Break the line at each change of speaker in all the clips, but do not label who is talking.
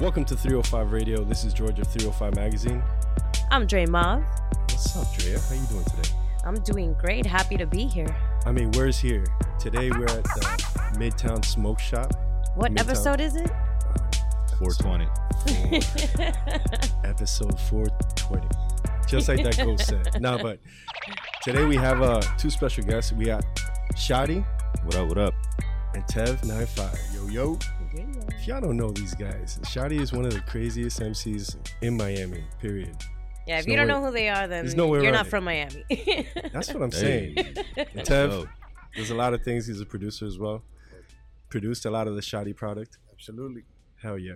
Welcome to 305 Radio. This is Georgia 305 Magazine.
I'm Dre Mauve.
What's up, Drea? How you doing today?
I'm doing great. Happy to be here.
I mean, where's here? Today we're at the Midtown Smoke Shop. uh,
What
Midtown.
episode is it?
420.
episode 420. Just like that ghost said. Nah, but today we have uh, two special guests. We got Shadi
What up? What up?
and Tev95. Yo, yo. If y'all don't know these guys, Shadi is one of the craziest MCs in Miami, period.
Yeah,
There's
if you
no
don't
way-
know who they are, then
there's no way
you're
around
not
it.
from Miami.
That's what I'm
Hey.
saying. And Tev,
Yo.
there's a lot of things. He's a producer as well. Produced a lot of the Shadi product.
Absolutely.
Hell yeah.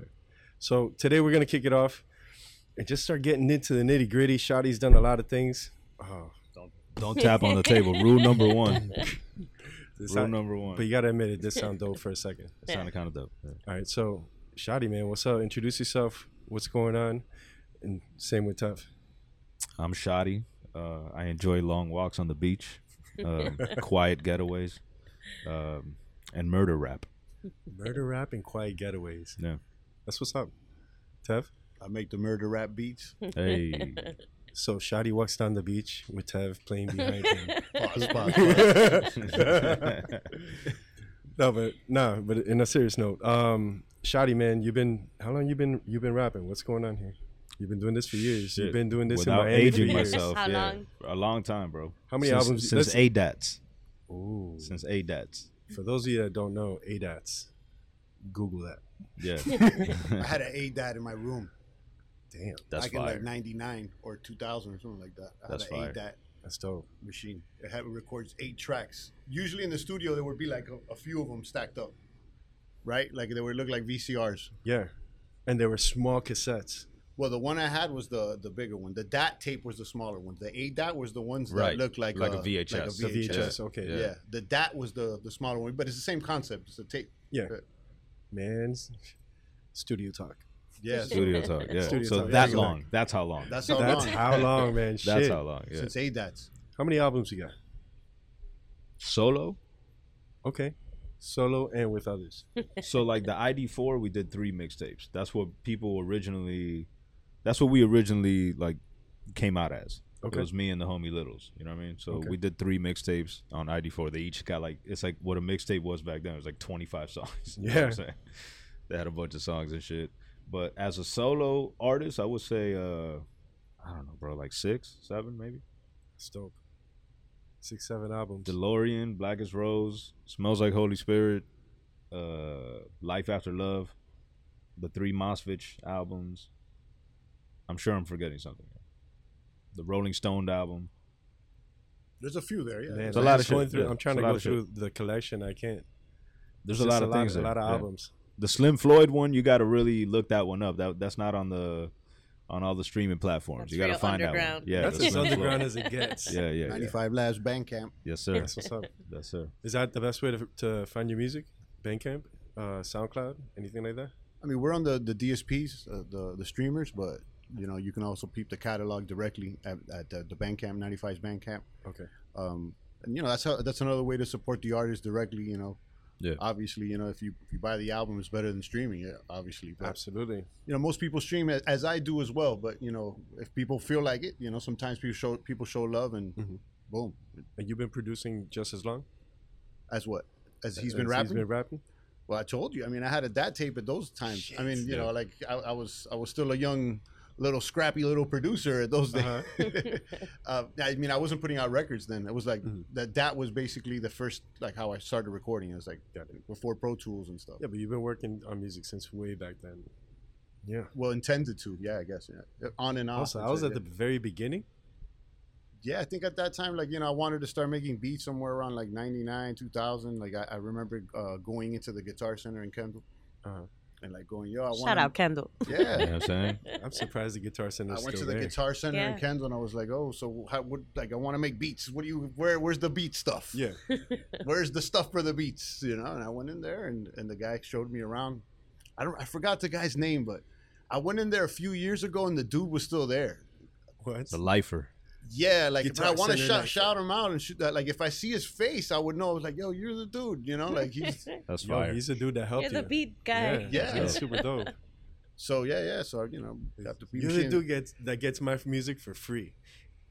So today we're gonna kick it off and just start getting into the nitty gritty. Shotty's done a lot of things. Oh,
Don't tap on the table. Rule number one.
this
Rule
sound-
number one.
but you gotta admit it, this sound dope for a second.
That sounded kind of dope.
All right, so Shotty man, what's up? Introduce yourself. What's going on? And same with Tough.
I'm shoddy. Uh, I enjoy long walks on the beach, um, quiet getaways, um, and murder rap.
Murder rap and quiet getaways.
Yeah.
That's what's up. Tev.
I make the murder rap beats.
Hey,
So Shotty walks down the beach with Tev playing behind him.
Pause, pause, pause.
no, but nah, but in a serious note, um, Shotty man, you've been how long you been you been rapping? What's going on here? You've been doing this for years.
Shit.
You've been doing this in
without
Miami for
aging
years.
myself.
How
yeah.
long?
A long time, bro.
How many
Since-
albums- let's-
since ADATS?
Ooh.
Since ADATS.
For those of you that don't know, ADATs, Google that.
Yeah,
I had an A dot in my room
Damn,
that's
back in
fire.
like 99 or 2000 or something like that. I
That's
had
fire.
an A dot
that's dope.
machine. It had it records eight tracks. Usually in the studio, there would be like a, a few of them stacked up, right? Like they would look like VCRs.
Yeah, and there were small cassettes.
Well, the one I had was the the bigger one. The dot tape was the smaller one. The A dot was the ones that
Right.
looked like
Like
a,
a VHS.
Like a
The
VHS.
VHS. Okay,
Yeah.
Yeah.
the dot was the the smaller one, but it's the same concept. It's a tape.
man, studio talk.
Yeah, so
Studio talk. Yeah.
Studio
so
talk.
that
Yeah.
long. That's how long.
that's how
That's
long.
how long, man. Shit.
That's how long. Yeah.
Since A dots.
How many albums you got?
Solo.
Okay, solo and with others.
so like the ID4, we did three mixtapes. That's what people originally. That's what we originally like came out as.
Okay.
It was me and the homie Littles. You know what I mean? So
Okay.
we did three mixtapes on ID4. They each got like it's like what a mixtape was back then. It was like 25 songs. You know what
Yeah.
I'm saying? They had a bunch of songs and shit. But as a solo artist, I would say uh I don't know, bro, like six, seven, maybe.
That's dope. Six, seven albums.
DeLorean, Black as Rose, Smells Like Holy Spirit, uh, Life After Love, the three Mosfitch albums. I'm sure I'm forgetting something. The Rolling Stone album.
There's a few there, yeah.
Man,
It's a
I'm
lot of
just
shit,
going through-
yeah.
I'm trying
It's
to
a lot
go
of shit.
through the collection. I can't.
There's
It's
a lot
just
of things.
A
there,
lot of
yeah.
albums.
The Slim Floyd one, you got to really look that one up. That that's not on the on all the streaming platforms.
That's
you got to
real
find that one.
underground.
Yeah,
That's
the
as
Slim Floyd.
underground as it gets.
Yeah, yeah, yeah.
95 Labs Bandcamp.
Yes, sir.
That's what's up.
Yes, sir.
Is that the best way to, to find your music? Bandcamp, uh, SoundCloud, anything like that?
I mean, we're on the, the DSPs, uh, the the streamers, but you know, you can also peep the catalog directly at, at the, the Bandcamp, 95's Bandcamp.
Okay.
Um, and you know, that's how that's another way to support the artist directly. You know,
Yeah.
Obviously, you know, if you if you buy the album, it's better than streaming it. Obviously, but
Absolutely.
you know, most people stream it as I do as well. But you know, if people feel like it, you know, sometimes people show people show love and
Mhm.
boom,
And you've been producing just as long?
as what as
As
he's been rapping.
He's been rapping?
Well, I told you. I mean, I had a dat tape at those times. I mean, you know, like I, I was, I was still a young, little scrappy little producer at those days.
Uh-huh.
uh, I mean, I wasn't putting out records then. It was like
Mhm.
that. That was basically the first, like, how I started recording. It was like
Got it.
before Pro Tools and stuff.
Yeah, but you've been working on music since way back then. Yeah.
Well, intended to. Yeah, I guess. Yeah. On and off.
Also, I
I'd
was
say,
at the very beginning.
yeah. yeah, I think at that time, like you know, I wanted to start making beats somewhere around like '99, 2000. Like I, I remember uh, going into the Guitar Center in Kendall.
Uh-huh.
And like going, yo, I want.
Shout out Kendall.
Yeah,
You know what I'm saying?
I'm surprised the Guitar Center's
I
still
went to the
there.
Guitar Center in
Yeah.
Kendall, and I was like, "Oh, so how would like I want to make beats? What do you where? Where's the beat stuff?
yeah.
where's the stuff for the beats? You know?" And I went in there, and and the guy showed me around. I don't, I forgot the guy's name, but I went in there a few years ago, and the dude was still there.
What?
The lifer.
Yeah, like but
Guitar
I want to
center,
shout,
like-
shout him out and shoot that. Like if I see his face, I would know. I was like, yo, you're the dude. You know, like he's
That's
Yo,
fire.
he's a dude that helped
You're the
you.
beat guy.
Yeah,
Yeah.
he's super dope.
so yeah, yeah. So you know, got the beat
You're the
machine.
dude gets, that gets my music for free.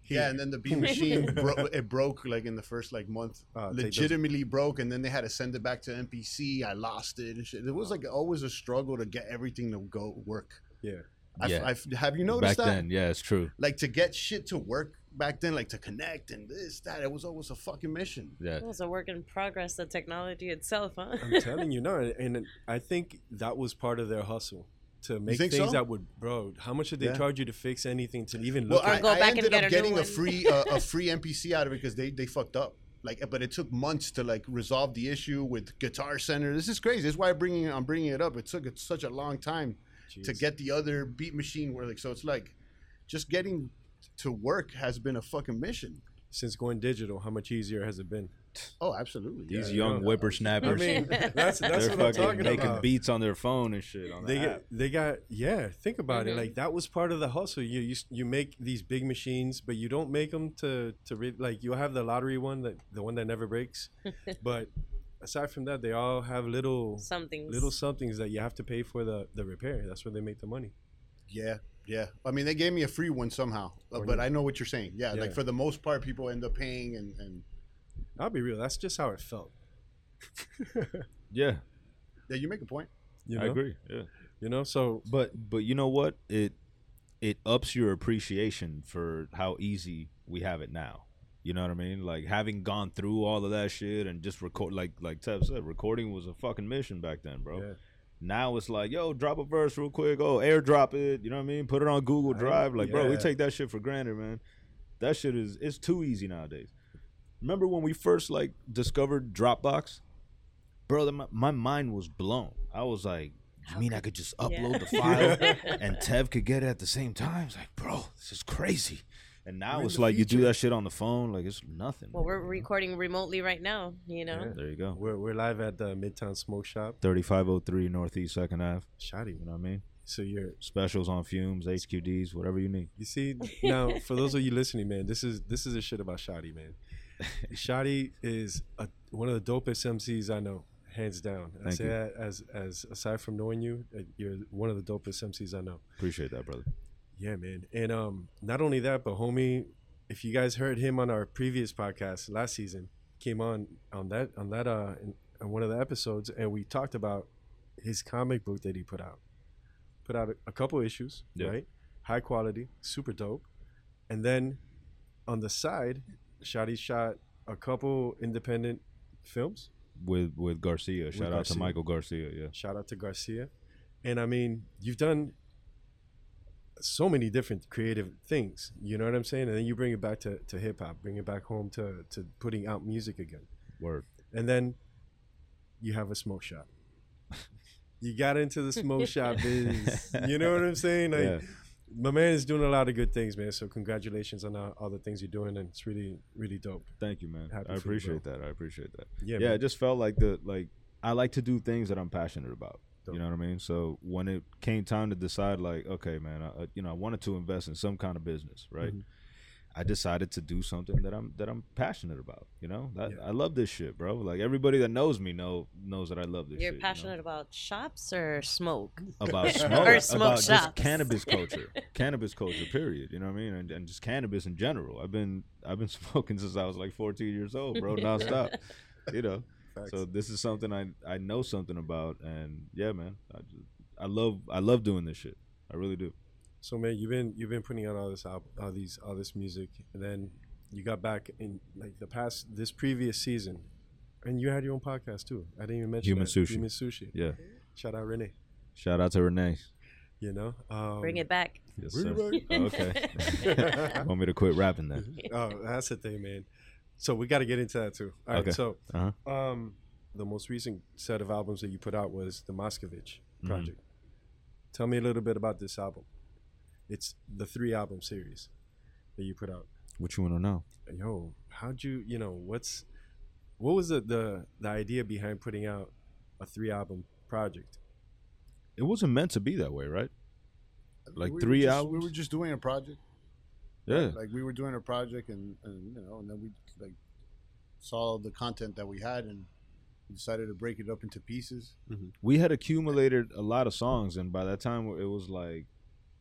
Yeah, and then the B machine bro- it broke like in the first like month,
Ah, take those-
legitimately broke, and then they had to send it back to MPC. I lost it and shit. It was like always a struggle to get everything to go work.
Yeah.
I've,
Yeah.
I've, have you noticed
Back
that?
then, yeah, it's true.
Like to get shit to work back then, like to connect and this that. It was always a fucking mission.
Yeah,
It was a work in progress, the technology itself, huh?
I'm telling you, no, and and I think that was part of their hustle to make
think
things
so?
that would, bro. How much did they
Yeah.
charge you to fix anything to even
Well,
look?
I,
at?
go
I
back and
ended
get
up
a new
getting a
one.
free uh, a free MPC out of it because they they fucked up. Like, but it took months to like resolve the issue with Guitar Center. This is crazy. This is why I'm bringing I'm bringing it up. It took it such a long time to
Jeez.
get the other beat machine where like so it's like just getting to work has been a fucking mission.
since going digital, how much easier has it been?
Oh, absolutely.
these
yeah.
young whippersnappers.
I mean, that's that's
they're
what I'm
fucking
talking
making
about.
beats on their phone and shit. On
They
the app. Mm-hmm.
get, they got yeah. Think about
Mhm.
it. Like that was part of the hustle. You you s- you make these big machines, but you don't make them to to re- like you'll have the lottery one that the one that never breaks. but aside from that, they all have little
Something.
little somethings that you have to pay for the the repair. That's where they make the money.
Yeah. Yeah. I mean, they gave me a free one somehow, uh,
Or
but
you-
I know what you're saying. Yeah,
Yeah.
Like for the most part, people end up paying and, and
I'll be real. That's just how it felt.
yeah,
yeah, you make a point.
You know?
I agree. Yeah.
You know, so
But but you know what? It it ups your appreciation for how easy we have it now. You know what I mean? Like having gone through all of that shit and just record like like Tev said, recording was a fucking mission back then, bro.
Yeah.
Now it's like, yo, drop a verse real quick. Oh, airdrop it. You know what I mean? Put it on Google
Right.
Drive. Like, bro, we
Yeah.
take that shit for granted, man. That shit is it's too easy nowadays. Remember when we first like discovered Dropbox? Bro, that my, my mind was blown. I was like, you mean I could just upload the file and Tev could get it at the same time? It's like, bro, this is crazy. And now
We're in
it's
the
like you do
future.
that shit on the phone, like it's nothing.
well, we're recording remotely right now, you know?
Yeah.
there you go.
we're we're live at the Midtown Smoke Shop.
3503 Northeast 2nd Ave.
Shoddy.
You know what I mean?
So you're
Specials on fumes, HQDs, whatever you need.
You see, now for those of you listening, man, this is this is a shit about Shotty, man. Shotty is a, one of the dopest MCs I know, hands down. I
Thank
say
you.
that as as aside from knowing you, uh, you're one of the dopest MCs I know.
Appreciate that, brother.
Yeah, man. And um, not only that, but homie, if you guys heard him on our previous podcast last season, came on on that on that uh in, on one of the episodes, and we talked about his comic book that he put out. Put out a, a couple issues,
Yeah.
right? High quality, super dope. And then on the side, Shotty shot a couple independent films.
With with Garcia. Shout out
Garcia.
to Michael Garcia, yeah.
Shout out to Garcia. And I mean, you've done so many different creative things. You know what I'm saying? And then you bring it back to, to hip hop, bring it back home to, to putting out music again.
Word.
And then you have a smoke shop. you got into the smoke shop biz. You know what I'm saying? Like
Yeah.
my man is doing a lot of good things, man. So congratulations on all, all the things you're doing and it's really, really dope.
Thank you, man.
Happy
I
for you, bro.
appreciate that. I appreciate that.
Yeah,
yeah,
man.
it just felt like the like I like to do things that I'm passionate about.
Dope.
You know what I mean? So when it came time to decide, like, okay, man, I, I- you know, I wanted to invest in some kind of business, right?
Mm-hmm.
I decided to do something that I'm that I'm passionate about. You know, that,
Yeah.
I love this shit, bro. Like everybody that knows me know knows that I love this.
You're
shit, you know?
passionate about shops or smoke?
about smoke,
Or smoke
about just
shops.
cannabis culture, cannabis culture, period. You know what I mean? And, and just cannabis in general. I've been I've been smoking since I was like 14 years old, bro, nonstop. you know.
Facts.
So this is something I I know something about, and yeah, man, I just, I love I love doing this shit. I really do.
So man, you've been you've been putting out all this al- all these all this music, and then you got back in like the past this previous season, and you had your own podcast too. I didn't even mention
Human
that.
Sushi.
Human sushi.
Yeah.
Shout out Renee.
Shout out to Renee.
You know. Um,
Bring it back.
Yes,
Bring
sir.
it
Oh, okay. Want me to quit rapping then?
Oh, that's the thing, man. So we got to get into that too. All right.
Okay.
So,
Uh-huh.
um, the most recent set of albums that you put out was the Moscovich
Mm-hmm.
Project. Tell me a little bit about this album. It's the three album series that you put out.
What you want to know?
yo how'd you you know what's what was the the, the idea behind putting out a three album project
It wasn't meant to be that way, right? Like
We were
three
just-
hours?
We were just doing a project.
Yeah.
Like we were doing a project, and, and you know, and then we like saw the content that we had, and we decided to break it up into pieces.
we had accumulated a lot of songs, and by that time it was like,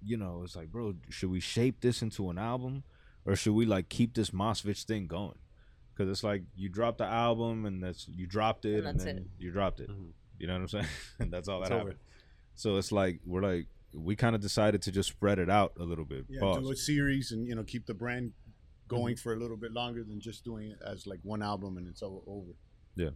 you know, it's like, bro, should we shape this into an album, or should we like keep this Mosvich thing going? Because it's like you dropped the album, and that's you dropped
And
it, and,
that's
then
it.
you dropped it.
Mhm.
You know what I'm saying? and that's all Oh, that
It's
happened.
over.
So it's like we're like we kind of decided to just spread it out a little bit.
Yeah,
Pause. Mm-hmm.
do a series, and you know, keep the brand going for a little bit longer than just doing it as like one album and it's all over.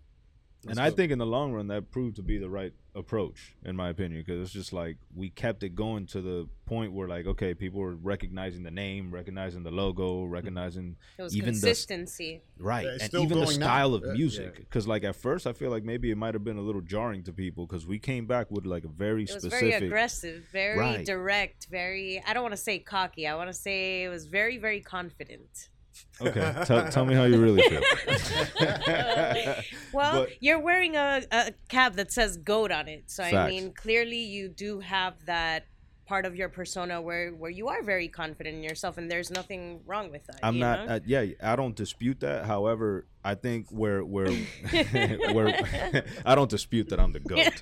and I think in the long run that proved to be the right approach, in my opinion, because it's just like we kept it going to the point where like okay, people were recognizing the name, recognizing the logo, recognizing
It was
Even the-
consistency.
right,
Mm-hmm. Yeah, it's
and
still
even the
going now. Uh,
style of
Yeah.
music. Because like at first, I feel like maybe it might have been a little jarring to people because we came back with like a very
it was
specific.
very aggressive, very
Right.
direct, very. I don't want to say cocky. I want to say it was very, very confident.
Okay, tell tell me how you really feel.
Well,
But-
you're wearing a, a cap that says goat on it. So I
Facts.
mean, clearly you do have that part of your persona where where you are very confident in yourself and there's nothing wrong with that.
I'm
you
not.
know?
Uh, yeah, I don't dispute that. However, I think where where where I don't dispute that I'm the goat.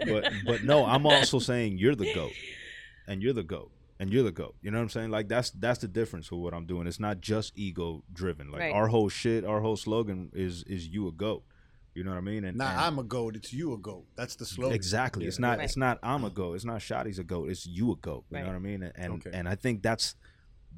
But but no, I'm also saying you're the goat, and you're the goat, and you're the goat. You know what I'm saying? Like that's that's the difference with what I'm doing. It's not just ego driven. Like
Right.
our whole shit, our whole slogan is is you a goat. You know what I mean? And,
Not
and-
I'm a goat, it's you a goat. That's the slogan.
Exactly. It's not.
Right.
It's not. I'm a goat. It's not. Shotty's a goat. It's you a goat. You
Right.
know what I mean? And and,
Okay.
and I think that's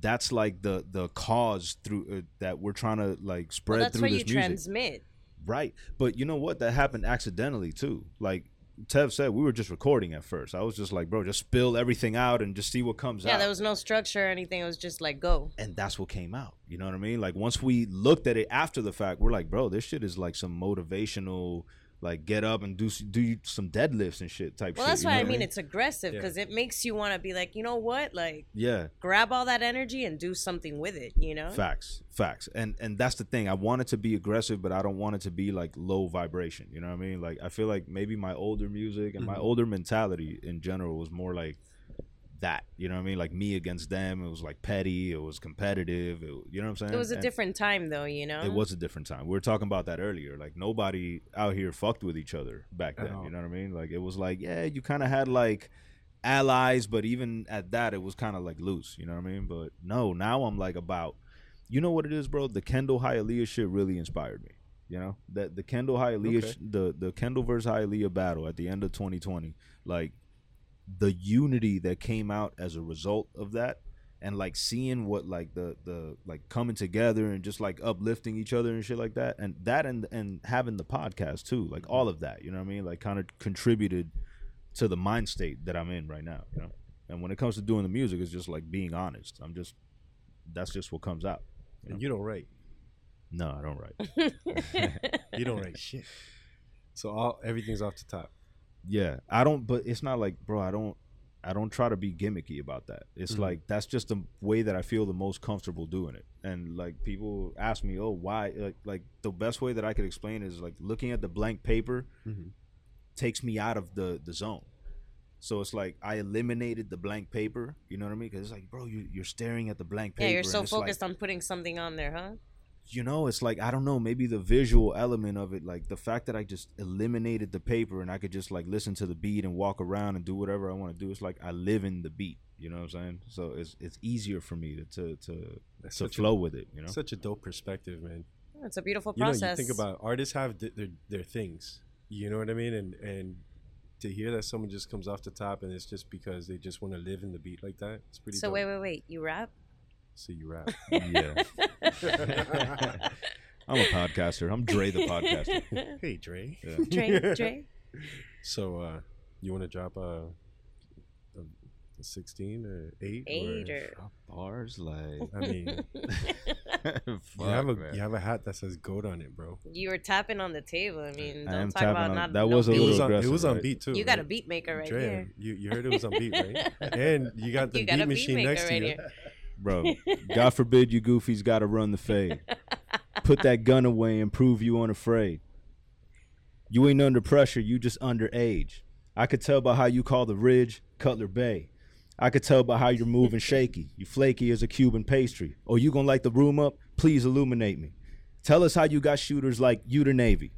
that's like the the cause through uh, that we're trying to
Well,
like spread
that's
through
what
this
you
music,
transmit.
right? But you know what? That happened accidentally too. Like Tev said, we were just recording at first. I was just like, bro, just spill everything out and just see what comes
Yeah,
out
there was no structure or anything. It was just like go.
and that's what came out. You know what I mean? Like once we looked at it after the fact, we're like, bro, this shit is like some motivational, like get up and do s- do some deadlifts and shit type.
Well,
shit,
that's
you know
why I
what
mean it's aggressive
Yeah.
because it makes you want to be like, you know what, like
yeah,
grab all that energy and do something with it. You know,
facts, facts, and and that's the thing. I want it to be aggressive, but I don't want it to be like low vibration. You know what I mean? Like I feel like maybe my older music and my
Mm-hmm.
Mhm.
older mentality in general was more like that. You know what I mean? Like me against them. It was like petty. It was competitive. It, you know what I'm saying?
it was a
And-
different time though. You know,
It was a different time. We were talking about that earlier. Like nobody out here fucked with each other back
At
then.
all.
You know what I mean? Like it was like, yeah, you kind of had like allies, but even at that, it was kind of like loose. You know what I mean? But no, now I'm like about, you know what it is, bro. The Kendall Hialeah shit really inspired me. You know that the Kendall Hialeah,
Okay.
sh- the the Kendall versus Hialeah battle at the end of 2020, like the unity that came out as a result of that and like seeing what like the the like coming together and just like uplifting each other and shit like that and that and and having the podcast too like all of that you know what i mean like kind of contributed to the mind state that i'm in right now you know and when it comes to doing the music it's just like being honest i'm just that's just what comes out
And you don't write.
no i don't write
You don't write shit. So all everything's off the top.
Yeah, I don't. But it's not like, bro, I don't. I don't try to be gimmicky about that. It's
Mhm.
like that's just the way that I feel the most comfortable doing it. And like people ask me, oh, why? Like, like the best way that I could explain is like looking at the blank paper
Mhm.
takes me out of the the zone. So it's like I eliminated the blank paper. You know what I mean? Because it's like, bro, you, you're staring at the blank paper.
yeah, you're
and
so
it's like-
focused on putting something on there, huh?
you know, it's like I don't know, maybe the visual element of it, like the fact that I just eliminated the paper and I could just like listen to the beat and walk around and do whatever I want to do. It's like I live in the beat. You know what I'm saying? So it's it's easier for me to to to,
That's
to
such
flow with it. You
A,
know?
such a dope perspective, man.
Yeah, It's a beautiful
You know,
process.
you think about it, artists have th- their their things. You know what I mean? And and to hear that someone just comes off the top and it's just because they just want to live in the beat like that, it's pretty.
so
dope.
wait, wait, wait. You rap?
So you rap.
yeah. I'm a podcaster. I'm Dre the podcaster.
hey Dre.
Yeah.
Dre, Dre.
So uh, you want to drop a, a, a sixteen or eight?
Eight or-
Bars like
I mean,
fuck,
you have a
man.
you have a hat that says goat on it, bro.
You were tapping on the table. I mean,
I
don't
am
talk
tapping
about
on-
not.
that
no
was a
It
beat.
was
little
on, it was on
aggressive,
beat too.
You got a
right?
beat maker right
Dre,
here.
You, you heard it was on beat, right? and you got the
you
beat
got a beat
machine
maker
next to
right
you.
here.
Bro, God forbid you goofies got to run the fade. Put that gun away and prove you unafraid. You ain't under pressure, you just underage. I could tell by how you call the ridge Cutler Bay. I could tell by how you're moving shaky. You flaky as a Cuban pastry. Oh, you gonna light the room up? Please illuminate me. Tell us how you got shooters like you the Navy.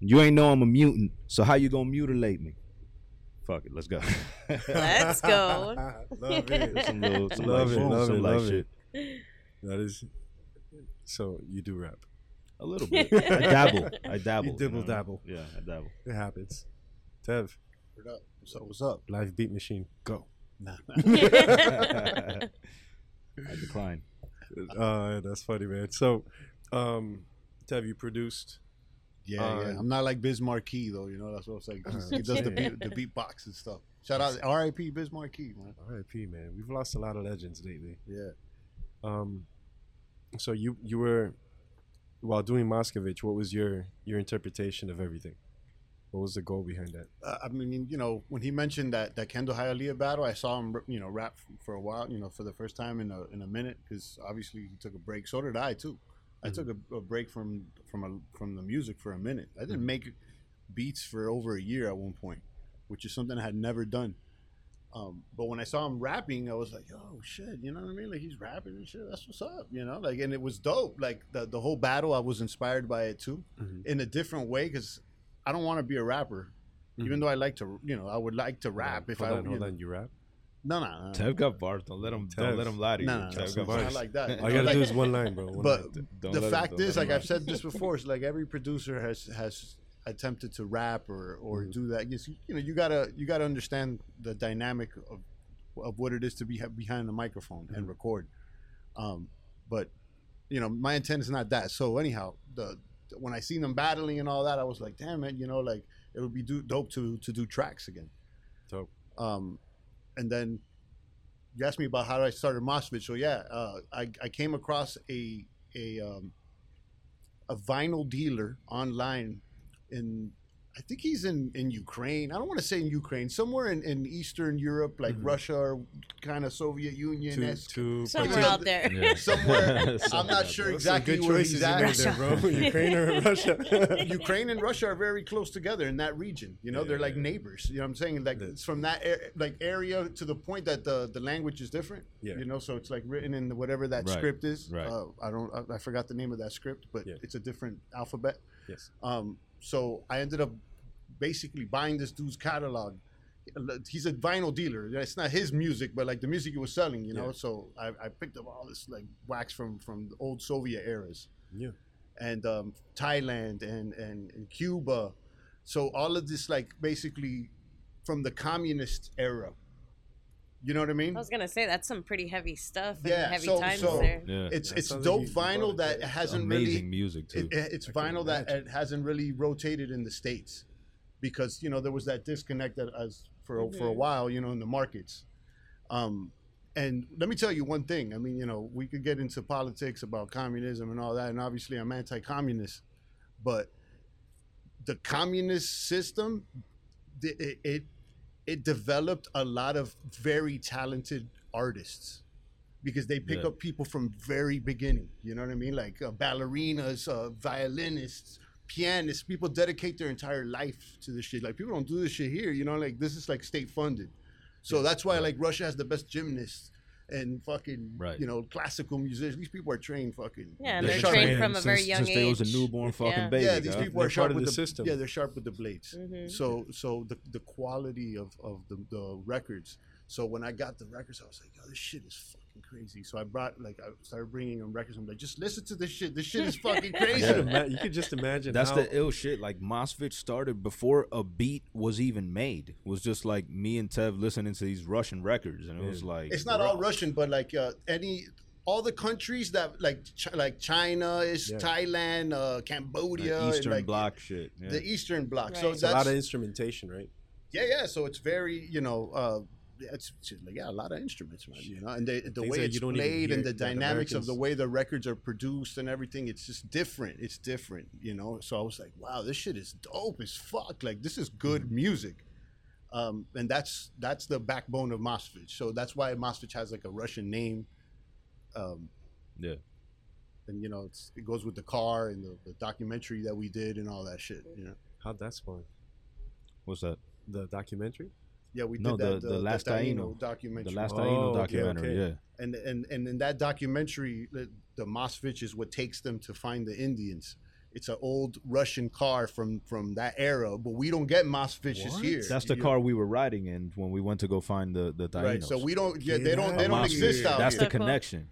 You ain't know I'm a mutant, so how you gonna mutilate me? Fuck it, let's go.
Let's go.
love it.
some little, some
Love
like,
it,
boom,
love
some
it,
like
love it.
shit.
That is. So you do rap.
A little bit. I dabble. I dabble.
You dibble
know?
dabble.
Yeah, I dabble.
It happens. Tev,
Word up. So what's up?
live beat machine, go.
Nah, nah.
I decline.
Uh, that's funny, man. So, um, Tev, you produced.
Yeah,
Uh,
yeah. I'm not like Biz Marquee though. You know, that's what I was like.
Uh,
he does the
yeah.
beat, the beatbox and stuff. Shout out R.I.P. Biz Marquee, man.
R.I.P. Man, we've lost a lot of legends lately.
Yeah.
Um, so you you were while doing Moscovich, what was your your interpretation of everything? What was the goal behind that?
Uh, I mean, you know, when he mentioned that that Kendall Hialeah battle, I saw him, you know, rap for a while, you know, for the first time in a in a minute, because obviously he took a break. So did I too. I
Mhm.
took a, a break from from a, from the music for a minute. I didn't
Mhm.
make beats for over a year at one point, which is something I had never done. Um, but when I saw him rapping, I was like, "Oh shit!" You know what I mean? Like he's rapping and shit. That's what's up, you know. Like, and it was dope. Like the the whole battle, I was inspired by it too,
Mm-hmm.
Mhm.
in a different way, because I don't want to be a rapper even though I like to, you know, I would like to rap if
Mm-hmm. hold
I
on,
you
hold
know.
on, you rap.
No, no, no, no.
Tev got bars. Don't let him. Don't
Tev.
let him lie to you.
No, no, no,
Tev
no,
got
no,
bars.
not like that.
All you gotta
Like-
do is one line, bro. One
But
line.
Don't
the
let him-
fact
don't
is,
let
like
him
I've
lie.
said this before, is like every producer has has attempted to rap or or
Mm-hmm.
Mhm.
do that. You, see- you know, you gotta you gotta understand the dynamic of of what it is to be behind the microphone and
Mm-hmm.
Mhm.
record. Um, but you know, my intent is not that. So anyhow, the when I seen them battling and all that, I was like, damn it, you know, like it would be do, dope to to do tracks again.
Dope.
Um, and then you asked me about how I started Mosfet. So yeah, uh, I, I came across a a um, a vinyl dealer online in I think he's in in Ukraine. I don't want to say in Ukraine, somewhere in, in Eastern Europe, like
Mhm.
Russia or kind of Soviet Union.
Two,
esque
two.
Somewhere
pretty-
out there.
Yeah.
Somewhere. I'm not sure
Those are
exactly
good
where
choices
he's
you
at.
made there, bro. Ukraine or Russia?
Ukraine and Russia are very close together in that region. You know,
Yeah,
they're like
yeah.
neighbors. You know what I'm saying? Like
The-
it's from that ar- like area to the point that the the language is different.
Yeah.
You know, so it's like written in whatever that
Right,
script is.
right.
Uh, I don't. I, I forgot the name of that script, but
Yeah.
it's a different alphabet.
yes.
Um, so I ended up basically buying this dude's catalog. He's a vinyl dealer. It's not his music, but like the music he was selling, you know.
Yeah.
So I, I picked up all this like wax from from the old Soviet eras
Yeah.
and um, Thailand and, and, and Cuba. So all of this, like basically from the communist era. You know what I mean?
I was gonna say that's some pretty heavy stuff and
Yeah,
heavy
so-
times
so-
there.
Yeah.
It's
That
it's
sounds
dope
like you- you brought
vinyl
it
that
there.
hasn't
amazing
really
music too.
it, it's
I can
vinyl that
imagine.
it hasn't really rotated in the states because you know there was that disconnect that as for for a
Mhm.
while you know in the markets. Um, and let me tell you one thing. I mean, you know, we could get into politics about communism and all that, and obviously I'm anti-communist, but the communist system, the- it it, it developed a lot of very talented artists because they pick
Yeah.
up people from very beginning. You know what I mean? Like uh, ballerinas, uh, violinists, pianists. People dedicate their entire life to this shit. Like people don't do this shit here. You know, like this is like state funded. So that's why
Right.
like Russia has the best gymnasts and fucking
Right.
you know classical musicians. These people are trained fucking
Yeah, and
They're
they're
sharp
trained
hands
from a very
since-
young
Since
age.
they was a newborn fucking
Yeah.
baby.
yeah, these
dog.
people
They're
are sharp
part of
with
the
the,
system.
Yeah, they're sharp with the blades.
Mhm.
Mm-hmm.
So so the the quality of of the, the records. So when I got the records, I was like, yo, this shit is fucking crazy. So I brought like I started bringing them records. I'm like, just listen to this shit. This shit is fucking crazy.
You, could
Yeah.
ima- you could just imagine.
That's
how,
the ill shit. Like Mosfet started before a beat was even made. Was just like me and Tev listening to these Russian records, and it was
Yeah.
like
It's not all
bro.
Russian, but like uh, any all the countries that like Ch- like China is
Yeah.
Thailand, uh,
Like
Cambodia, and,
Eastern
like,
Bloc shit. Yeah.
The E Eastern Bloc. So
Right.
it's a
that's
lot of instrumentation, right?
yeah, yeah. So it's very, you know, uh, it's, it's like, yeah, a lot of instruments, man. You know, and the, the
Things
way
that
it's
you don't even
played
hear
and the
that
dynamics of the
Americans-
way the records are produced and everything, it's just different. It's different, you know. So I was like, wow, this shit is dope as fuck. Like this is good music. Um, and that's that's the backbone of Mosfet. So that's why Mosfet has like a Russian name. Um,
Yeah.
And you know, it's, it goes with the car and the, the documentary that we did and all that shit. You know.
How'd that spawn?
What's that?
The documentary?
Yeah, we did
No,
that.
the- the Last Taino.
documentary.
The last
Oh,
Taino
okay,
documentary,
okay.
yeah.
and and and in that documentary, the, the Mosfich is what takes them to find the Indians. It's an old Russian car from from that era, but we don't get Mosfiches
What?
here.
That's the
You-
car we were riding in when we went to go find the the Tainos.
right? So we don't. Yeah,
Get
they don't. They
out
don't
of
exist
here.
out
That's
here.
the connection,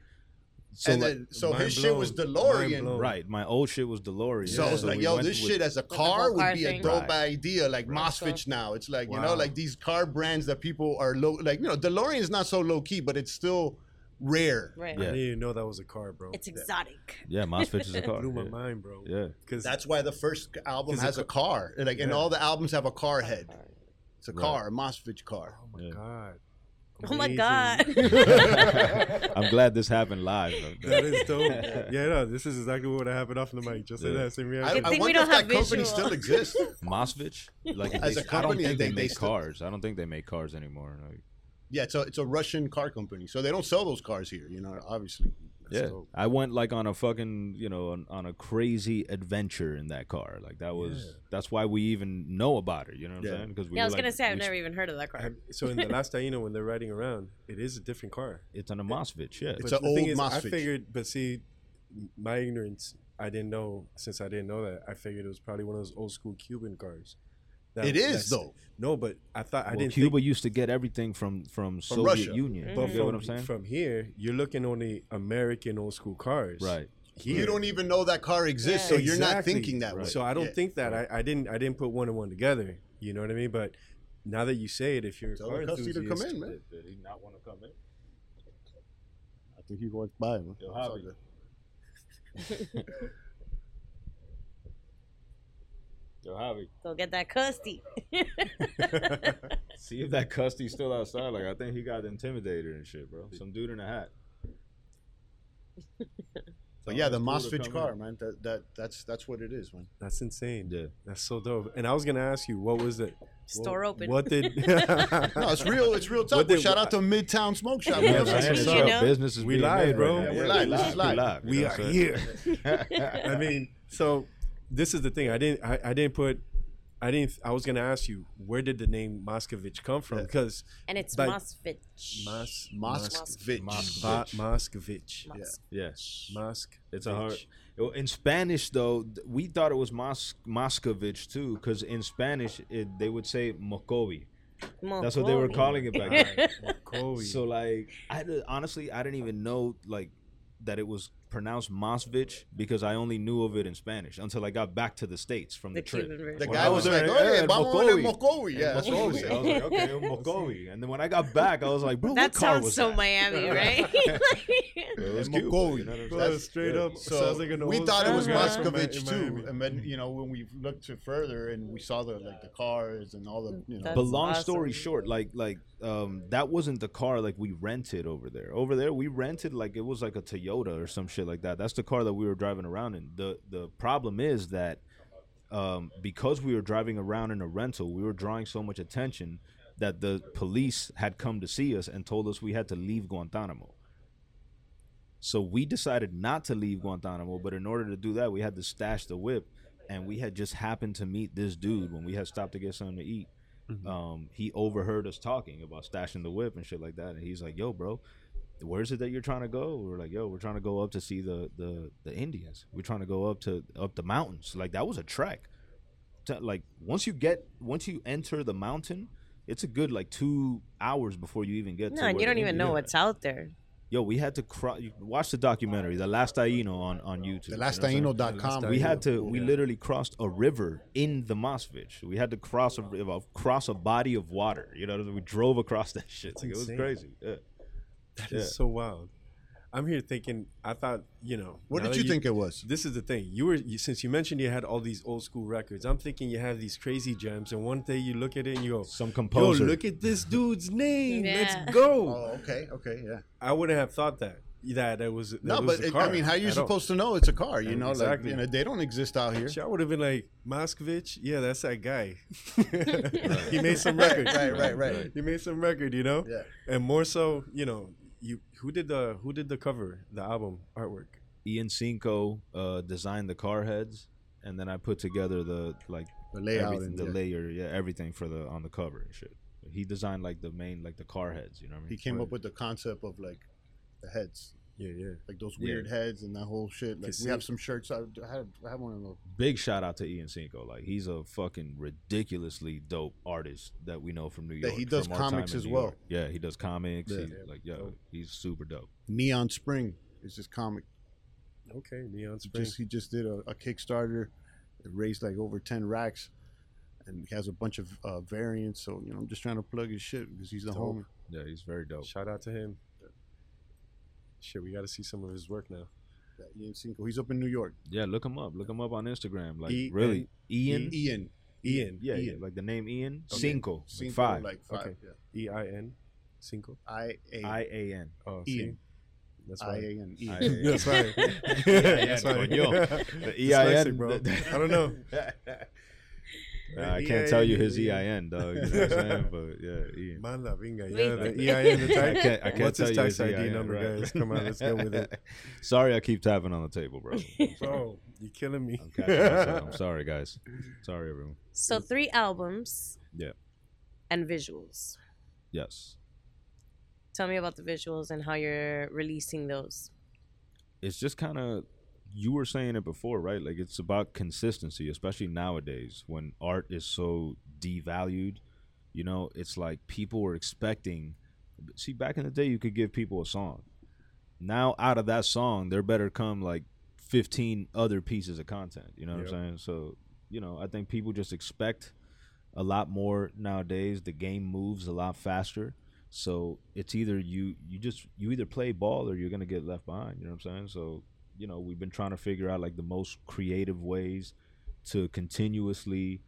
So,
and
like,
then, so
mind
his shit was
blown.
DeLorean.
Mind blown.
right? My old shit was DeLorean.
So
Yeah.
it's
So
like,
we
yo,
went
this
with-
shit as a
the whole
car would
car
be
thing.
a dope
Right.
idea, like
Right.
Mosfitch now. It's like, you
Wow.
know, like these car brands that people are low, like, you know, DeLorean is not so low key, but it's still rare.
Right.
I
Yeah.
didn't even know that was a car, bro.
It's exotic.
Yeah, Mosfitch is a car.
blew my
yeah.
mind, bro.
Yeah.
Because
That's why the first album
'Cause
has
the
a car. Like, and
Yeah.
all the albums have a car head. It's a
Right.
car, a Mosfitch car.
oh my
Yeah.
god.
Oh my
Amazing.
god.
I'm glad this happened live. though.
That is dope. yeah, no, this is exactly what happened off the mic. Just like
Yeah.
that, same
I,
reaction.
Good
I
thing we
wonder
don't
if that
have
company
visual.
still exists.
Mosfitch, like if
As
they,
a
I don't
company,
think they,
they- they
make
still-
cars. I don't think they make cars anymore. Like,
yeah, it's a, it's a Russian car company. So they don't sell those cars here, you know, obviously.
yeah,
dope.
I went like on a fucking you know on, on a crazy adventure in that car. Like that was
Yeah.
that's why we even know about it. You know what
Yeah.
I'm saying? Because we
yeah, I
were,
was
like,
gonna say I've
we-
never even heard of that car.
Have- so in the last Taino, when they're riding around, it is a different car.
It's on a Mosfitch. Yeah,
It's
But
an
the thing
old
is, I
Mosfetch.
figured, but see, my ignorance, I didn't know. Since I didn't know that, I figured it was probably one of those old school Cuban cars. That-
it is,
that's-
though.
No, but I thought I
Well,
didn't.
Cuba
think,
used to get everything from from, Soviet
Russia.
Union.
but
You
from,
know what I'm saying?
from here, you're looking on the American old school cars,
right.
Here.
You don't even know that car exists,
Yeah.
so you're not
Exactly.
thinking that
Right.
way.
So I don't
Yeah.
think that I, I didn't I didn't put one and one together. You know what I mean? But now that you say it, if you're a
Tell
car
the cussy to come
enthusiast-
in, man.
Did he not want to come in?
I think he walked by, man.
Yo, Javi. Yo, Javi,
Go get that custy.
see if that custy's still outside. Like I think he got intimidated and shit, bro. Some dude in a hat.
But yeah, the
Always cool to
Mosfitch
come
car,
in.
man. That that that's that's what it is, man.
That's insane.
Yeah.
That's so dope. And I was gonna ask you, what was it?
Store
what,
open.
What did?
No, it's real. It's real talk.
What did-
Shout out to Midtown Smoke Shop.
Yeah,
You know what I'm
that's what's
saying?
up. You know?
Business is
We
being
live,
made right
bro.
now.
Yeah,
we're live. This is live.
you
we
know
are
what I'm saying?
here. I mean, so this is the thing. I didn't. I, I didn't put. I didn't. I was gonna ask you where did the name Moskovich come from?
Yeah.
Because
and it's
Like-
Mosfitch.
Mos
Moskovich.
Moskovich.
Va- Moskovich.
Mos-
Yes.
Mosk.
It's a hard. Well, In Spanish, though, th- we thought it was Mos- Moscovich too, because in Spanish it, they would say Mokovi.
Oh,
That's what they were
Mokowi.
calling it back then.
Kobe.
so, like, I di- honestly, I didn't even know like that it was pronounced Mosvich because I only knew of it in Spanish until I got back to the states from the,
The
trip.
Cuban version.
The
When
guy
I
was
was
like,
in-
"Oh
yeah,
yeah,
in
vamos en
Mokowi.
Mokowi." Yeah, that's what
Mokowi.
he
I was
said.
like, okay, Mokowi. And then when I got back, I was like, bro,
That
what car
sounds
was
so
that?
Miami, right?
It was
And
Cuba,
Mokowi.
you know what I'm
Bro,
saying?
straight
yeah.
up
So
sounds like an
we
old
thought it was
school guy from
Moskovich
Mi- in
too, and then you know when we looked to further and we saw the like the cars and all the you know.
That's-
but long story
awesome.
short like like um that wasn't the car like we rented over there over there we rented like it was like a toyota or some shit like that that's the car that we were driving around in the the problem is that um because we were driving around in a rental we were drawing so much attention that the police had come to see us and told us we had to leave guantanamo so we decided not to leave Guantanamo, but in order to do that, we had to stash the whip. And we had just happened to meet this dude when we had stopped to get something to eat.
Mm-hmm.
Mhm.
Um, he overheard us talking about stashing the whip and shit like that. And he's like, "Yo, bro, where is it that you're trying to go?" We're like, "Yo, we're trying to go up to see the the the Indians. We're trying to go up to up the mountains. Like that was a trek. To- like once you get once you enter the mountain." It's a good like two hours before you even get to.
no, and
where
you don't
the
even
Indians
know
are.
what's out there.
Yo, we had to cro- you- watch the documentary, The Last Taino on on YouTube.
The
you
last
know what I'm saying?
The
Taino.com.
Last
Um, we had to. We
Yeah.
literally crossed a river in the Mosfich. We had to cross a river, cross a body of water. You know, we drove across that shit.
That's
Like, it was
insane.
crazy. Yeah.
That is
Yeah.
so wild. I'm here thinking. I thought you know.
What
now
did
that
you think it was?
This is the thing. You were you, since you mentioned you had all these old school records. I'm thinking you have these crazy gems, and one day you look at it and you go,
Some
"Yo,
composer.
look at this dude's name.
Yeah.
Let's go."
Oh, okay, okay, yeah.
I wouldn't have thought that that it was that
No,
it was
but
a
it, I
car
mean, how you
at all.
supposed to know it's a car? You
Yeah,
know,
exactly.
like you know, they don't exist out here.
Shit, I would have been like Moskovich. Yeah, that's that guy. he made some record.
Right, right, right.
He made some record. You know.
Yeah.
And more so, you know, you who did the who did the cover, the album artwork.
Ian Cinco uh, designed the car heads, and then I put together the like
The layout
everything-
and
the
yeah.
layer, yeah, everything for the on the cover and shit. He designed like the main like the car heads. You know what I mean?
He came
Right.
up with the concept of like the heads,
Yeah, yeah.
like those
Yeah.
weird heads and that whole shit. Like we
Cassette.
have some shirts. I I had I had one of those.
big shout out to Ian Cinco. Like he's a fucking ridiculously dope artist that we know from New York.
That he does
from our time
comics
in
as
New
well.
York. Yeah, he does comics.
Yeah.
He, like yo,
Dope.
he's super dope.
Neon Spring is this comic.
Okay, Neon
He
Spring.
just he just did a, a Kickstarter. It raised like over ten racks, and he has a bunch of uh, variants. So you know, I'm just trying to plug his shit because he's the
Dope.
homie.
Yeah, he's very dope.
Shout out to him. Shit, we got to see some of his work now.
That Ian Cinco. He's up in New York.
Yeah, look him up. Look him up on Instagram. Like
E-
really, Ian.
Ian.
Ian.
yeah,
Ian.
yeah, like the name Ian
Okay.
Cinco, like
Cinco,
five,
Like five.
Okay. E I N. Cinco.
I A
I A N.
Oh,
Ian.
see? That's
I A
right.
N. E.
I-
Ian.
That's right. That's right.
coño. The E I N,
Dyslexic, bro.
the-
I don't know.
Nah, I can't tell you his E I
EIN.
N, dog. You know what I'm saying? But yeah, Ian.
Mala vinga,
Wait.
yeah, the EIN, the
I
type.
can't, I can't
What's
tell
his
you
tax
his
ID
EIN,
number,
right?
guys? Come on, let's go with it.
Sorry, I keep tapping on the table, bro. I'm sorry.
Bro, you're killing me.
I'm, catching myself. I'm sorry, guys. Sorry, everyone.
So three albums.
Yeah.
And visuals.
Yes,
Tell me about the visuals and how you're releasing those.
it's just kind of you were saying it before, right? Like it's about consistency, especially nowadays when art is so devalued. You know, it's like people were expecting. See, back in the day, you could give people a song. Now, out of that song, there better come like 15 other pieces of content. You know what
Yep.
I'm saying? So, you know, I think people just expect a lot more nowadays. The game moves a lot faster. So it's either you you just you either play ball or you're gonna get left behind. You know what I'm saying? So you know we've been trying to figure out like the most creative ways to continuously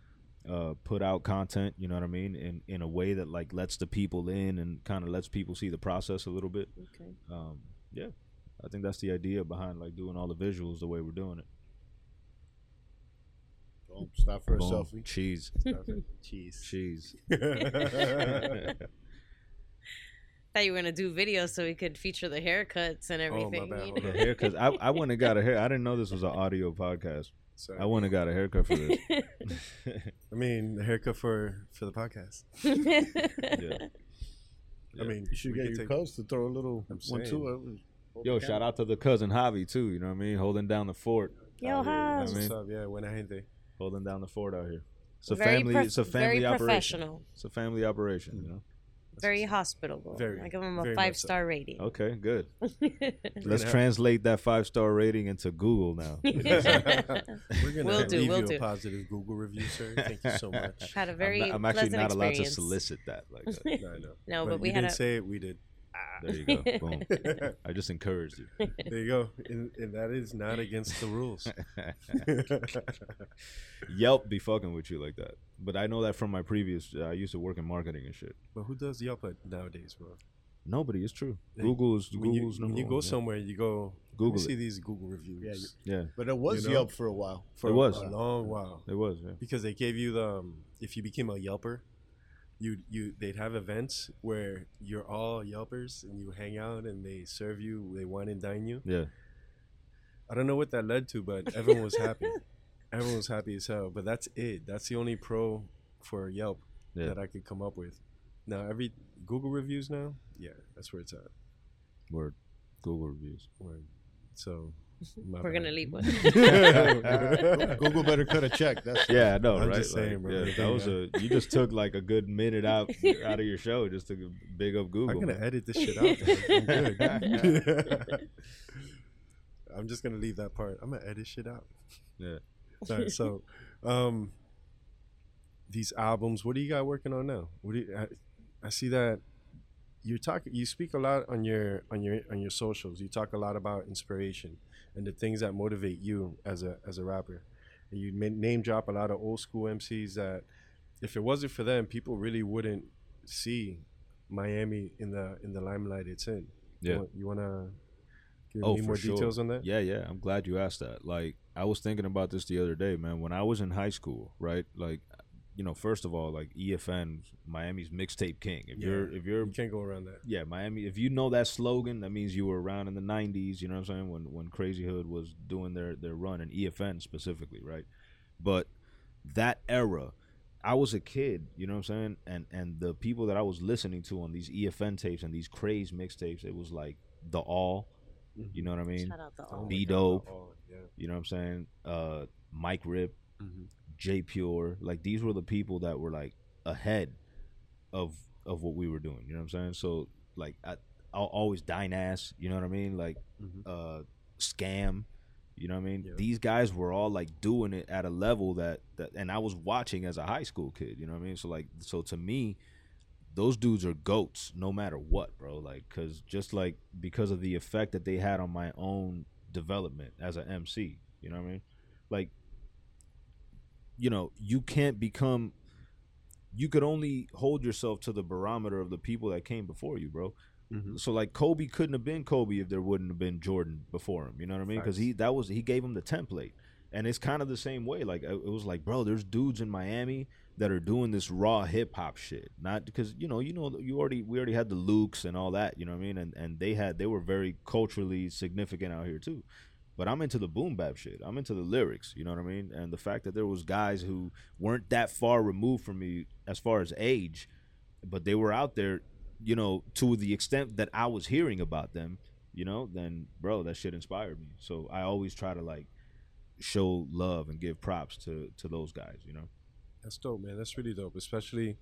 uh, put out content. You know what I mean? In in a way that like lets the people in and kind of lets people see the process a little bit.
Okay.
Um, yeah, I think that's the idea behind like doing all the visuals the way we're doing it.
Boom. Stop for a
Boom.
selfie.
Cheese,
Cheese.
cheese.
oh,
Thought you were gonna do videos so we could feature the haircuts and
my
everything.
bad,
you
hold
know?
the haircuts. I I went and got a hair. I didn't know this was an audio podcast.
Sorry.
I went and got a haircut for this.
I mean, the haircut for for the podcast. I
Yeah.
mean,
You should
we
get
could
your
take-
coach to throw a little
I'm
one
saying.
two. uh,
Yo, shout out to the cousin Javi too. You know what I mean? Holding down the fort,
Yo,
I
That's
Hav.
mean-
what's up. Yeah, buena gente.
holding down the fort out here. It's a
Very
family.
prof-
it's a family
very
operation.
professional.
It's a family operation. You know.
Very hospitable.
Very,
I give him a
very much so.
five star rating.
Okay, good.
we'll
Let's
Yeah.
translate that five star rating into Google now.
We're gonna
Will do,
leave
will
you
do.
a positive Google review, sir. Thank you so much.
Had a very
I'm, I'm actually
pleasant
not allowed to
experience.
solicit that. Like, that.
No, I know.
No, but,
you
we had
didn't
a
say it. We did.
there you go. Boom. I just encouraged you.
There you go. And, and that is not against the rules.
Yelp be fucking with you like that. But I know that from my previous. uh, I used to work in marketing and shit.
but who does Yelp at- nowadays, bro?
Nobody. It's true.
Hey,
Google's
When you,
Google's
when
number
you go
one, yeah.
somewhere, you go let me
Google
See
it.
these Google reviews
Yeah, you-
Yeah,
But it was
You know?
Yelp for a while.
for
It was.
a long while
it was. Yeah.
because they gave you the um, if you became a Yelper, you you they'd have events where you're all Yelpers and you hang out and they serve you, they wine and dine you.
Yeah.
I don't know what that led to, but everyone was happy. everyone was happy as hell. But that's it. That's the only pro for Yelp
Yeah.
that I could come up with. Now every Google reviews now, yeah, that's where it's at.
Word. Google reviews.
Where, so my
we're
bad.
gonna leave one.
Google better cut a check. That's
Yeah, I know,
I'm
right?
just saying,
Like,
bro.
yeah,
Like,
that was
uh,
a you just took like a good minute out out of your show just to big up Google.
I'm gonna
man.
edit this shit out. dude. I'm good. I'm just gonna leave that part. I'm gonna edit shit out.
Yeah.
Sorry, so, um, these albums. What do you got working on now? What do you, I, I see that you talk. You speak a lot on your on your on your socials. You talk a lot about inspiration and the things that motivate you as a as a rapper. And you ma- name drop a lot of old school MCs that, if it wasn't for them, people really wouldn't see Miami in the in the limelight it's in.
Yeah.
You, want, you wanna give
Oh,
me
for
more
sure.
details on that?
Yeah, yeah. I'm glad you asked that. Like, I was thinking about this the other day, man. When I was in high school, right? Like, you know, first of all, like EFN, Miami's mixtape king. If
Yeah.
you're if you're
You can't go around that.
yeah, Miami. If you know that slogan, that means you were around in the '90s. You know what I'm saying? When when Crazy Hood was E doing their their run and EFN specifically, right? But that era, I was a kid, you know what I'm saying? And and the people that I was listening to on these EFN tapes and these craze mixtapes, it was like the all. You know what I mean?
Shout out the
Oh
all.
my
Be
God,
dope.
oh, yeah.
You know what I'm saying? Uh Mike Rip,
Mhm.
J Pure, like these were the people that were like ahead of of what we were doing. You know what I'm saying? So like I I'll always dine ass, you know what I mean? Like
Mhm.
uh scam. You know what I mean?
Yeah.
These guys were all like doing it at a level that, that and I was watching as a high school kid, you know what I mean? So like so to me, those dudes are goats no matter what, bro. Like cuz just like because of the effect that they had on my own development as an MC, you know what I mean? Like you know, you can't become you could only hold yourself to the barometer of the people that came before you, bro.
Mhm.
So like Kobe couldn't have been Kobe if there wouldn't have been Jordan before him. You know what I mean? Because he that was he gave him the template, and it's kind of the same way. Like it it was like, bro, there's dudes in Miami that are doing this raw hip hop shit. Not because you know you know you already we already had the Lukes and all that. You know what I mean? And and they had they were very culturally significant out here too. But I'm into the boom bap shit. I'm into the lyrics. You know what I mean? And the fact that there was guys who weren't that far removed from me as far as age, but they were out there you know, to the extent that I was hearing about them, you know, then bro, that shit inspired me. So I always try to like show love and give props to to those guys, you know.
That's dope, man. That's really dope. Especially,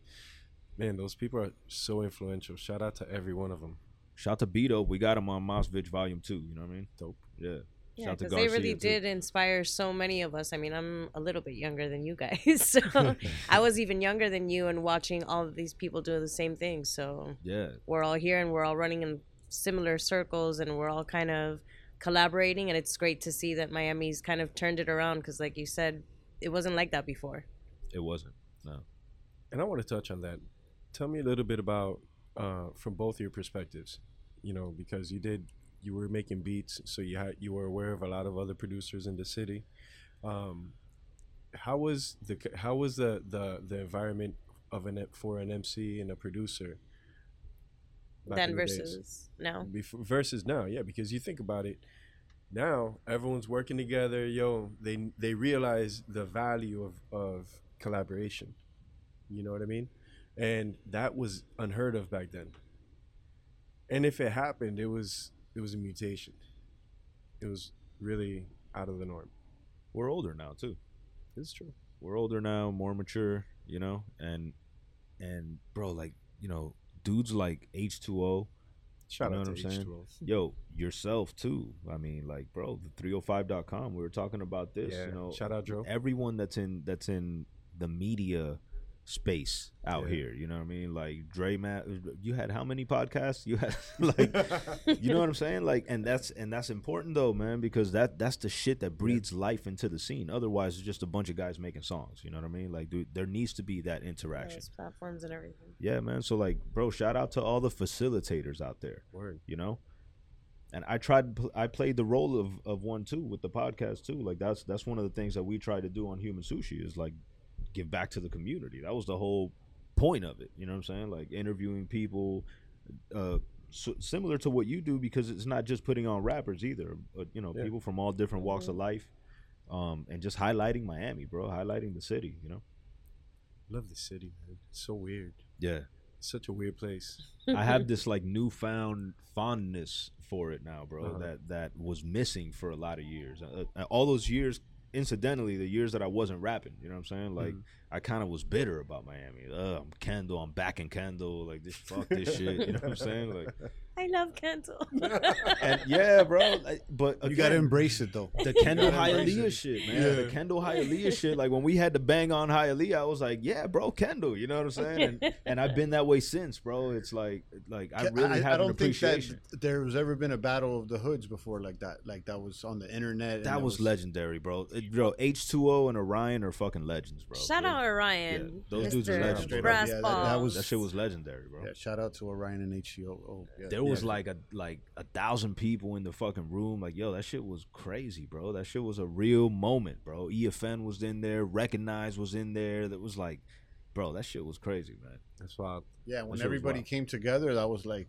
man, those people are so influential. Shout out to every one of them.
Shout to Beto, we got him on Mosvich Volume Two. You know what I mean?
Dope.
Yeah.
Yeah,
Shout out to
because they
Garcia,
really
too.
did inspire so many of us. I mean, I'm a little bit younger than you guys, so I was even younger than you, and watching all of these people do the same thing. So
Yeah.
we're all here, and we're all running in similar circles, and we're all kind of collaborating. And it's great to see that Miami's kind of turned it around because, like you said, it wasn't like that before.
It wasn't.
And I want to touch on that. Tell me a little bit about uh, from both your perspectives. You know, because you did you were making beats, so you had you were aware of a lot of other producers in the city. Um, how was the how was the the, the environment of an for an MC and a producer? back
then
in the days?
versus now,
Before, versus now, yeah, because you think about it, now everyone's working together. Yo, they they realize the value of of collaboration. You know what I mean? And that was unheard of back then. And if it happened, it was it was a mutation. It was really out of the norm.
We're older now too.
It's true.
we're older now, more mature, you know, and and bro, like you know, dudes like H two O,
Shout
You know
out
what
to
I'm saying?
H2O.
yo, yourself too. I mean, like, bro, the 305.com, we were talking about this,
yeah.
you know,
Shout out Joe.
everyone that's in that's in the media space out
Yeah.
here. You know what I mean? Like Dre Matt, you had how many podcasts? You had like, you know what I'm saying? Like, and that's and that's important though, man, because that that's the shit that breathes life into the scene. Otherwise, it's just a bunch of guys making songs. You know what I mean? Like, dude, there needs to be that interaction.
those platforms and everything.
Yeah, man. So like, bro, shout out to all the facilitators out there
Word.
you know and i tried pl- i played the role of, of one too with the podcast too like that's that's one of the things that we try to do on human sushi is like give back to the community that was the whole point of it you know what i'm saying like interviewing people uh so, similar to what you do because it's not just putting on rappers either but you know
Yeah.
people from all different walks of life um and just highlighting miami bro highlighting the city you know
Love the city, man. It's so weird.
yeah
It's such a weird place.
I have this like newfound fondness for it now, bro.
Uh-huh.
That that was missing for a lot of years. Uh, uh, all those years, incidentally, the years that I wasn't rapping. You know what I'm saying? Like I kind of was bitter about Miami. Ugh, I'm Kendall. I'm back in Kendall. Like this, fuck this shit. You know what I'm saying? Like,
I love Kendall.
and yeah, bro. like, but
You gotta
again,
embrace it though.
the Kendall
gotta embrace
Hialeah
it.
shit, man. The Kendall Hialeah shit. Like when we had to bang on Hialeah, I was like, yeah, bro, Kendall. You know what I'm saying? And, and I've been that way since, bro. It's like, like I really have an
don't think
appreciation.
that there has ever been a battle of the hoods before like that. Like that was on the internet. and
That
it
was, legendary, bro. It- bro, H2O and Orion are fucking legends, bro.
Shout
They-
out
yeah,
Orion.
those dudes are
Mr.
legends.
Straight up,
bro.
Brass
yeah, that-
Ball.
that
That shit was legendary, bro.
Yeah, shout out to Orion and HGO. Oh, yeah,
There was
yeah.
like a like a thousand people in the fucking room. Like, yo, that shit was crazy, bro. That shit was a real moment, bro. EFN was in there, Recognize was in there. That was like, bro, that shit was crazy, man.
That's wild.
yeah. When
shit was
everybody
wild.
came together, that was like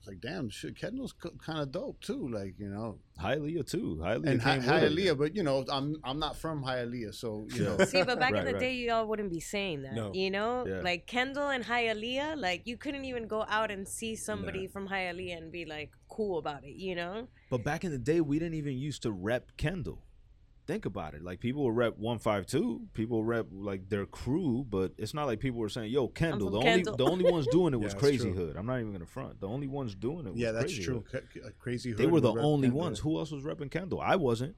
It's like, damn, shit, Kendall's kind of dope too. Like, you know,
Hialeah too. Hialeah
and Hi-
came with it.
Hialeah, but you know, I'm I'm not from Hialeah, so you know,
See, but back
Right,
in the
right.
day, y'all wouldn't be saying that.
No.
You know,
Yeah.
like Kendall and Hialeah, like you couldn't even go out and see somebody from Hialeah and be like cool about it. You know,
But back in the day, we didn't even used to rep Kendall. Think about it. Like people would rep one five two. People rep like their crew, but it's not like people were saying, "Yo, Kendall."
from
The
Kendall.
only the only ones doing it was
Yeah, that's
Crazy
true.
Hood. I'm not even gonna front. The only ones doing it. Was
yeah, that's
Crazy
true.
Hood.
Ca- ca- Crazy.
They
Hood
were
would
the
rep
only
Kendall.
ones. Who else was repping Kendall? I wasn't.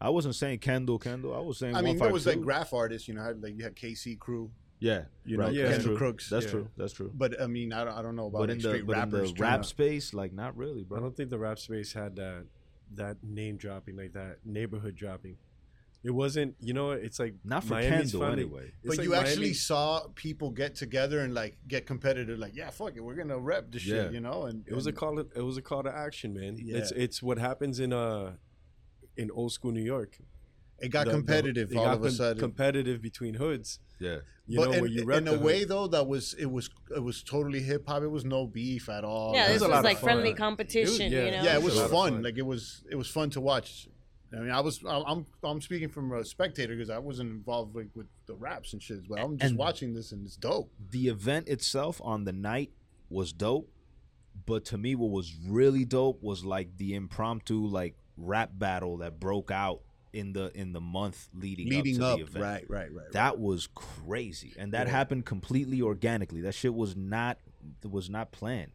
I wasn't saying Kendall, Kendall. I was saying
I mean, there was
152.
like graph artists, you know, had, like you had KC Crew,
yeah,
you know,
right,
yeah.
that's
Kendall
true.
Crooks.
That's
Yeah.
true. That's true.
But I mean, I don't, I don't know about
But
like,
in the
straight
but in
rappers.
the
trying
rap
to-
space, like not really,
I
bro.
don't think the rap space had that that name dropping like that neighborhood dropping. It wasn't, you know, it's like
Not for
Miami's
Kendall
finally-
anyway.
it's
but
like
you actually
Miami-
saw people get together and like get competitive, like yeah, fuck it, we're gonna rep the shit,
Yeah.
you know. And
It was a
and-
call. It was a call to action, man.
Yeah.
It's it's what happens in uh in old school New York.
It got
The- the-
competitive
it
all
got
of a
com-
sudden.
Competitive between hoods.
Yeah,
You
but
know,
in,
where you rep
in
the
a
hood.
way though, that was it was it was totally hip hop. It was no beef at all.
yeah,
it
this
was a
was,
lot of
like
fun.
friendly
It was-
competition.
yeah.
You know,
yeah, it
It was
was
a lot
fun.
of fun.
Like it was, it was fun to watch. I mean, I was, I- I'm, I'm speaking from a spectator because I wasn't involved like with the raps and shit, but I'm just
And-
watching this and it's dope.
the event itself on the night was dope, but to me, what was really dope was like the impromptu like rap battle that broke out in the in the month leading
Leading
up
up,
to the event.
right, right, right.
That was crazy, and that
Yeah.
happened completely organically. That shit was not was not planned.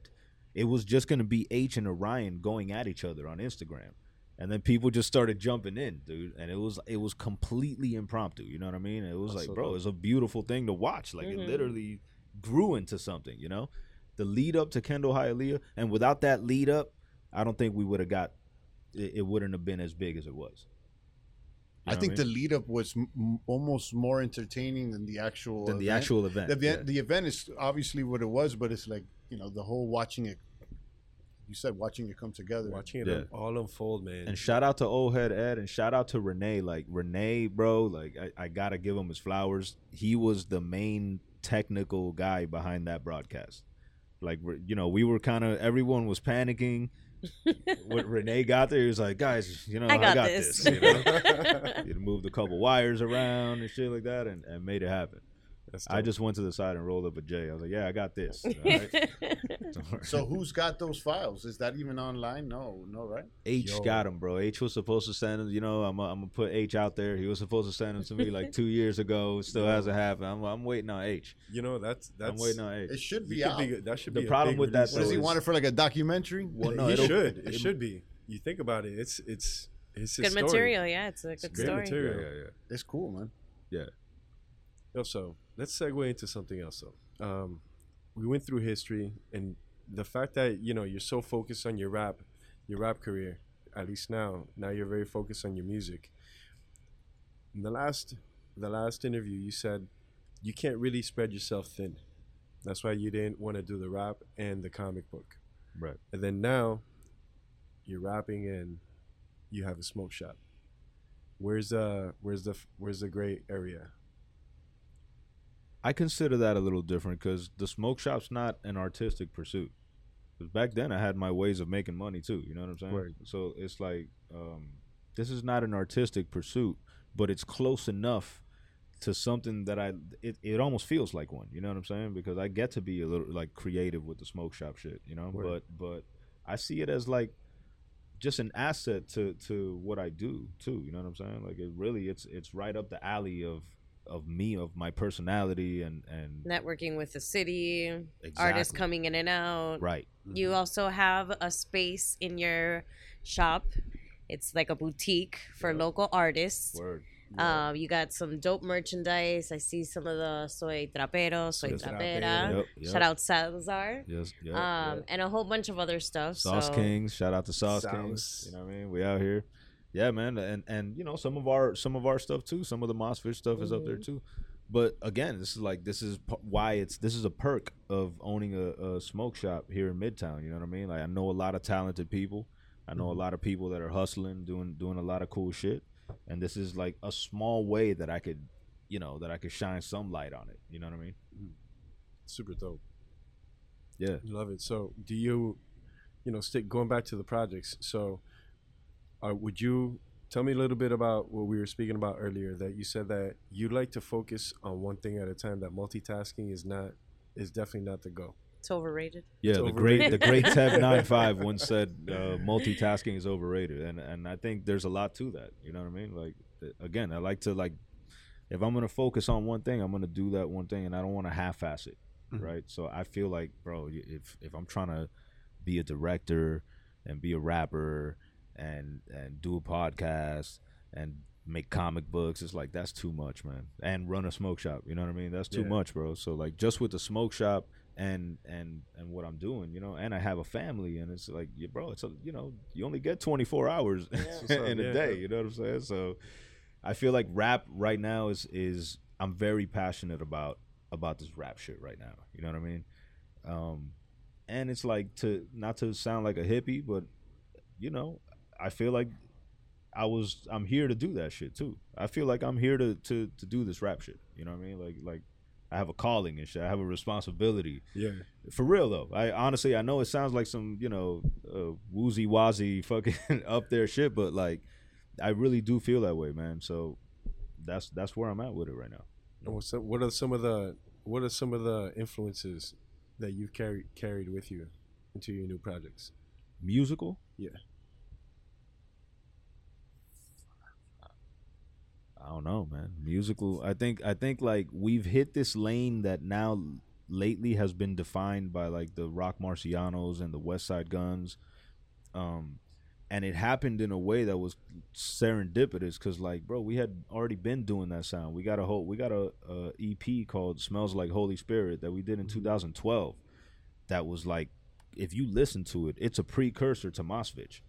It was just gonna be H and Orion going at each other on Instagram, and then people just started jumping in, dude. And it was it was completely impromptu. You know what I mean? It was
That's
like,
so
bro,
dope.
it's a beautiful thing to watch. Like
Mm-hmm.
Mhm.
it literally grew into something. You know, the lead up to Kendall Hialeah, and without that lead up, I don't think we would have got. It, it wouldn't have been as big as it was. You
I
know what
think
mean?
the lead up was m- m- almost more entertaining than the actual.
than the
event.
actual event.
The event,
yeah.
the event is obviously what it was, but it's like you know the whole watching it. You said watching it come together.
watching it
Yeah.
all unfold, man.
And shout out to old head Ed and shout out to Renee. Like Renee, bro, like I, I gotta give him his flowers. He was the main technical guy behind that broadcast. Like we're- you know, we were kind of everyone was panicking. when Renee got there, he was like, "Guys, you know,
I got,
this."
this.
you know?
know?
He moved a couple wires around and shit like that, and, and made it happen.
That's
I
dope.
just went to the side and rolled up a J. I was like, "Yeah, I got this." All right? Don't worry.
So who's got those files? Is that even online? No, no, right?
H
Yo.
got him, bro. H was supposed to send him. You know, I'm i I'm gonna put H out there. He was supposed to send him to me like two years ago. Still hasn't happened. I'm I'm waiting on H.
you know that's that's
am waiting on H.
It should
you
be
could
out.
be good- that should
The
be a
problem
big
with that,
release.
what does he
So
want it for? Like a documentary?
Well, no,
he
it'll-
should. It,
it-
should be. You think about it. It's it's it's his
good
story.
material. Yeah, it's a good
great
story.
material.
Yeah, yeah, yeah.
It's cool, man.
Yo, so let's segue into something else though. Um, we went through history and the fact that you know you're so focused on your rap, your rap career. At least now, now you're very focused on your music. In the last, the last interview, you said you can't really spread yourself thin. That's why you didn't want to do the rap and the comic book.
Right.
And then now, you're rapping and you have a smoke shop. Where's uh, where's the where's the gray area?
I consider that a little different because the smoke shop's not an artistic pursuit. 'Cause back then I had my ways of making money too. You know what I'm saying?
Word.
So it's like um, this is not an artistic pursuit, but it's close enough to something that I it, it almost feels like one. You know what I'm saying? Because I get to be a little like creative with the smoke shop shit. You know,
Word.
but but I see it as like just an asset to to what I do too. You know what I'm saying? Like it really it's it's right up the alley of of me of my personality and and
Networking with the city,
exactly.
artists coming in and out.
right
You also have a space in your shop. It's like a boutique for
Yeah.
local artists.
word
Yeah.
Um, you got some dope merchandise. I see some of the soy trapero, soy
Soy
trapera.
trapero.
yep, yep.
Shout out Salazar.
yes yep,
um,
yep.
and a whole bunch of other stuff.
Sauce
so
Kings shout out to Sauce, Kings
Sauce.
you know what I mean we out here yeah man and and you know some of our some of our stuff too some of the Mosfish stuff is up there
Mhm.
too but again this is like this is p- why it's this is a perk of owning a, a smoke shop here in Midtown you know what I mean like I know a lot of talented people I know a lot of people that are hustling, doing doing a lot of cool shit, and this is like a small way that I could, you know, that I could shine some light on it. You know what I mean?
Super dope.
Yeah.
Love it. So, do you you know, stick going back to the projects. So, uh, would you tell me a little bit about what we were speaking about earlier? That you said that you like to focus on one thing at a time. That multitasking is not is definitely not the go.
It's overrated.
Yeah, the
It's
great the
overrated.
great Tev nine five once said uh, multitasking is overrated, and and I think there's a lot to that. You know what I mean? Like th- again, I like to like if I'm gonna focus on one thing, I'm gonna do that one thing, and I don't want to half ass it,
Mhm.
right? So I feel like, bro, y- if if I'm trying to be a director and be a rapper and and do a podcast and make comic books it's like that's too much man and run a smoke shop you know what i mean that's too
Yeah.
much bro so like just with the smoke shop and and and what i'm doing you know and i have a family and it's like yeah, bro it's a you know you only get 24 hours
what's up,
in a
yeah.
day you know what i'm saying so i feel like rap right now is is i'm very passionate about about this rap shit right now you know what i mean um and it's like to not to sound like a hippie but you know i feel like i was i'm here to do that shit too i feel like i'm here to to to do this rap shit you know what i mean like like i have a calling and shit i have a responsibility
Yeah,
for real though i honestly i know it sounds like some you know uh, woozy wazzy fucking up there shit but like i really do feel that way man so that's that's where i'm at with it right now
And what's up- what are some of the what are some of the influences that you've carried carried with you into your new projects?
musical
Yeah.
i don't know man musical i think i think like we've hit this lane that now lately has been defined by like the rock marcianos and the west side guns um and it happened in a way that was serendipitous because like bro we had already been doing that sound we got a whole we got a, a ep called smells like holy spirit that we did in
Mm-hmm.
2012 that was like if you listen to it it's a precursor to Mosvich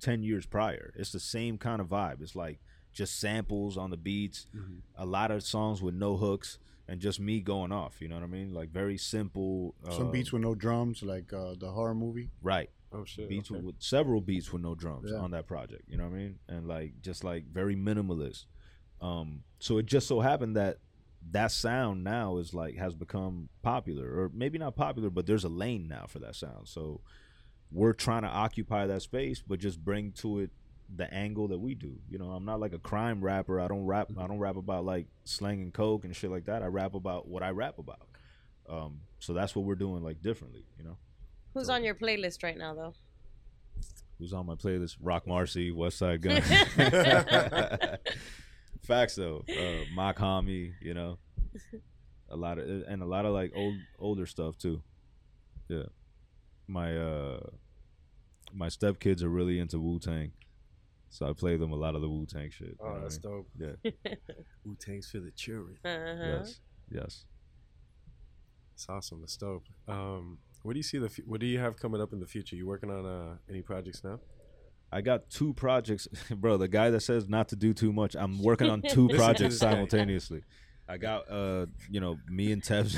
10 years prior it's the same kind of vibe it's like just samples on the beats
Mm-hmm.
a lot of songs with no hooks and just me going off you know what i mean like very simple uh,
Some beats with no drums, like uh, the horror movie.
right
Oh shit!
beats
okay.
with, with several beats with no drums
Yeah.
on that project. You know what I mean? And like just like very minimalist. Um, so it just so happened that that sound now is like has become popular, or maybe not popular, but there's a lane now for that sound. So we're trying to occupy that space, but just bring to it the angle that we do. You know, I'm not like a crime rapper. I don't rap. I don't rap about like slanging coke and shit like that. I rap about what I rap about. Um, so that's what we're doing like differently. You know.
Who's on your playlist right now, though?
who's on my playlist rock marcy west side gun facts though uh mock homie you know a lot of and a lot of like old older stuff too yeah my uh my stepkids are really into wu-tang so i play them a lot of the wu-tang shit you know what
Oh,
I
that's
mean?
dope.
yeah
Wu Tang's for the children.
Uh-huh.
yes yes
It's awesome. It's dope. Um, what do you see the? fu- What do you have coming up in the future? You working on uh, any projects now?
I got two projects, bro. The guy that says not to do too much, I'm working on two
Listen to
projects
this guy.
simultaneously. I got, uh, you know, me and Tev's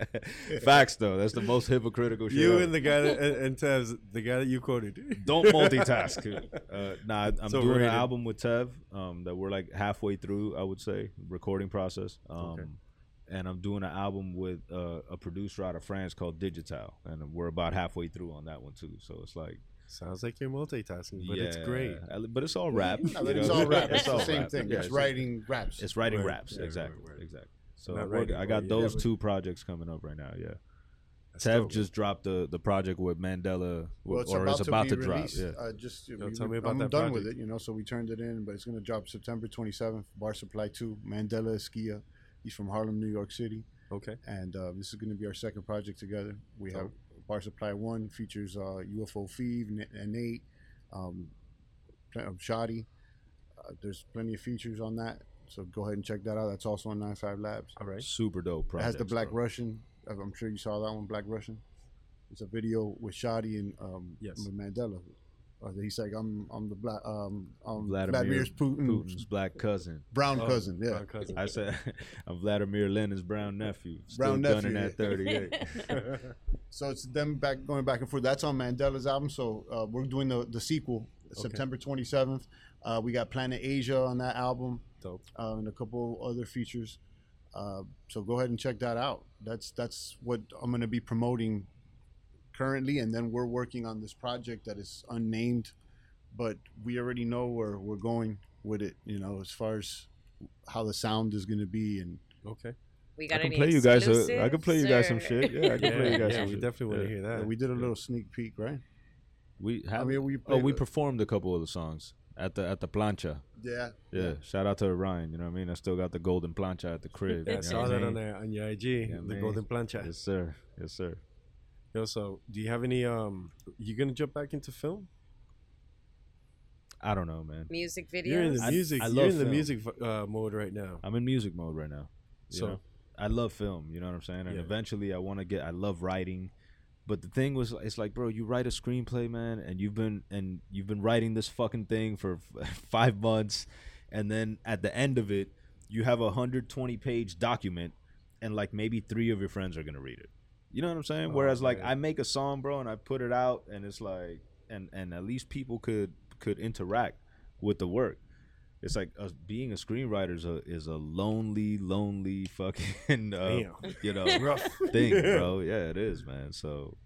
facts though. That's the most hypocritical shit.
You
ever.
and the guy that, and, and Tev's the guy that you quoted.
don't multitask. Uh, nah, I'm
It's
doing
overrated.
an album with Tev um, that we're like halfway through. I would say recording process. Um,
Okay.
And I'm doing an album with uh, a producer out of France called Digital, and we're about halfway through on that one too. So it's like,
Sounds like you're multitasking, but it's
yeah,
great.
But it's all rap.
No, but
you
it's
know?
all rap. It's,
all
the same
rap.
thing.
Yeah,
it's writing raps.
It's writing
Right.
raps,
Yeah, right,
exactly,
right.
exactly. So
Not
I'm
writing,
working- I
but
got
yeah,
those
but-
two projects coming up right now. Yeah,
That's
Tev
dope.
just dropped the the project with Mandela,
Well,
or is about to, drop.
released.
Yeah,
Uh, just
Yo,
we-
tell
we-
me about
I'm
that
done with
project.
it, you know. So we turned it in, but it's gonna drop September 27th. Bar Supply 2, Mandela Esquia. He's from Harlem, New York City,
okay.
and uh, this is gonna be our second project together. We
Dope.
have Bar Supply One features uh, UFO Feeve N- and Nate, um, pl- um, Shoddy. Uh, there's plenty of features on that, so go ahead and check that out. That's also on 95 Labs.
All right.
super dope
It
project.
has the Black Russian. I'm I'm sure you saw that one, Black Russian. It's a video with Shadi and um,
Yes.
with Mandela. Uh, he's like, I'm, I'm the black, um, I'm
Vladimir
Vladimir Vladimir's Putin,
Putin's black cousin.
brown
Oh,
cousin. Yeah,
my cousin.
I said I'm Vladimir Lenin's brown nephew. Still
Brown nephew,
gunning
yeah.
at 38.
so it's them back going back and forth. That's on Mandela's album. So uh, we're doing the the sequel, September 27th. Uh, we got Planet Asia on that album.
Dope.
uh, and a couple other features. Uh, so go ahead and check that out. That's that's what I'm going to be promoting currently, and then we're working on this project that is unnamed, but we already know where we're going with it. You know, as far as how the sound is going to be, and
Okay.
We
I
got
can
any
play you guys. A, I
exclusives
can play you guys some
or-
shit. Yeah, I can
Yeah,
play you guys
yeah,
some
we
shit.
definitely want to
Yeah.
hear
yeah,
that.
we did a little sneak peek, right?
We
I
have.
mean, we
oh, we
played-
performed a couple of the songs at the at the plancha.
yeah,
Yeah, shout out to Ryan. You know what I mean? I still got the golden plancha at the crib.
I
you know
saw
what
that
mean?
on there on your IG,
Yeah,
the
man.
Golden Plancha.
Yes, sir. Yes, sir.
Yo, so do you have any? Um, you gonna jump back into film?
I don't know, man.
music
You're in
videos.
the
I-
music.
I
you're
love
in the
film.
music uh, mode right now.
I'm in music mode right now. you
So-
know? I love film. You know what I'm saying? And
Yeah.
eventually, I want to get. I love writing, but the thing was, it's like, bro, you write a screenplay, man, and you've been and you've been writing this fucking thing for five months, and then at the end of it, you have a 120 page document, and like maybe three of your friends are gonna read it. You know what I'm saying?
Oh,
Whereas like
man.
I make a song, bro, and I put it out, and it's like, and and at least people could could interact with the work it's like us being a screenwriter is a, is a lonely, lonely fucking, uh,
Damn.
you know,
Rough.
thing, bro. Yeah, it is, man. So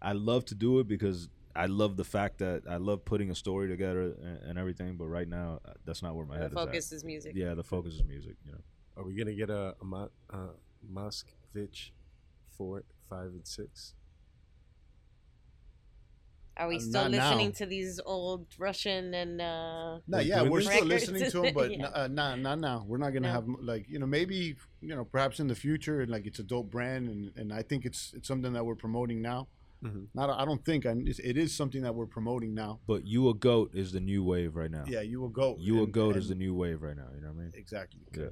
I love to do it because I love the fact that I love putting a story together and, and everything. But right now, uh, that's not where my
The
head
focus
is
is music.
at. Yeah, the focus is music. You know,
Are we gonna get a, a Mo- uh, Moskvich four, five, and six?
Are we
Uh,
still
not now.
listening to these old Russian and uh,
No,
We're
yeah,
doing
we're
this?
still
Records.
listening to him, but
Yeah.
n- uh, nah, not now. We're not gonna
No.
have like you know maybe you know perhaps in the future and like it's a dope brand and, and I think it's it's something that we're promoting now.
Mhm.
Not I don't think I, it's, it is something that we're promoting now.
but you a goat is the new wave right now.
Yeah, you will go.
you a
and-
goat is the
and-
new wave right now. You know what I mean?
exactly.
Yeah.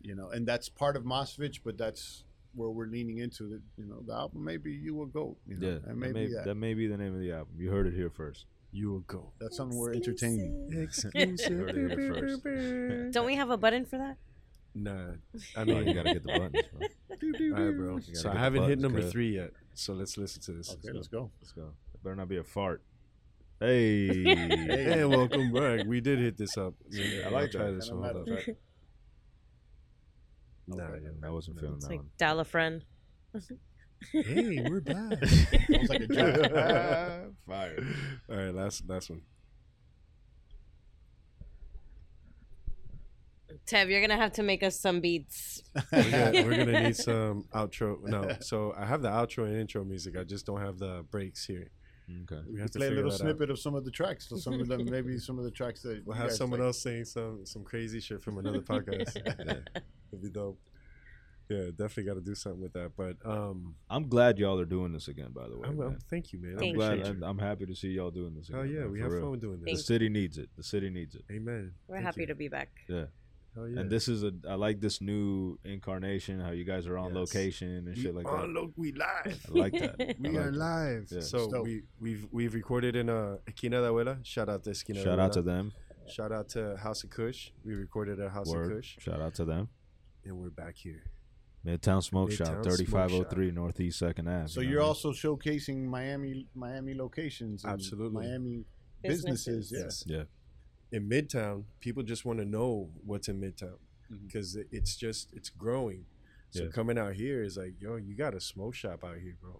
You know, and that's part of Mosvich, but that's where we're leaning into that. You know, the album maybe you will go. You know,
Yeah,
and
that,
maybe
may,
that,
that may be the name of the album. You heard it here first.
You will go.
that's something we're entertaining.
You heard it here first.
Don't we have a button for that?
Nah, I
Oh, you
mean,
gotta get the buttons, bro.
all right, bro.
gotta
So I
get the
haven't hit
buttons,
number
cuz.
three yet. So let's listen to this.
Okay, let's go.
Let's go. It better not be a fart. Hey.
Hey, welcome back. We did hit this up.
I like
I'll try
that.
this
I'm
one.
mad
Hold
at
up.
that.
Nah,
Okay,
yo.
I wasn't feeling
It's
that
like
one.
dial a friend.
Hey, we're back.
Sounds like a joke.
Fire.
All right, last last one.
Tev, you're gonna have to make us some beats.
We're gonna, we're gonna need some outro. No, so I have the outro and intro music. I just don't have the breaks here.
Okay.
We have to
play a
figure
little
that out.
snippet of some of the tracks. So some of them, maybe some of the tracks that
We'll
you
have
guys
someone
like.
else saying some some crazy shit from another podcast. yeah, it'd be dope. Yeah, definitely got to do something with that. But um,
I'm glad y'all are doing this again, by the way.
I'm,
man.
I'm, thank you, man. I
I'm
Thank
glad.
appreciate
I'm,
you.
I'm happy to see y'all doing this again.
Hell yeah,
man,
we
for
have
real.
fun doing
The
this.
city needs it. The city needs it.
Amen.
We're
Thank
happy
you.
to be back.
Hell yeah.
And this is a. I like this new incarnation. How you guys are on
Yes.
location and shit like
Oh,
that.
look, we live.
I like that. I
We
like
are
that.
live.
Yeah.
So
Dope.
we we've we've recorded in uh, Esquina de Abuela. Shout out to Esquina. de
Shout out to
Abuela.
them.
Shout out to House of Kush. We recorded at House of
Word.
Kush,
Shout out to them.
and we're back here.
Midtown Smoke
Midtown
Shop,
Smoke
3503 Northeast 2nd Ave.
So
you know
you're
what I mean?
also showcasing Miami, Miami locations, and
Absolutely.
Miami businesses. Yes,
Yeah.
in Midtown, people just want to know what's in Midtown
Mhm.
because it's just it's growing. So
Yeah.
coming out here is like, yo, you got a smoke shop out here, bro.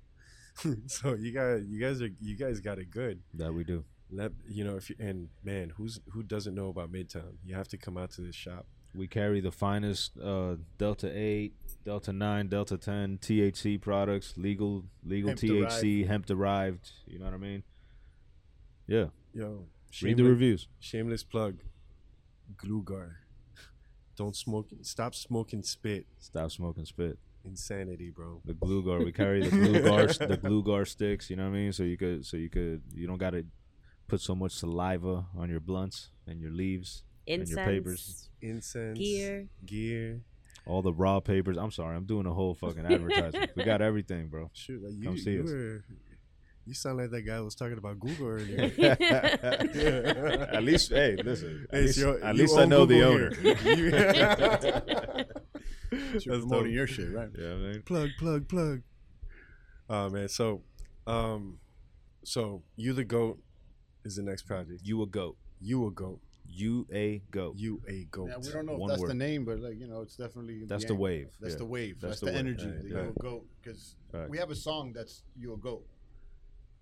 so you got you guys are you guys got it good.
That we do.
Let you know if you and man, who's who doesn't know about Midtown? You have to come out to this shop.
We carry the finest uh, Delta Eight, Delta Nine, Delta Ten THC products, legal legal
Hemp
THC, hemp derived. You know what I mean? Yeah.
Yo,
Read the
shameless,
reviews.
shameless plug. Glugar. Don't smoke stop smoking spit.
Stop smoking spit.
Insanity, bro.
The glue guard. We carry the glue guard. The glue guard sticks. You know what I mean? So you could. So you could. You don't gotta put so much saliva on your blunts and your leaves. And your papers.
Incense,
Incense
gear.
gear.
All the raw papers. I'm sorry. I'm doing a whole fucking advertisement. we got everything, bro.
Shoot, like you,
Come see
you
us.
were, you sound like that guy who was talking about Google earlier.
at least, hey, listen. At
It's
least,
your-
at
you
least I
own
know the
Google
owner.
You-
You're
That's
promoting
dope.
your shit, right?
Yeah, man.
plug, plug, plug. Oh man, so, um, so you the goat is the next project.
You a goat.
You a goat.
You a goat.
You a goat.
Yeah, we don't know if
One
that's the
word.
name, but like you know, it's definitely
That's
yeah,
the wave.
That's
yeah.
the wave.
That's
That's,
the
the,
wave.
energy.
Right,
that
right.
You'll go because
Right.
we have a song that's you'll go.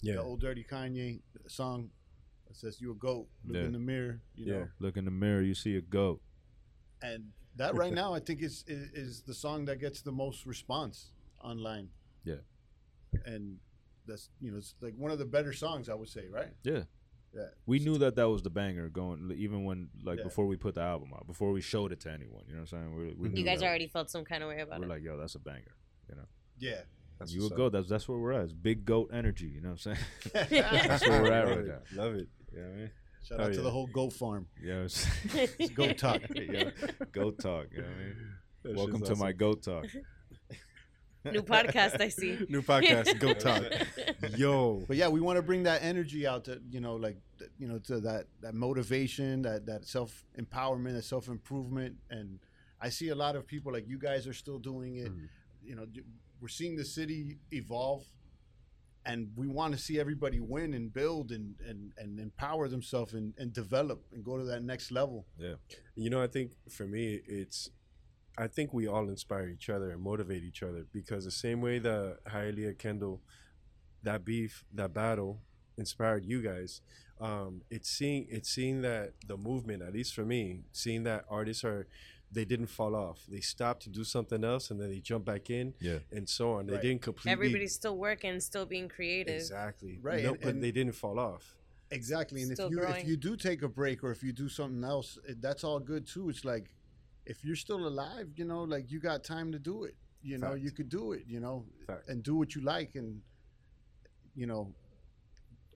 Yeah.
the old dirty Kanye song that says you a goat, look
Yeah.
in the mirror, you
Yeah.
know.
Look in the mirror, you see a goat.
And that right now I think is, is is the song that gets the most response online.
Yeah.
And that's you know, it's like one of the better songs I would say, right?
We knew that that was the banger going, even when like
Yeah.
before we put the album out, before we showed it to anyone. You know what I'm saying? We, we
You
knew
guys
that.
already felt some kind of way about
We're
it.
like, yo, that's a banger.
Yeah.
That's
you a
what's up.
goat. That's that's where we're at. It's big goat energy. You know what I'm saying?
Shout
That's where we're at
Love
right now.
it. Love it.
Yeah, I mean?
out
Oh,
to
yeah.
the whole goat farm.
Yeah, it's,
goat talk.
yeah, goat talk. You know what I mean?
That shit's
Welcome to
awesome.
my goat talk.
New podcast, I see.
new podcast. Go talk. Yo.
But yeah, we want to bring that energy out to you know, like th- you know, to that that motivation, that that self empowerment, that self improvement, and I see a lot of people like you guys are still doing it.
Mhm.
You know, d- we're seeing the city evolve, and we want to see everybody win and build and and and empower themselves and and develop and go to that next level.
You know, I think for me, it's, I think we all inspire each other and motivate each other because the same way that Hialeah Kendall, that beef, that battle, inspired you guys. Um, it's seeing it's seeing that the movement, at least for me, seeing that artists are, they didn't fall off. They stopped to do something else and then they jump back in.
Yeah.
And so on. They
Right.
didn't completely.
Everybody's still working, still being creative.
exactly
Right,
No,
and-
but
and-
they didn't fall off.
Exactly, and
Still
if you
growing.
if you do take a break or if you do something else, it, that's all good too. It's like if you're still alive, you know, like you got time to do it. You know,
Fact.
you could do it. You know,
Fact.
and do what you like, and you know,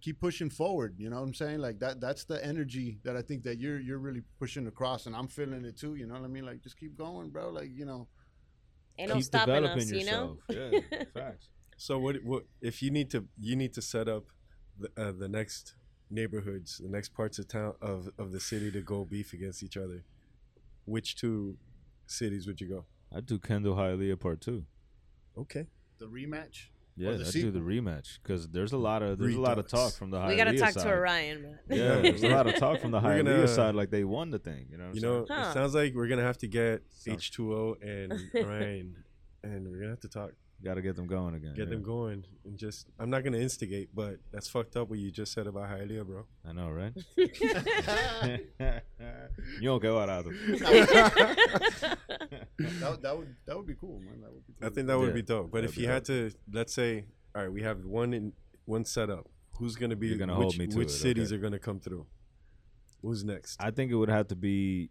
keep pushing forward. You know what I'm saying? Like that. That's the energy that I think that you're you're really pushing across, and I'm feeling it too. You know what I mean? Like just keep going, bro. Like you know,
Ain't no stopping us, you know?
Yeah, facts.
So what? What if you need to? You need to set up the, uh, the next neighborhoods, the next parts of town of of the city to go beef against each other. Which two cities would you go?
I do Kendall Hialeah part two.
Okay,
the rematch.
Yeah,
the
I do
sequel.
the rematch because there's a lot of there's a lot of
Redux.
talk from the Hialeah
We got to talk
side.
to Orion, man.
Yeah, there's a lot of talk from the
We're
Hialeah
gonna-
side. Like they won the thing. You know, what I'm
you know
saying?
it
Huh.
sounds like we're gonna have to get
So-
H two O and Ryan, and we're gonna have to talk,
got to get them going again.
get
yeah.
them going, and just I'm not gonna instigate, but that's fucked up what you just said about Hialeah, bro.
I know, right?
that,
you don't get what out of
would- that would that would be cool, man. That would be
I
cool.
think that would
Yeah,
be dope. But
that'd
if
be
you had to, let's say, all right, we have one in one setup. Who's gonna be?
You're gonna
which,
hold me to
Which
it,
cities
okay.
are gonna come through? Who's next?
I think it would have to be.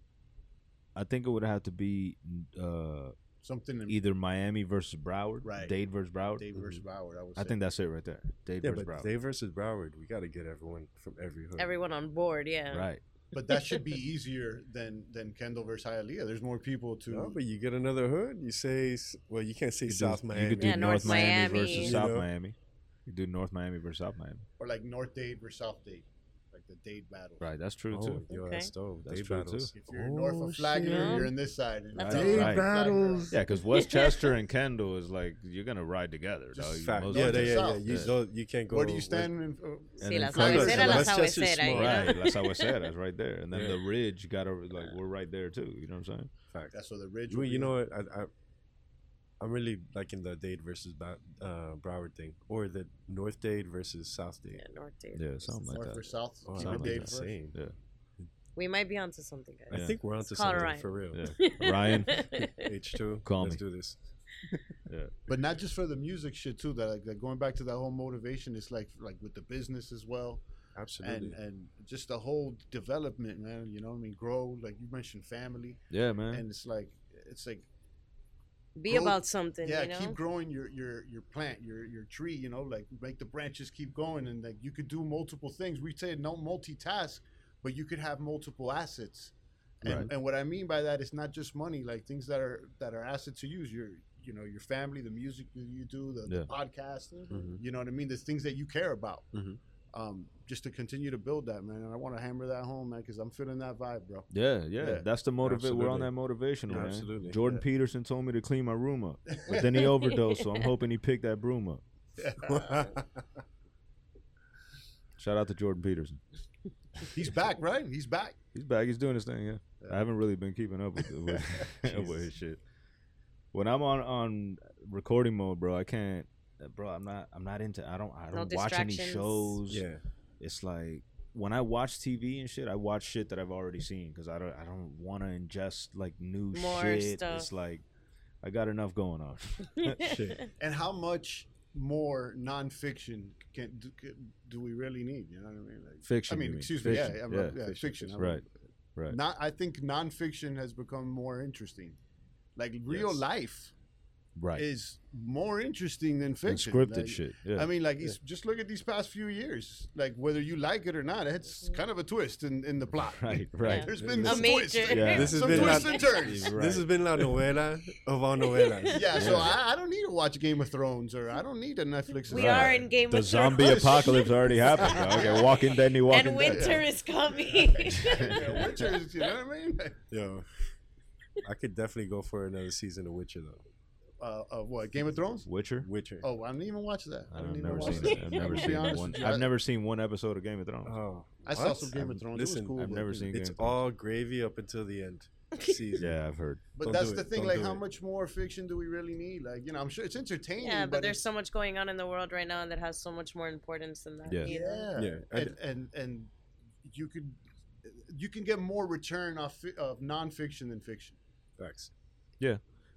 I think it would have to be uh,
something in
either Miami versus Broward,
Right.
Dade versus Broward.
Dave versus
Mm-hmm.
Bauer. I would. Say.
I think that's it right there. Dade
yeah,
versus
but
Broward.
they versus Broward, we gotta get everyone from every hood.
Everyone on board, yeah.
Right.
but that should be easier than than Kendall versus Hialeah. There's more people to.
No, Oh, but you get another hood. You say, s- well, you can't say
You could do-
South Miami.
You could do
Yeah,
North
North
Miami,
Miami.
versus
You
South
know?
Miami. You do North Miami versus South Miami.
or like North Dade versus South Dade, like the Dade battle.
Right. That's true
oh,
too.
yo,
Okay.
that's dope.
That's
They
true,
battles.
If you're north
Oh,
of Flagler,
shit.
you're in this side. and
That's
south
Dade
of Flagler.
battles.
Yeah, because Westchester and Kendall is like you're gonna ride together.
Just
dog. You
Fact.
most
Yeah,
north
they-
to
yeah, yeah,
south.
You,
Yeah.
don't- you can't go.
Where do you
west.
stand? In, uh,
And
See,
then
la
Flagler-
sabricera, la
Westchester's
sabricera,
small.
you know?
Right, that's how I said. That's right there, and then
Yeah.
the ridge got over. Like we're right there too. You know what I'm saying?
Fact.
that's where the ridge.
You,
would
you
be.
know what? I, I, I'm really liking the Dade versus Ba- uh, Broward thing, or the North Dade versus South Dade.
Yeah, North Dade.
Yeah, something like
north
that.
or south.
Oh,
keep
I
it
like
Dade
that.
Dade first.
Same.
We might be onto something, guys.
I
Yeah.
think we're onto
Let's call it
something
Ryan.
for real.
Yeah. Ryan.
H two,
Call
let's
me.
do this.
But not just for the music shit too. That like, that going back to that whole motivation. It's like like with the business as well.
Absolutely.
and and just the whole development, man. You know what I mean? Grow, like you mentioned, family,
Yeah, man.
and it's like it's like
Be
Grow-
about something,
yeah,
you know?
keep growing your your your plant, your your tree. You know, like make the branches keep going, and like you could do multiple things. We say no multitask, but you could have multiple assets. And,
Right.
and what I mean by that is not just money, like things that are that are assets to use. Your you know your family, the music that you do, the,
Yeah. Mm-hmm.
the podcast,
Mhm.
you know what I mean? There's things that you care about.
Mhm.
Um, just to continue to build that, man. And I want to hammer that home, man, because I'm feeling that vibe, bro.
yeah, yeah,
Yeah,
That's the motivate. We're on
absolutely.
that motivational,
Yeah,
man.
absolutely.
Jordan
Yeah.
Peterson told me to clean my room up, but then he overdosed, so I'm hoping he picked that broom up. Shout out to Jordan Peterson.
He's back, right? He's back.
He's back. He's doing his thing. Yeah,
Yeah.
I haven't really been keeping up with, with, with his shit. When I'm on on recording mode, bro, I can't. uh, bro, I'm not I'm not into I don't I
No
don't watch any
distractions.
shows.
Yeah.
It's like when I watch TV and shit, I watch shit that I've already seen because I don't I don't want to ingest like new
More
shit.
stuff.
It's like I got enough going on.
Shit.
And how much more nonfiction can do, can- do we really need? You know what I mean? Like, I
Fiction. you
mean, excuse
Fiction,
me. Yeah, I'm, yeah, fiction. I'm-
Right. Right.
Not, I think nonfiction has become more interesting. Like real
Yes.
life
Right.
is more interesting than
And
fiction.
scripted
Like,
shit. Yeah.
I mean, like, it's, just look at these past few years. Like, whether you like it or not, it's kind of a twist in, in the plot.
right. Right.
There's been
A
some twists.
major.
Yeah.
This has
Some
been
twists
not-
and turns.
Right.
This has been la novela of all novelas.
Yeah, so I, I don't need to watch Game of Thrones or I don't need a Netflix.
We
or-
Right.
are in Game
uh, the
of
zombie
Thrones.
apocalypse already happened. dog. Okay, Walking Dead, New Walking
and
Dead.
winter is coming.
Yeah, Witcher is- you know what I mean?
Yo, I could definitely go for another season of Witcher though.
Uh, uh, what Game of Thrones?
Witcher.
Witcher.
Oh, I didn't even watch that. I
I've
didn't even
never
watch
seen
that.
it. I've
I'm
never
gonna be
seen
honest
one.
with you. I-
I've never seen one episode of Game of Thrones.
Oh,
I saw
what?
some Game of
I've-
Thrones.
Listen,
it was cool.
I've
but,
never
you
seen.
it's
Game of Thrones.
all gravy up until the end season.
Yeah, I've heard.
But
Don't
that's
do
the
it.
thing.
Don't
like,
do
how
it.
much more fiction do we really need? Like, you know, I'm sure it's entertaining.
yeah, but there's
it's-
so much going on in the world right now that has so much more importance than that.
Yeah.
you know?
yeah,
Yeah, I
and, and and you could you can get more return off fi- of nonfiction than fiction.
Facts.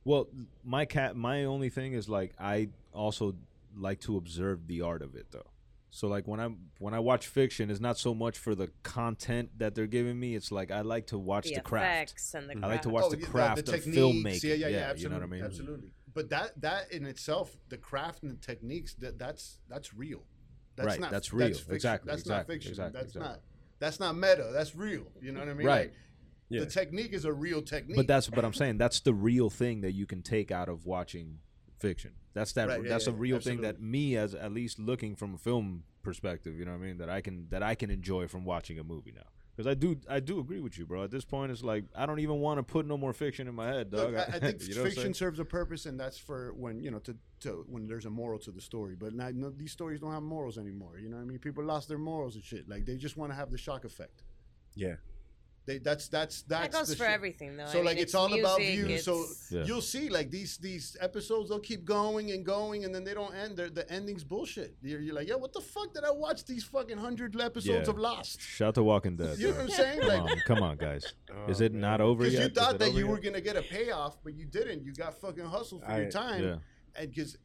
Well, my cat. My only thing is like I also like to observe the art of it though. So like when I when I watch fiction, it's not so much for the content that they're giving me. It's like I like to watch
The
the craft.
effects and the
I like to
craft.
watch the craft of filmmaking.
Oh, techniques. Yeah, yeah, yeah, absolutely,
you know what I mean.
absolutely. But that that in itself, the craft and the techniques, that that's that's real. That's
Right,
not,
that's real,
fiction.
exactly,
That's not
exactly,
fiction.
exactly,
that's
exactly.
not. That's not meta. That's real. You know what I mean?
Right.
Like,
Yeah.
The technique is a real technique.
But that's what I'm saying. That's the real thing that you can take out of watching fiction. That's that.
Right, yeah,
that's
yeah,
a real
absolutely.
thing that me, as at least looking from a film perspective, you know what I mean. That I can that I can enjoy from watching a movie now. Because I do I do agree with you, bro. At this point, it's like I don't even want to put no more fiction in my head, dog.
Look, I, I think
you know what I'm
fiction
saying?
serves a purpose, and that's for when you know to, to when there's a moral to the story. But not, no, these stories don't have morals anymore. You know what I mean? People lost their morals and shit. Like they just want to have the shock effect.
Yeah.
They that's that's
That
that's
goes
the
for
shit.
everything, though. I
So
mean,
like it's, all about
music,
views. So
it's-
Yeah.
you'll see like these these episodes they'll keep going and going and then they don't end. They're, the ending's bullshit. You're, you're like, yo, what the fuck did I watch these fucking hundred episodes
Yeah.
of Lost?
Shout to Walking Dead.
You know
bro.
what I'm saying?
Come
Like
on, come on, guys. Is
Oh,
it
man.
not over
because
yet?
you
Is
thought
it
that
over
you were
yet?
gonna get a payoff, but you didn't. You got fucking hustled for
I-
your time.
Yeah.
And because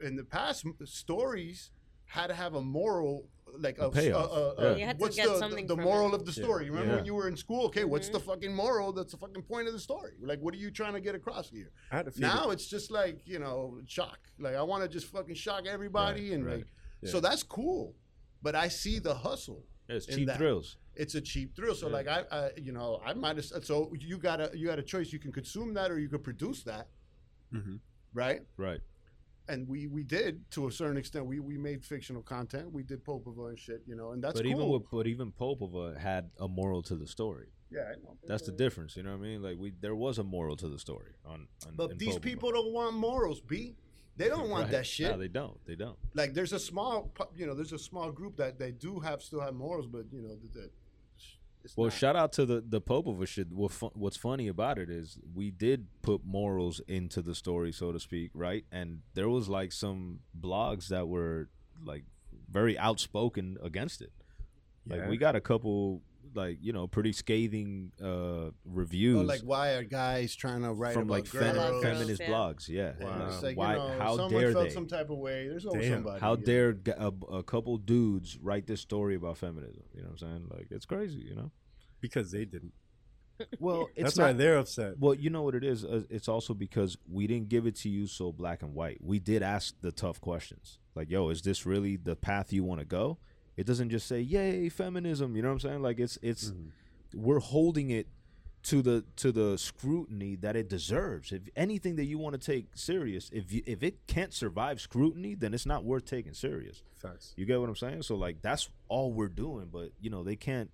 in the past, m- stories had to have a moral, like a,
payoff.
a- a-
Yeah.
a-
You had to
what's
get
the,
something
the, the
from
moral
it. Mm-hmm.
of the story? You Remember when
Yeah.
you were in school? Okay, what's the fucking moral? That's the fucking point of the story. Like, what are you trying to get across here?
I had a feeling.
Now it's just like you know, shock. Like I want to just fucking shock everybody,
Right,
and
right.
like,
Yeah.
so that's cool. But I see the hustle
Yeah, it's
in
cheap
that.
thrills.
it's a cheap thrill. So like I, I, you know, I might have. So you got a you got a choice. You can consume that or you could produce that,
Mm-hmm.
Mhm.
right?
Right.
And we we did to a certain extent. We we made fictional content. We did Popova and shit, you know, and that's
but
cool.
even with, but even Popova had a moral to the story.
yeah, I know.
That's the difference, you know what I mean? Like we, there was a moral to the story. On, on in
But these
Pokemon.
people don't want morals, b. They don't want
Right.
that shit.
No, they don't. They don't.
like there's a small, pu- you know, there's a small group that they do have still have morals, but you know, that it's
Well,
not.
shout out to the the Popova shit. What fu- what's funny about it is we did put morals into the story, so to speak, right? And there was like some blogs that were like very outspoken against it. Like
Yeah.
we got a couple like you know pretty scathing uh reviews
Oh, like why are guys trying to write
from
about
like fem-
girls?
About
feminist
Yeah.
blogs. Yeah,
And
Wow.
it's
Like,
like, you
why?
know,
how
someone
dare
felt
they?
some type of way. There's always
Damn.
somebody.
How
you know?
dare g- a, a couple dudes write this story about feminism? You know what I'm saying? Like it's crazy, you know.
because they didn't.
Well, it's
That's why
not.
they're upset.
Well, you know what it is. Uh, It's also because we didn't give it to you so black and white. We did ask the tough questions, like, "Yo, is this really the path you want to go?" It doesn't just say, "Yay, feminism." You know what I'm saying? Like it's it's
Hmm. Mm-hmm.
we're holding it to the to the scrutiny that it deserves. If anything that you want to take serious, if you, if it can't survive scrutiny, then it's not worth taking serious.
Facts.
You get what I'm saying? So like that's all we're doing, but you know, they can't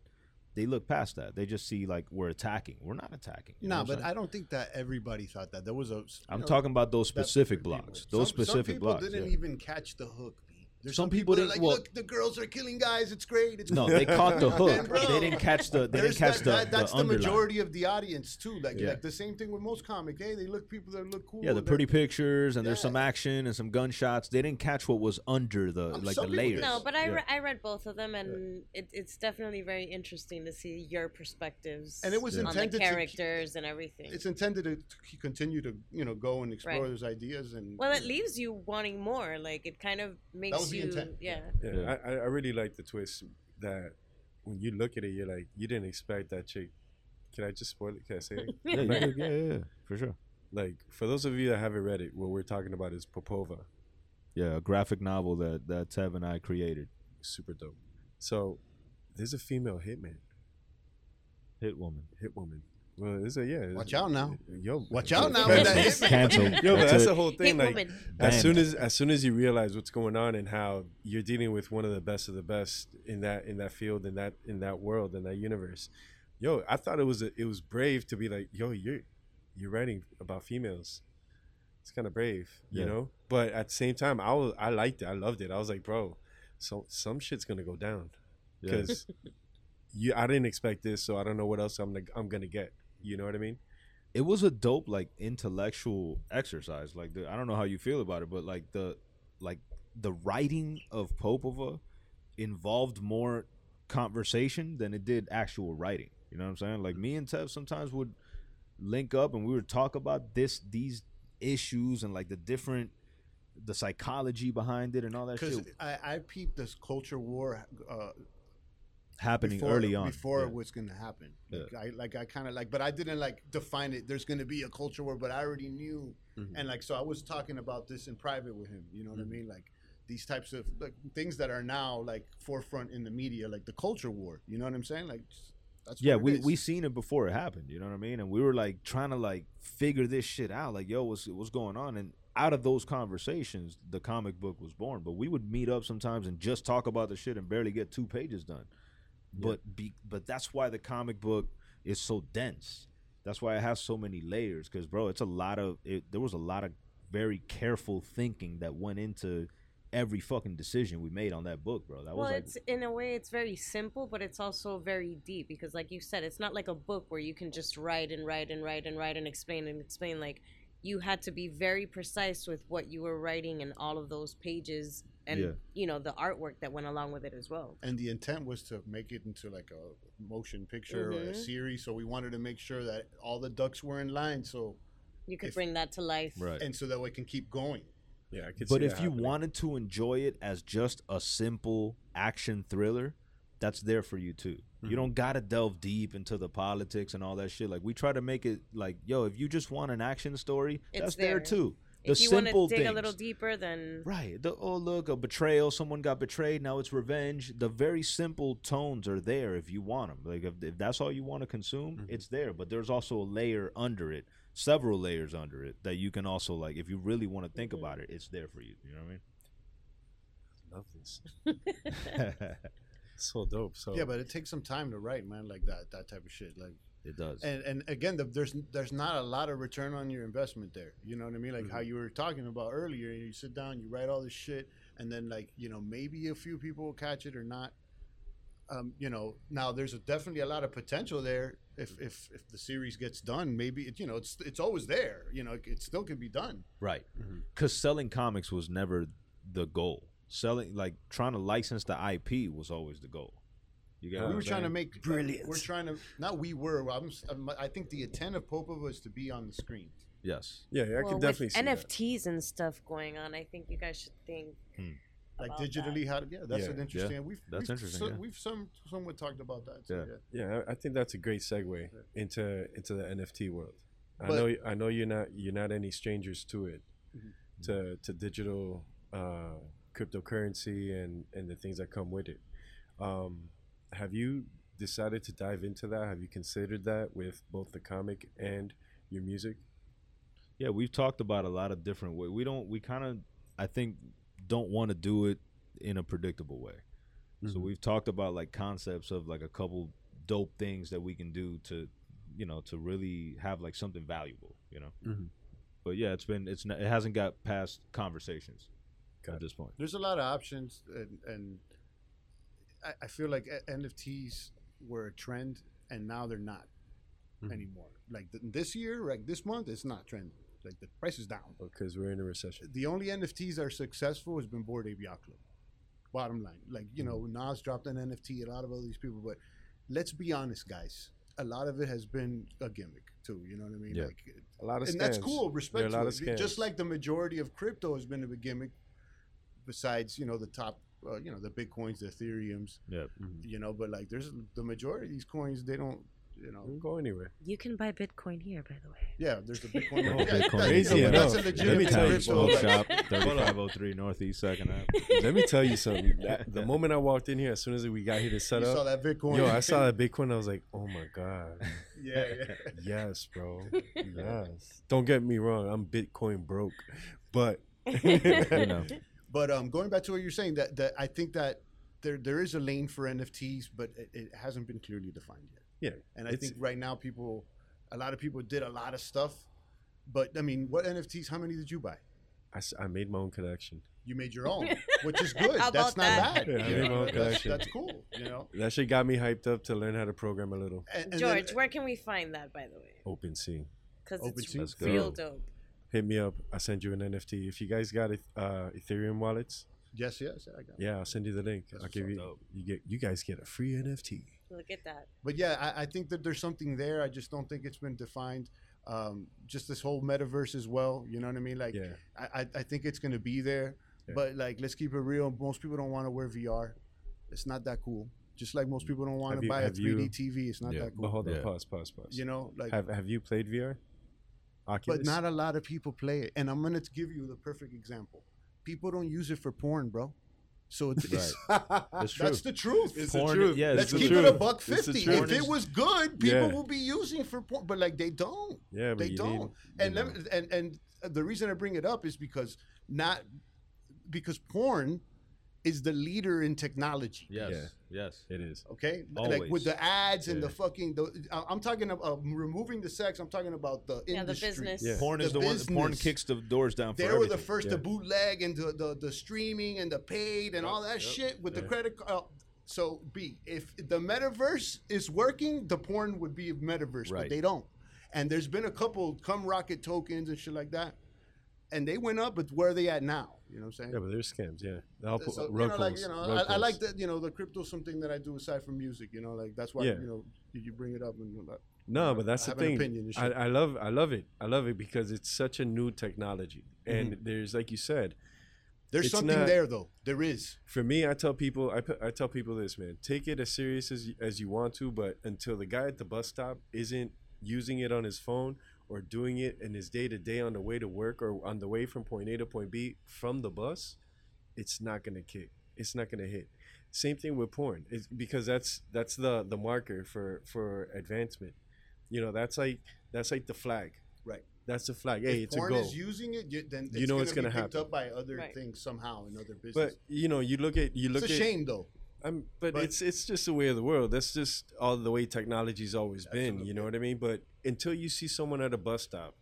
they look past that. They just see like we're attacking. We're not attacking. you know what
Nah,
I'm
but
saying?
I don't think that everybody thought that. There was a. you
I'm
know,
talking about those
that
specific
people-
blocks. Those
some,
specific
some people
blocks.
didn't
yeah.
even catch the hook. B. There's
Some people
that are
didn't-
Like,
well-
look, the girls are killing guys. It's great. It's
No,
great."
they caught the hook.
Then, bro,
they didn't catch the. They didn't
there's
catch
that-
the.
that- That's the,
underline.
majority of the audience too. Like,
Yeah.
like the same thing with most comic. Hey, they look people that look cool.
Yeah, the
they're-
pretty pictures and there's
Yeah.
some action and some gunshots. They didn't catch what was under the like
Um,
the
some people
layers.
did.
No, but I,
Yeah.
re- I read both of them, and it, it's definitely very interesting to see your perspectives.
And it was
on the
intended to-
characters and everything.
It's intended to c- continue to you know go and explore
Right.
those ideas and.
well, it
you know,
leaves you wanting more. Like it kind of makes
was the
you,
intent,
yeah.
Yeah,
Yeah.
I, I I really like the twist that when you look at it, you're like, you didn't expect that chick. Can I just spoil it? Can I say it?
yeah, you did. yeah, yeah, yeah, for sure.
Like, for those of you that haven't read it, what we're talking about is Popova.
Yeah, a graphic novel that that Tev and I created.
Super dope. So, there's a female hitman,
Hit woman.
hitwoman. Well, there's a, yeah. there's-
Watch out now.
Yo,
Watch out now.
That's-
with that
that's
hitman.
Canceled.
Yo, but
That's
that's
it.
the whole thing.
Hit
Like,
woman.
as
Banned.
soon as as soon as you realize what's going on and how you're dealing with one of the best of the best in that in that field in that in that world in that universe yo i thought it was a, it was brave to be like yo you're you're writing about females it's kind of brave
Yeah.
you know but at the same time i was i liked it i loved it i was like bro so some shit's gonna go down
Yeah.
because you i didn't expect this so i don't know what else i'm gonna, i'm gonna get you know what i mean
it was a dope like intellectual exercise like the, i don't know how you feel about it but like the like the writing of popova involved more conversation than it did actual writing you know what i'm saying like me and tev sometimes would link up and we would talk about this these issues and like the different the psychology behind it and all that
Because
shit
I, I peeped this culture war uh,
happening
before,
early on
before
Yeah.
what's going to happen.
Yeah.
Like, I like I kind of like, but I didn't like define it. There's going to be a culture war, but I already knew,
Mm-hmm.
Mhm.
and like so I was talking about this in private with him. You know what I mean? Like these types of like things that are now like forefront in the media, like the culture war. You know what I'm saying? Like that's
yeah,
what it
we
is.
we seen it before it happened. You know what I mean? And we were like trying to like figure this shit out. Like, yo, what's what's going on? And out of those conversations, the comic book was born. But we would meet up sometimes and just talk about the shit and barely get two pages done. But be, but that's why the comic book is so dense. That's why it has so many layers. Because bro, it's a lot of it, there was a lot of very careful thinking that went into every fucking decision we made on that book, bro. That
well,
was like
it's in a way it's very simple, but it's also very deep because, like you said, it's not like a book where you can just write and write and write and write and explain and explain. Like you had to be very precise with what you were writing in all of those pages, and
Yeah.
you know the artwork that went along with it as well.
and the intent was to make it into like a motion picture or a
Mhm.
series. So we wanted to make sure that all the ducks were in line. So
You could
If-
bring that to life.
right.
and so that we can keep going.
yeah I could
But
see
if
that
you
happening.
wanted to enjoy it as just a simple action thriller, that's there for you too. You
Mhm.
don't gotta delve deep into the politics and all that shit. Like we try to make it like, yo, if you just want an action story,
It's
that's there,
there.
too. The
If you want to
simple
dig
things,
a little deeper, then
right? The oh look, a betrayal. Someone got betrayed. Now it's revenge. The very simple tones are there if you want them. Like if, if that's all you want to consume,
Mhm.
it's there. But there's also a layer under it, several layers under it that you can also like. If you really want to think
Mhm.
about it, it's there for you. You know what I mean?
love this so dope so
Yeah, but it takes some time to write, man. Like that that type of shit. Like
it does.
and and again, the, there's there's not a lot of return on your investment there. You know what I mean? Like how you were talking about earlier. You sit down, you write all this shit, and then like you know maybe a few people will catch it or not. Um, you know now there's a, definitely a lot of potential there if if if the series gets done. Maybe it, you know it's it's always there. You know it, it still could be done.
right.
Mhm.
Because selling comics was never the goal. Selling, like, trying to license the IP was always the goal. You get
Yeah.
what
we
I'm
were trying to
saying?
make
Brilliant.
We're trying to not we were. I'm, s- I'm- I think the intent of Popa was to be on the screen.
Yes.
Yeah, yeah, I
well,
can definitely
with
see that.
NFTs and stuff going on, I think you guys should think
Hmm.
like
about that.
digitally how to yeah that's
Yeah.
an interesting we've
That's
we've,
interesting,
so-
yeah.
we've some somewhat talked about that too,
Yeah.
yeah.
Yeah, I I think that's a great segue into into the NFT world. I
But-
know I know you're not you're not any strangers to it,
Mhm.
to to digital uh, cryptocurrency and and the things that come with it. Um, have you decided to dive into that? Have you considered that with both the comic and your music?
Yeah, we've talked about a lot of different ways. We don't, we kind of, I think, don't want to do it in a predictable way. So we've talked about like concepts of like a couple dope things that we can do to, you know, to really have like something valuable, you know.
Mhm.
But yeah, it's been it's n- it hasn't got past conversations.
Got
at this point.
there's a lot of options and and I, I feel like uh, nfts were a trend and now they're not
Mm-hmm.
Mhm.
anymore like th- this year like this month it's not trending like the price is down
because we're in a recession.
the only nfts that are successful has been board ape yacht club bottom line like you know
Mm-hmm.
nas dropped an nft a lot of other these people but let's be honest guys a lot of it has been a gimmick too you know what i mean
Yeah.
like
A lot of
and that's
scams.
cool. Respect
There are a
to
lot
it.
of
Just
scams.
like the majority of crypto has been a gimmick, besides you know the top, uh, you know the bitcoins, the ethereums,
Yeah.
Mhm.
you know. But like, there's the majority of these coins, they don't, you know.
Don't go anywhere.
You can buy Bitcoin here, by the way.
Yeah, there's the bitcoin.
Oh,
yeah,
Bitcoin.
but
Crazy
but
enough.
That's a
Let
legitimate
me tell you,
crypto.
Smoke
Smoke
Hold
Like,
shop, 3503 Northeast Second Ave.
Let me tell you something. That- the moment I walked in here, as soon as we got here to set
you saw
up,
that bitcoin.
yo, I saw that Bitcoin. I was like, oh my god,
yeah, yeah.
yes, bro, yes. Don't get me wrong, I'm Bitcoin broke, but
You know,
But um, going back to what you're saying, that that I think that there there is a lane for NFTs, but it, it hasn't been clearly defined yet.
Yeah,
and I
it's-
think right now people, a lot of people did a lot of stuff, but I mean, what NFTs? How many did you buy?
I, s- I made my own collection.
You made your own, which is good.
How
That's
about
not
that?
bad.
Yeah, I made my own
that's,
collection.
that's cool. You know,
That shit got me hyped up to learn how to program a little.
And- and
George,
then-
where can we find that, by the way?
OpenSea.
Because it's
OpenSea.
Let's go.
real dope.
Hit me up. I send you an NFT. If you guys got uh, Ethereum wallets,
yes, yes, I got it.
yeah, I'll send you the link.
That's
I'll
what's
give
up,
you.
dope.
You get. You guys get a free NFT.
Look at that.
But yeah, I, I think that there's something there. I just don't think it's been defined. Um, just this whole metaverse as well. You know what I mean? Like,
Yeah.
I, I, I think it's gonna be there,
Yeah.
but like let's keep it real. Most people don't want to wear VR. It's not that cool. Just like most people don't want
Have
to
you-
buy a
have
3D
you-
TV. It's not
Yeah,
that
But
cool.
hold on.
Yeah.
Pause. Pause. Pause.
You know, like
have Have you played VR? Oculus.
but not a lot of people play it. And I'm gonna give you the perfect example. People don't use it for porn, bro. So it's, it's-
That's
Ah, that's
true.
the truth.
It's the Porn- truth. yeah,
Let's
it's the
keep
truth.
it a buck
It's the
fifty.
truth.
If it was good, people
Yeah.
will be using for porn, but like they don't.
yeah, but
they
you
don't.
Need,
and
you
let
know.
me, and and the reason I bring it up is because not because porn is the leader in technology.
Yes. Yes.
it is.
Okay, like
Always.
with the ads and the
Yeah.
fucking. The, I- I'm talking about uh, removing the sex. I'm talking about the industry.
Yeah, the business.
Yeah.
Porn
The
is the one. Porn
business.
kicks the doors down for
They were
everything.
the first to
Yeah.
bootleg and the, the, the streaming and the paid and
Yep,
all that
yep.
shit with the
Yeah.
credit card. so B, if the metaverse is working, the porn would be metaverse, but
Right.
they don't. And there's been a couple cum rocket tokens and shit like that, and they went up. But where are they at now? You know what I'm saying?
Yeah, but there's scams. Yeah, I'll put
So, you
rug
know, like,
pulls,
you know,
rug
I, I
pulls.
like that. You know, the crypto something that I do aside from music. You know, like that's why
Yeah.
you know you bring it up and all that.
No,
know,
but that's the
I have an
thing.
opinion and
I,
shit.
I love I love it. I love it because it's such a new technology.
Mm-hmm.
And there's like you said,
there's
It's
something
not-
there though. There is.
for me, I tell people I, pe- I tell people this, man. Take it as serious as you, as you want to, but until the guy at the bus stop isn't using it on his phone or doing it in his day to day on the way to work or on the way from point A to point B from the bus, it's not gonna kick. It's not gonna hit. Same thing with porn, it's because that's that's the the marker for for advancement. You know, that's like that's like the flag.
Right.
That's the flag. Hey,
if
it's a
porn
goal.
is using it, you, then it's
You know
gonna
it's
be
gonna
picked
happen.
up by other
Right.
things somehow in other businesses.
but you know, you look at you look
it's a
at
shame though.
I'm, Um, but,
But-
it's it's just the way of the world. That's just all the way technology's always been.
Absolutely.
You know what I mean? But until you see someone at a bus stop,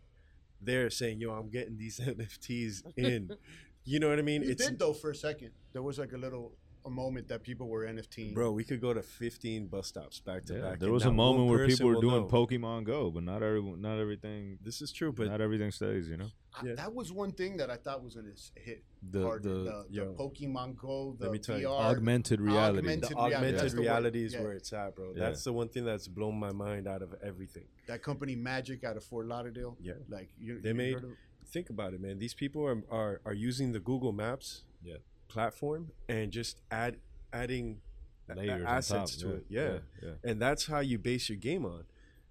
they're saying, "Yo, I'm getting these NFTs in." you know what I mean?
You
it's
did though for a second. There was like a little a moment that people were NFTing.
bro. We could go to 15 bus stops back to
Yeah,
back.
there
and
was a
not
moment
one
where
person
people were
will
doing
know.
Pokemon Go, but not every, not everything,
This is true, but
not everything stays. You know,
I-
yeah.
that was one thing that I thought was gonna s- hit
the
hard. The,
the
the,
yo.
Pokemon Go, the
Let me tell you,
VR,
augmented reality.
augmented-
the
reality,
augmented
that's the word.
reality is
Yeah.
where it's at, bro.
Yeah.
That's the one thing that's blown my mind out of everything.
that company Magic out of Fort Lauderdale.
Yeah.
like you,
They
you
made-
heard of-
think about it, man. These people are are, are using the Google Maps
Yeah.
platform and just add adding a-
layers on
assets
top,
to it. Yeah.
yeah,
and that's how you base your game on.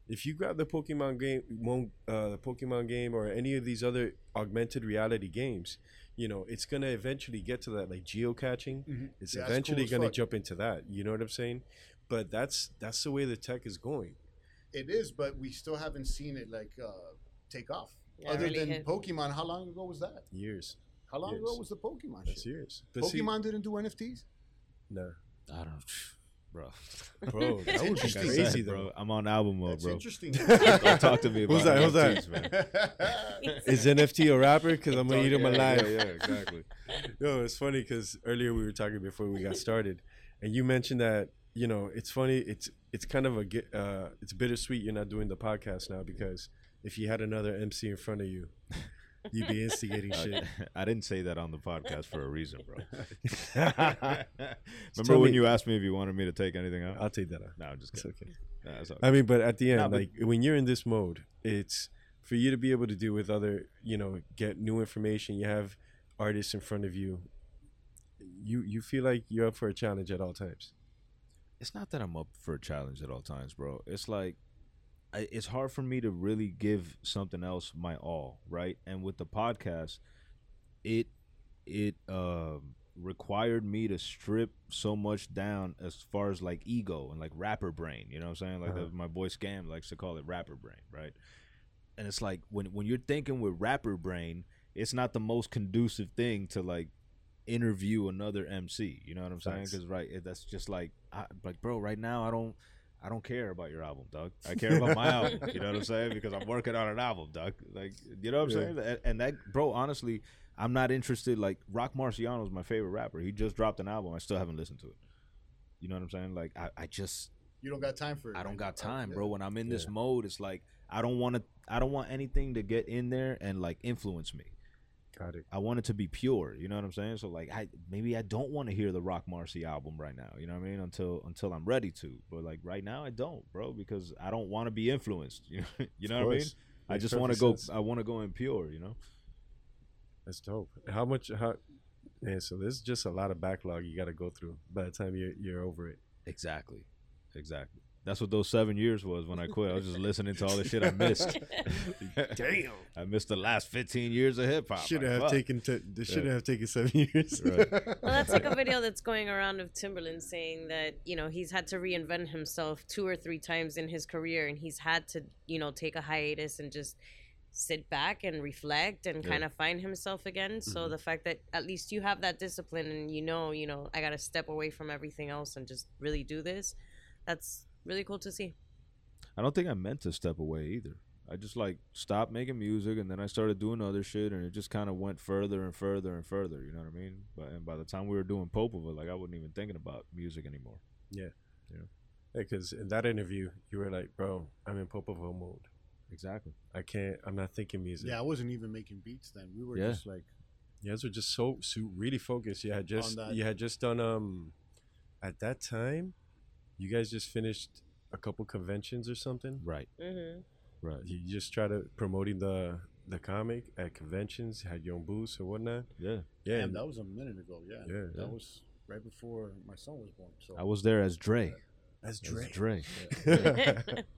If you grab the Pokemon game, one, uh, the Pokemon game, or any of these other augmented reality games, you know it's gonna eventually get to that, like geocaching.
Mhm.
It's
Yeah, that's cool
eventually
as
gonna
fuck.
jump into that. You know what I'm saying? But that's that's the way the tech is going.
It is, but we still haven't seen it like uh, take off.
Yeah,
Other
really
than
hit.
Pokemon, how long ago was that?
Years,
How long ago
Years.
was the Pokemon
that's
shit?
years. But see,
Pokemon didn't do NFTs.
no,
I don't. bro.
bro. That was
Interesting.
crazy,
bro.
though.
I'm on album mode,
That's
bro.
interesting.
Don't talk to me about
Who's that? Who's that?
NFTs, man.
Is NFT a rapper? Because I'm gonna eat him
Yeah,
alive.
Yeah, yeah, exactly.
No, it's funny because earlier we were talking before we got started, and you mentioned that you know it's funny. It's it's kind of a gi- uh, it's bittersweet. You're not doing the podcast now because if you had another MC in front of you, you'd be instigating shit.
Uh, I didn't say that on the podcast for a reason, bro. Remember
tell
when
me-
you asked me if you wanted me to take anything out?
I'll take that out.
no, I'm just
It's
kidding.
okay.
Nah, it's okay.
I mean, but at the end,
Nah, but-
like when you're in this mode, it's for you to be able to deal with other, you know, get new information. You have artists in front of you. You you feel like you're up for a challenge at all times.
it's not that I'm up for a challenge at all times, bro. It's like I, it's hard for me to really give something else my all, right? And with the podcast, it it um required me to strip so much down as far as like ego and like rapper brain, you know what I'm saying? Like
Uh-huh.
the, my boy Scam likes to call it rapper brain, right? And it's like when when you're thinking with rapper brain, it's not the most conducive thing to like interview another MC. You know what I'm saying?
Facts.
Because right, it- that's just like, I, like, bro, right now I don't, I don't care about your album, dog. I care about my album. You know what I'm saying? Because I'm working on an album, dog. Like, you know what I'm
Yeah.
saying? And, and that, bro, honestly, I'm not interested. Like, Rock Marciano is my favorite rapper. He just dropped an album. I still haven't listened to it. You know what I'm saying? Like, I, I just,
you don't got time for it.
I don't
man.
got
Oh,
time,
yeah.
bro. When I'm in this
Yeah.
mode, it's like I don't want to. I don't want anything to get in there and like influence me.
Got it.
I want it to be pure. You know what I'm saying? So like, I maybe I don't want to hear the Rock Marcy album right now. You know what I mean? Until until I'm ready to. But like right now, I don't, bro, because I don't want to be influenced. You know, you know what I mean? I just want to go. uh, I want to go in pure. You know?
That's dope. How much? How? Man, so there's just a lot of backlog you got to go through by the time you're you're over it.
Exactly. Exactly. That's what those seven years was when I quit. I was just listening to all the shit I missed.
Damn.
I missed the last 15 years of hip hop.
Should
Like,
have
fuck.
taken. T- Should have taken seven years.
Right.
Well, that's like a video that's going around of Timberland saying that you know he's had to reinvent himself two or three times in his career, and he's had to you know take a hiatus and just sit back and reflect and
Yeah.
kind of find himself again. So the fact that at least you have that discipline and you know, you know, I got to step away from everything else and just really do this. That's really cool to see.
I don't think I meant to step away either. I just like stopped making music and then I started doing other shit and it just kind of went further and further and further. You know what I mean? But and by the time we were doing Popova, like I wasn't even thinking about music anymore.
Because in that interview, you were like, "Bro, I'm in Popovo mode.
Exactly.
I can't. I'm not thinking music."
Yeah, I wasn't even making beats then. We were
Yeah.
just like
You guys were just so, so really focused. You had just
that.
you had just done um at that time, you guys just finished a couple conventions or something.
Right.
Mm-hmm.
Right.
You just try to promoting the the comic at conventions, had your own booths or whatnot.
Yeah.
Yeah,
Damn,
and-
that was a minute ago. Yeah.
Yeah.
That was right before my son was born. So
I was there as Dre.
that's
As
Dre.
Dre.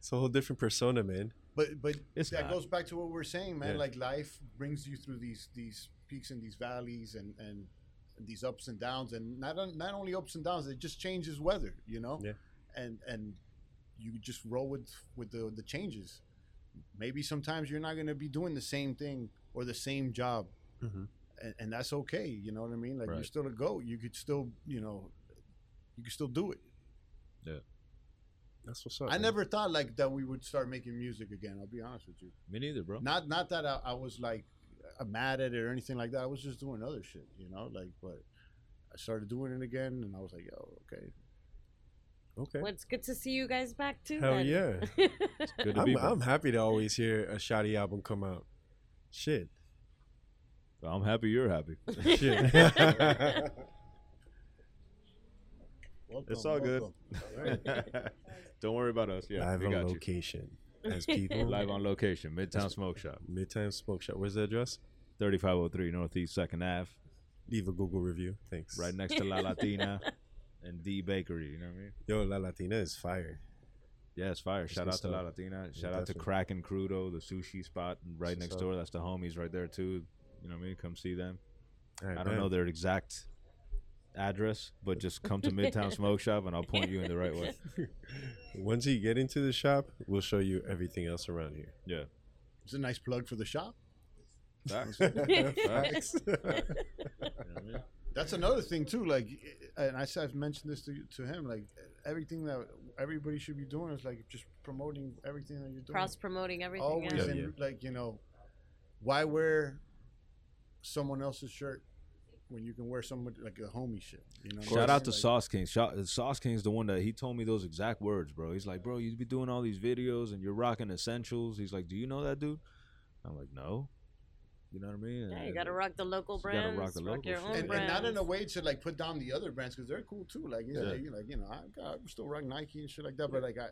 it's a whole different persona, man.
but but
It's
that
not.
goes back to what we're saying, man.
Yeah.
Like life brings you through these these peaks and these valleys and and these ups and downs, and not on- not only ups and downs. It just changes weather, you know.
Yeah.
And and you just roll with with the the changes. Maybe sometimes you're not going to be doing the same thing or the same job,
Mm-hmm.
and, and that's okay. You know what I mean? Like
Right.
you're still a goat. You could still you know. You could still do it.
That's what's up.
I
man.
never thought like that we would start making music again. I'll be honest with you.
Me neither, bro.
Not not that I, I was like uh, mad at it or anything like that. I was just doing other shit, you know. Like, but I started doing it again, and I was like, "Yo, okay."
Okay.
Well, it's good to see you guys back too.
Hell
then.
yeah.
Good to
I'm,
be back.
I'm happy to always hear a shoddy album come out. Shit.
I'm happy you're happy.
Shit.
Welcome,
It's all good.
All right.
Don't worry about us. Yeah,
Live
we
on
got you.
location. As people.
Live on location, Midtown Smoke Shop,
Midtime Smoke Shop. Where's the address?
3503 Northeast 2nd Ave,
Leave a Google review. Thanks.
right next to La Latina and D Bakery. You know what I mean?
Yo, La Latina is fire.
Yeah, it's fire.
It's
Shout
good
out to La
stuff.
Latina.
Yeah,
Shout out to
definitely.
Crack and Crudo, the sushi spot right
That's
next
what's up.
door. That's the homies right there too. You know what I mean? Come see them.
All right,
I don't
man.
know their exact address, but just come to Midtown Smoke Shop and I'll point you in the right way.
Once you get into the shop, we'll show you everything else around here.
Yeah.
It's a nice plug for the shop.
Facts.
Yeah.
Facts.
That's another thing too. Like, and I said, I've mentioned this to, you- to him, like everything that everybody should be doing is like just promoting everything that you're doing.
Cross promoting everything.
Always,
yeah.
Yeah.
in, Oh, like you know, why wear someone else's shirt when you can wear someone like a homie shit? You know, what I'm
Shout out to
saying? Like,
Sauce King. Shout, Sauce King's the one that he told me those exact words, bro. He's like, bro, you be doing all these videos and you're rocking essentials. He's like, do you know that dude? I'm like, no. You know what I mean?
Yeah, you
And-
gotta rock the local
You gotta rock
brands. rock
the local
your
shit.
own
and, and
brands.
not in a way to like put down the other brands because they're cool too. Like you know,
Yeah.
you like you know, I'm, I'm still rocking Nike and shit like that. But like I, I,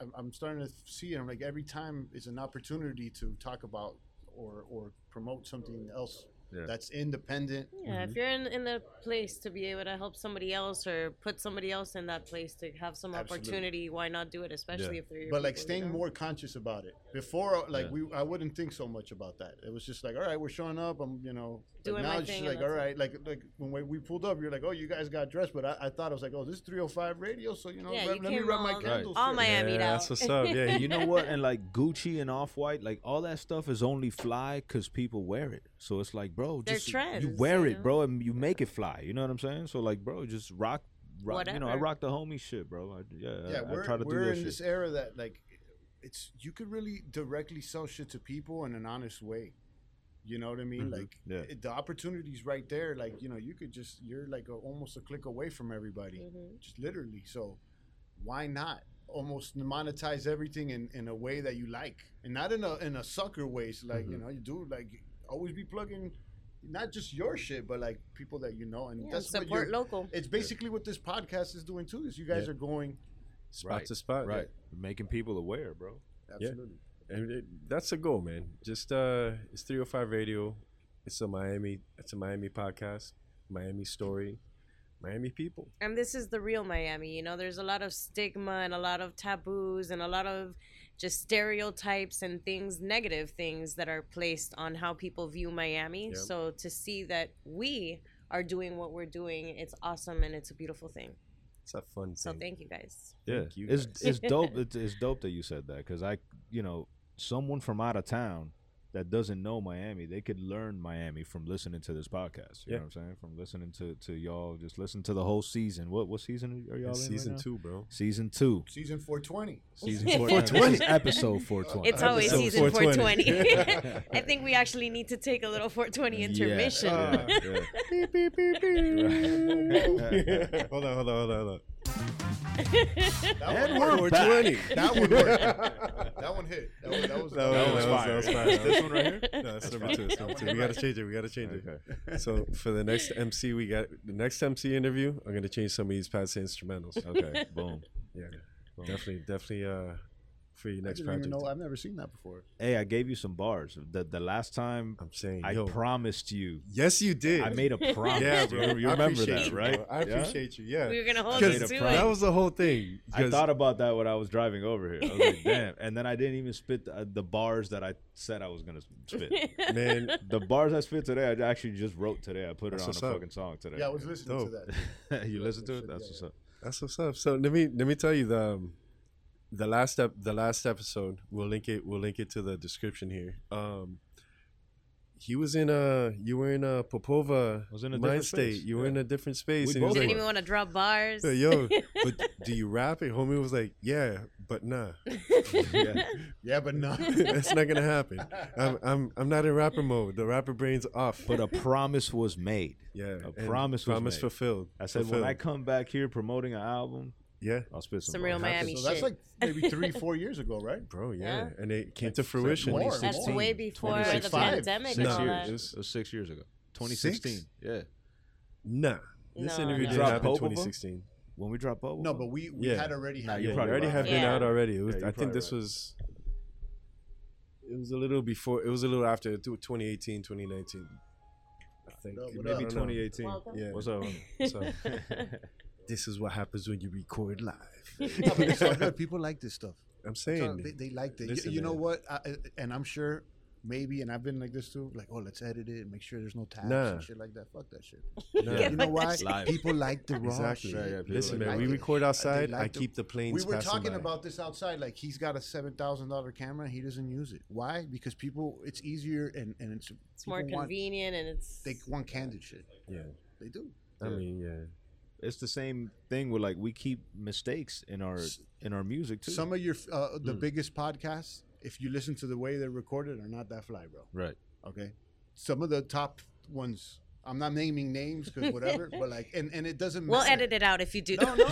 I'm- I'm starting to see it. I'm like every time is an opportunity to talk about or or promote something else
Yeah.
that's independent.
Yeah, if you're in, in the place to be able to help somebody else or put somebody else in that place to have some
Absolutely.
opportunity, why not do it? Especially if they're your
But like
people, you
staying
know?
more conscious about it. Before, like
Yeah.
we, I wouldn't think so much about that. It was just like, all right, we're showing up. I'm, you know, but
Doing my
now it's
thing
just
and
like, all
that's it.
right, like like when we, we pulled up, you're like, oh, you guys got dressed, but I, I thought I was like, oh, this is 305 radio, so you know,
Yeah,
let,
you
let me
came
run my
all-
candle.
all
shirt.
my-
yeah,
Miami
that's
out.
what's up. Yeah,
And
you
you know what? And like Gucci and Off White, like all that stuff is only fly because people wear it. So it's like, bro,
They're
just you
trends,
wear
you
it,
know?
bro, and you make it fly. You know what I'm saying? So like, bro, just rock, rock. You know, I
Whatever.
rock the homie shit, bro. I, yeah, I-
yeah,
I,
we're,
try to do
we're
that
in
shit.
this era that like, it's you could really directly sell shit to people in an honest way. You know what I mean?
Mhm.
Like
Yeah.
it, the opportunities right there. Like you know, you could just you're like a, almost a click away from everybody.
Mhm.
just literally. So why not almost monetize everything in, in a way that you like and not in a in a sucker way. So like you
Mhm.
know, you do like always be plugging not just your shit, but like people that you know, and
Yeah,
that's what
support
you're,
local.
it's basically what this podcast is doing too. Is you guys
Yeah.
are going
spot
Right,
to spot.
right, making people aware, bro.
absolutely.
and it, that's the goal, man. Just uh, it's 305 Radio. It's a Miami. It's a Miami podcast. Miami story. Miami people.
And this is the real Miami. You know, there's a lot of stigma and a lot of taboos and a lot of just stereotypes and things, negative things that are placed on how people view Miami.
Yeah.
So to see that we are doing what we're doing, it's awesome and it's a beautiful thing.
It's a fun
So
thing.
thank you guys.
Yeah,
Thank you
it's
guys.
it's dope. It's, it's dope that you said that because I, you know, someone from out of town that doesn't know Miami, they could learn Miami from listening to this podcast. You
Yeah.
know what I'm saying? From listening to to y'all, just listen to the whole season. What what season are y'all
It's
in?
season
right now?
two, bro.
Season two.
Season 420.
Season
420.
This is episode 420.
It's always
Episode
season
420.
420. I think we actually need to take a little 420 intermission.
Uh,
Yeah, yeah,
hold on, hold on, hold on, hold on.
That one,
we're
worked.
back.
420.
that one worked. That one hit. That one, that was,
That
That was
was-
fire.
that was fire.
This one right here.
No, that's, number two. That's number two. We gotta change it. We gotta change it.
Okay.
So for the next MC, we got the next MC interview. I'm gonna change some of these past instrumentals.
Okay. Boom.
Yeah,
Boom.
definitely, definitely. Uh, for your
I
next
didn't
project,
even know. I've never seen that before.
Hey, I gave you some bars. The the last time
I'm saying,
I
yo,
promised you,
yes, you did.
I made a promise.
yeah, bro.
You
I
remember
appreciate
that,
you,
right?
bro. I
Yeah?
appreciate you. Yeah,
We were going to hold
Because
us to
promise.
that
it.
was the whole thing.
I
'Cause-
thought about that when I was driving over here. I was like, damn. And then I didn't even spit the, uh, the bars that I said I was going to spit.
man,
the bars I spit today, I actually just wrote today. I put it
That's
on a
what's up.
fucking song today.
Yeah, I was listening to
Dope.
that.
you listen to
Yeah,
it? That's what's
yeah.
up.
that's what's up. So let me let me tell you the um, the last ep- the last episode. We'll link it. We'll link it to the description here. Um, he was in a you were in a Popova
I was in a
mind
different
state.
space,
You were
yeah.
in a different space.
We
and he was
both
Didn't
like,
even want to drop bars.
"Hey, yo, but do you rap? And homie was like, yeah, but nah,
Yeah.
Yeah, but no.
that's not gonna happen. I'm I'm I'm not in rapper mode. The rapper brain's off.
But uh, a promise was made.
yeah,
a
and
promise was
promise
made.
fulfilled.
I said,
fulfilled.
when I come back here promoting an album,
yeah,
I'll spit some,
Some
bars.
real
Happens.
Miami
so
shit.
that's like maybe three, four years ago, right?
bro, yeah,
Yeah.
and it came
Like,
to
like
fruition.
more.
That's
2016,
way before the
2016.
pandemic. and
Six
No.
all
years.
that.
It was, it was six years ago. 2016. Yeah.
Nah, Ah, this
No,
interview
no.
didn't
Drop
happen
Pope over?
2016.
When we dropped Bubble.
No, but we, we
Yeah.
had already
Nah,
had
you
Yeah,
it.
it
probably
already
right.
had been
Yeah.
out already. It was,
Yeah, you're
I think
probably
this
right.
was. It was a little before. It was a little after th- 2018, 2019. I think
What up, what
maybe
up?
2018.
Welcome.
Yeah.
What's up?
So this is what happens when you record live.
No, but it's all good. People like this stuff.
I'm
It's all-
saying.
they, they liked it. You-
Listen,
you, know
man.
what? I, I- and I'm sure maybe, and I've been like this too. Like, oh, let's edit it and make sure there's no tabs
Nah.
and shit like that. Fuck that shit.
nah.
Yeah,
you know
fuck
why?
that
Live.
People like the raw
Exactly.
shit.
Yeah, yeah, people
Listen,
like
man,
that.
we record outside.
like
I
the-
keep the planes.
We were
passing
talking
by.
about this outside. Like, he's got a seven thousand dollar camera. He doesn't use it. Why? Because people, it's easier and and it's,
It's more
people want-
convenient and it's
They want candid shit.
Yeah,
They do.
I mean, yeah.
It's the same thing with like we keep mistakes in our
S-
in our music too.
Some of your f- uh,
Hmm.
the
Mm.
biggest podcasts, if you listen to the way they're recorded, are not that fly, bro.
right.
Okay, some of the top ones. I'm not naming names because whatever, but like, and and it doesn't.
We'll
matter.
edit it out if you do.
No, no,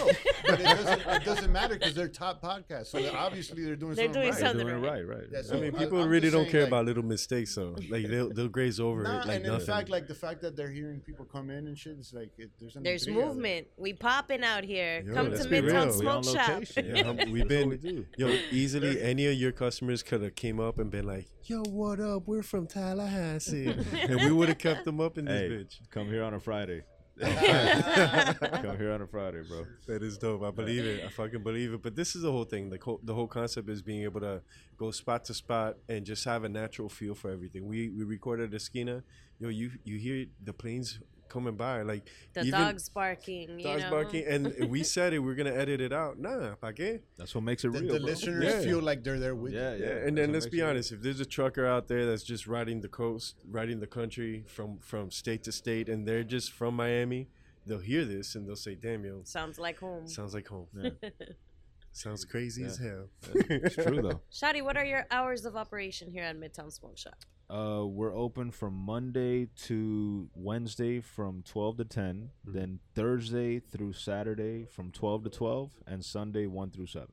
but it doesn't, it doesn't matter because they're top podcasts. So they're- obviously they're doing
They're
something
doing
right.
You're
something
doing it
right.
right, right.
That's
right.
I mean,
So, I-
people
I'm
really
just
don't
saying,
care
like-
about little mistakes, though. Like they'll they'll graze over
Nah,
it. Like
and in
nothing.
fact, like the fact that they're hearing people come in and shit, it's like it, there's an
There's
intrigue out there.
movement. We popping out here.
Yo,
Come
let's
to
be
Midtown
real. We
Smoke Shop.
Yeah, hum- we've been-
do.
yo, easily any of your customers could have came up and been like, "Yo, what up? We're from Tallahassee," and we would have kept them up in
Hey.
this
Come here on a Friday.
bitch.
Come here on a Friday, bro.
That is dope. I believe it. I fucking believe it. But this is the whole thing. The co- the whole concept is being able to go spot to spot and just have a natural feel for everything. We we recorded Esquina. Yo, you you hear the planes coming by, like
The
Even-
dogs barking. You
dogs
know?
barking, and we said it. We're gonna edit it out. Nah, pa qué?
That's what makes it
The,
real.
the
bro.
listeners
Yeah.
feel like they're there with
Yeah, yeah.
you.
Yeah,
that's
and then
what
let's
makes
be
it real.
honest. If there's a trucker out there that's just riding the coast, riding the country from from state to state, and they're just from Miami, they'll hear this and they'll say, "Damn, yo,
Sounds like home.
sounds like home.
Yeah.
Sounds crazy
Yeah.
as hell."
It's true though.
Shadi, what are your hours of operation here at Midtown Smoke Shop?
Uh, we're open from Monday to Wednesday from 12 to 10,
Mhm.
then Thursday through Saturday from 12 to 12, and Sunday 1 through 7.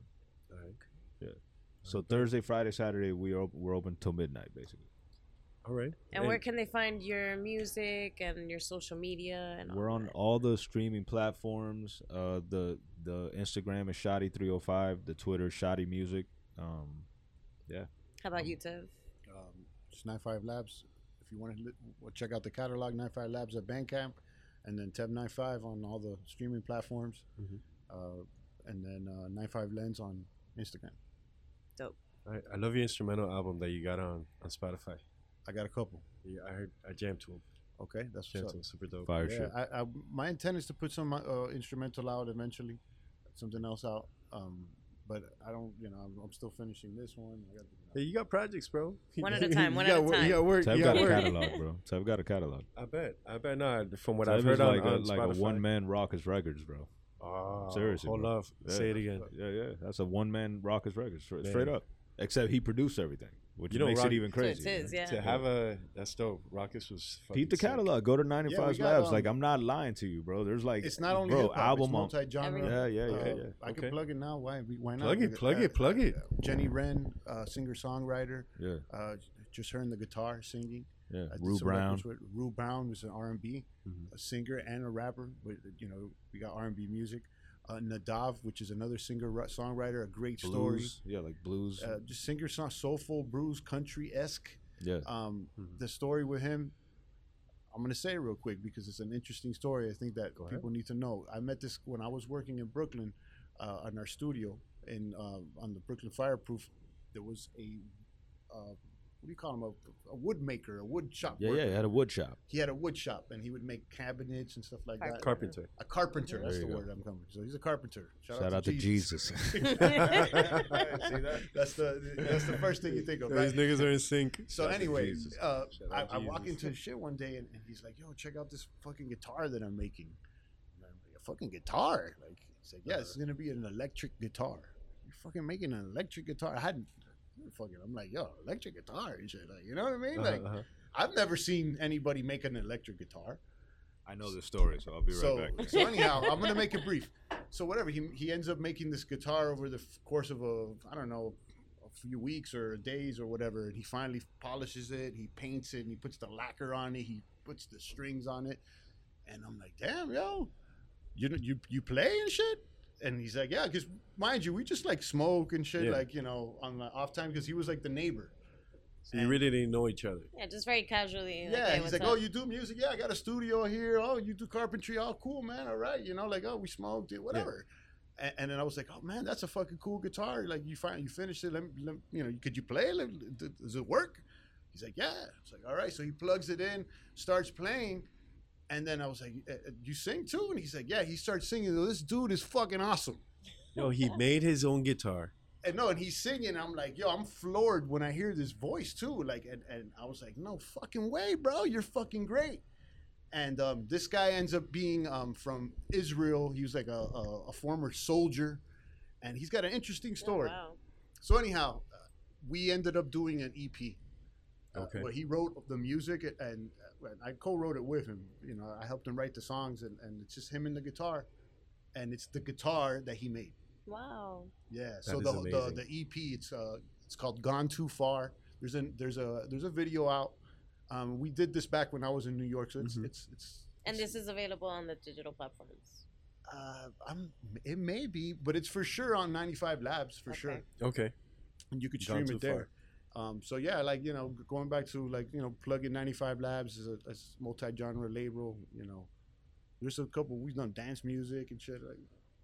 So Thursday, Friday, Saturday we are op- we're open till midnight basically.
All right.
And where can they find your music and your social media? And all
We're on
that?
all the streaming platforms. Uh, the the Instagram is Shoddy 305, the Twitter is Shoddy Music. Um,
How about you, Tev?
Um, it's 95 Labs. If you want to check out the catalog, 95 Labs at Bandcamp, and then Teb95 on all the streaming platforms,
Mhm.
uh, and then uh, 95 Lens on Instagram.
All right. I love your instrumental album that you got on on Spotify.
I got a couple.
Yeah, I heard I jammed to him.
Okay, that's
Jammed
what's
to
up.
him. Super dope.
fire
Yeah,
shit.
I, I, my intent is to put some uh, instrumental out eventually, something else out. Um, but I don't, you know, I'm, I'm still finishing this one. I got,
Hey, you got projects, bro.
One at a time,
You
one at
got
a
wor-
time.
You got work.
Tab
you
got
got
a
work.
catalog, bro. Tab got a catalog.
I bet. I bet not. From what
Tab
I've heard
is
on,
like
on
a, like a
Spotify.
one man Rockets Records, bro.
Oh,
Seriously,
Hold
bro.
up.
Yeah.
Say it again.
Yeah, yeah. That's a one man Rockets Records straight,
Man.
straight up. Except he produced everything, which
You know,
makes
Rock-
it even
So
crazy.
it is, yeah.
To have a that's dope. Rockets was fucking
Peep the
sick.
catalog. Go to
we
95
got,
Labs.
um,
like I'm not lying to you, bro. There's like
it's not only
bro
hip-hop,
album on.
it's multi-genre.
Everything.
Yeah, yeah, yeah,
Uh,
yeah.
I
Okay.
can plug it now. Why? we- Why not?
Plug it,
We got,
plug
uh,
it, plug it.
Jenny Wren, uh, singer-songwriter,
Yeah,
uh, just her and the guitar singing.
yeah.
I did
Rue
some records
Brown. Mm-hmm.
With Rue Brown was an R&B,
Mhm.
a singer and a rapper. But you know, we got R&B music. Uh, Nadav, which is another singer-songwriter, a great story.
Blues. Yeah, like blues.
Uh, just singer, song, soulful, blues, country esque.
yeah.
Um,
Mm-hmm.
Mhm.
The story with him, I'm gonna say it real quick because it's an interesting story. I think that
Go ahead.
people need to know. I met this when I was working in Brooklyn, uh, in our studio in uh, on the Brooklyn Fireproof. There was a uh, what do you call him a, a wood maker, a wood shop.
Yeah,
worker.
yeah. It had a wood shop.
He had a wood shop and he would make cabinets and stuff like that.
Carpenter.
A carpenter. That's
There
the
you go.
word I'm coming. So he's a carpenter.
Shout, out, to Jesus.
that?
that's the that's the first thing you think of.
Yo,
Right?
These niggas are in sync.
So
Shout out to
anyway,
Jesus.
uh,
Shout
I,
out
I walk
Jesus. Uh-huh,
into shit one day and, and he's like, "Yo, check out this fucking guitar that I'm making." And I'm like, "A fucking guitar?" Like he's like, "Yeah, it's
Uh-huh.
gonna be an electric guitar." You're fucking making an electric guitar? I hadn't. Fucking, I'm like, "Yo, electric guitar and shit." Like, you know what I mean?
Uh-huh,
Like,
uh-huh.
I've never seen anybody make an electric guitar
I know this story, so I'll be right
so,
back.
so anyhow, I'm gonna make it brief. So whatever he he ends up making this guitar over the f- course of a I don't know a few weeks or days or whatever, and he finally polishes it. He paints it and he puts the lacquer on it. He puts the strings on it, and I'm like, damn yo, you you you play and shit. And he's like, yeah, because mind you, we just like smoke and shit,
Yeah.
like you know, on the off time because he was like the neighbor.
So you really didn't know each other.
Yeah, just very casually.
Yeah,
hey,
he's
what's
like,
up?
oh, you do music? Yeah, I got a studio here. Oh, you do carpentry? Oh, cool, man. All right, you know, like, oh, we smoked it, whatever. A- And, then I was like, oh man, that's a fucking cool guitar. Like, you find you finished it. Let me, let me- you know, could you play? Let, me- d- does it work? He's like, yeah. It's like, all right. So he plugs it in, starts playing, and then I was like, "Uh, uh, you sing too? And he's like, yeah. He starts singing. This dude is fucking awesome.
Yo, he made his own guitar.
And no, and he's singing. I'm like, yo, I'm floored when I hear this voice too. Like, and, and I was like, no fucking way, bro. You're fucking great. And um, this guy ends up being um, from Israel. He was like a, a, a former soldier, and he's got an interesting story.
Oh, wow.
So anyhow, uh, we ended up doing an EP. uh,
Okay.
where he wrote the music and, and uh, I co-wrote it with him. You know, I helped him write the songs, and, and it's just him and the guitar, and it's the guitar that he made.
Wow.
Yeah. so
is
the, the
amazing.
the EP it's uh it's called Gone Too Far. There's an there's a there's a video out. Um, we did this back when I was in New York, so it's
Mhm.
it's it's.
And
it's,
this is available on the digital platforms.
uh, I'm it may be, but it's for sure on 95 Labs for
Okay.
sure,
Okay.
and you could
Gone
stream
Too
it there. Um, so yeah, like you know, going back to like you know, plugging 95 Labs is a, as multi-genre label. You know, there's a couple we've done dance music and shit. Like,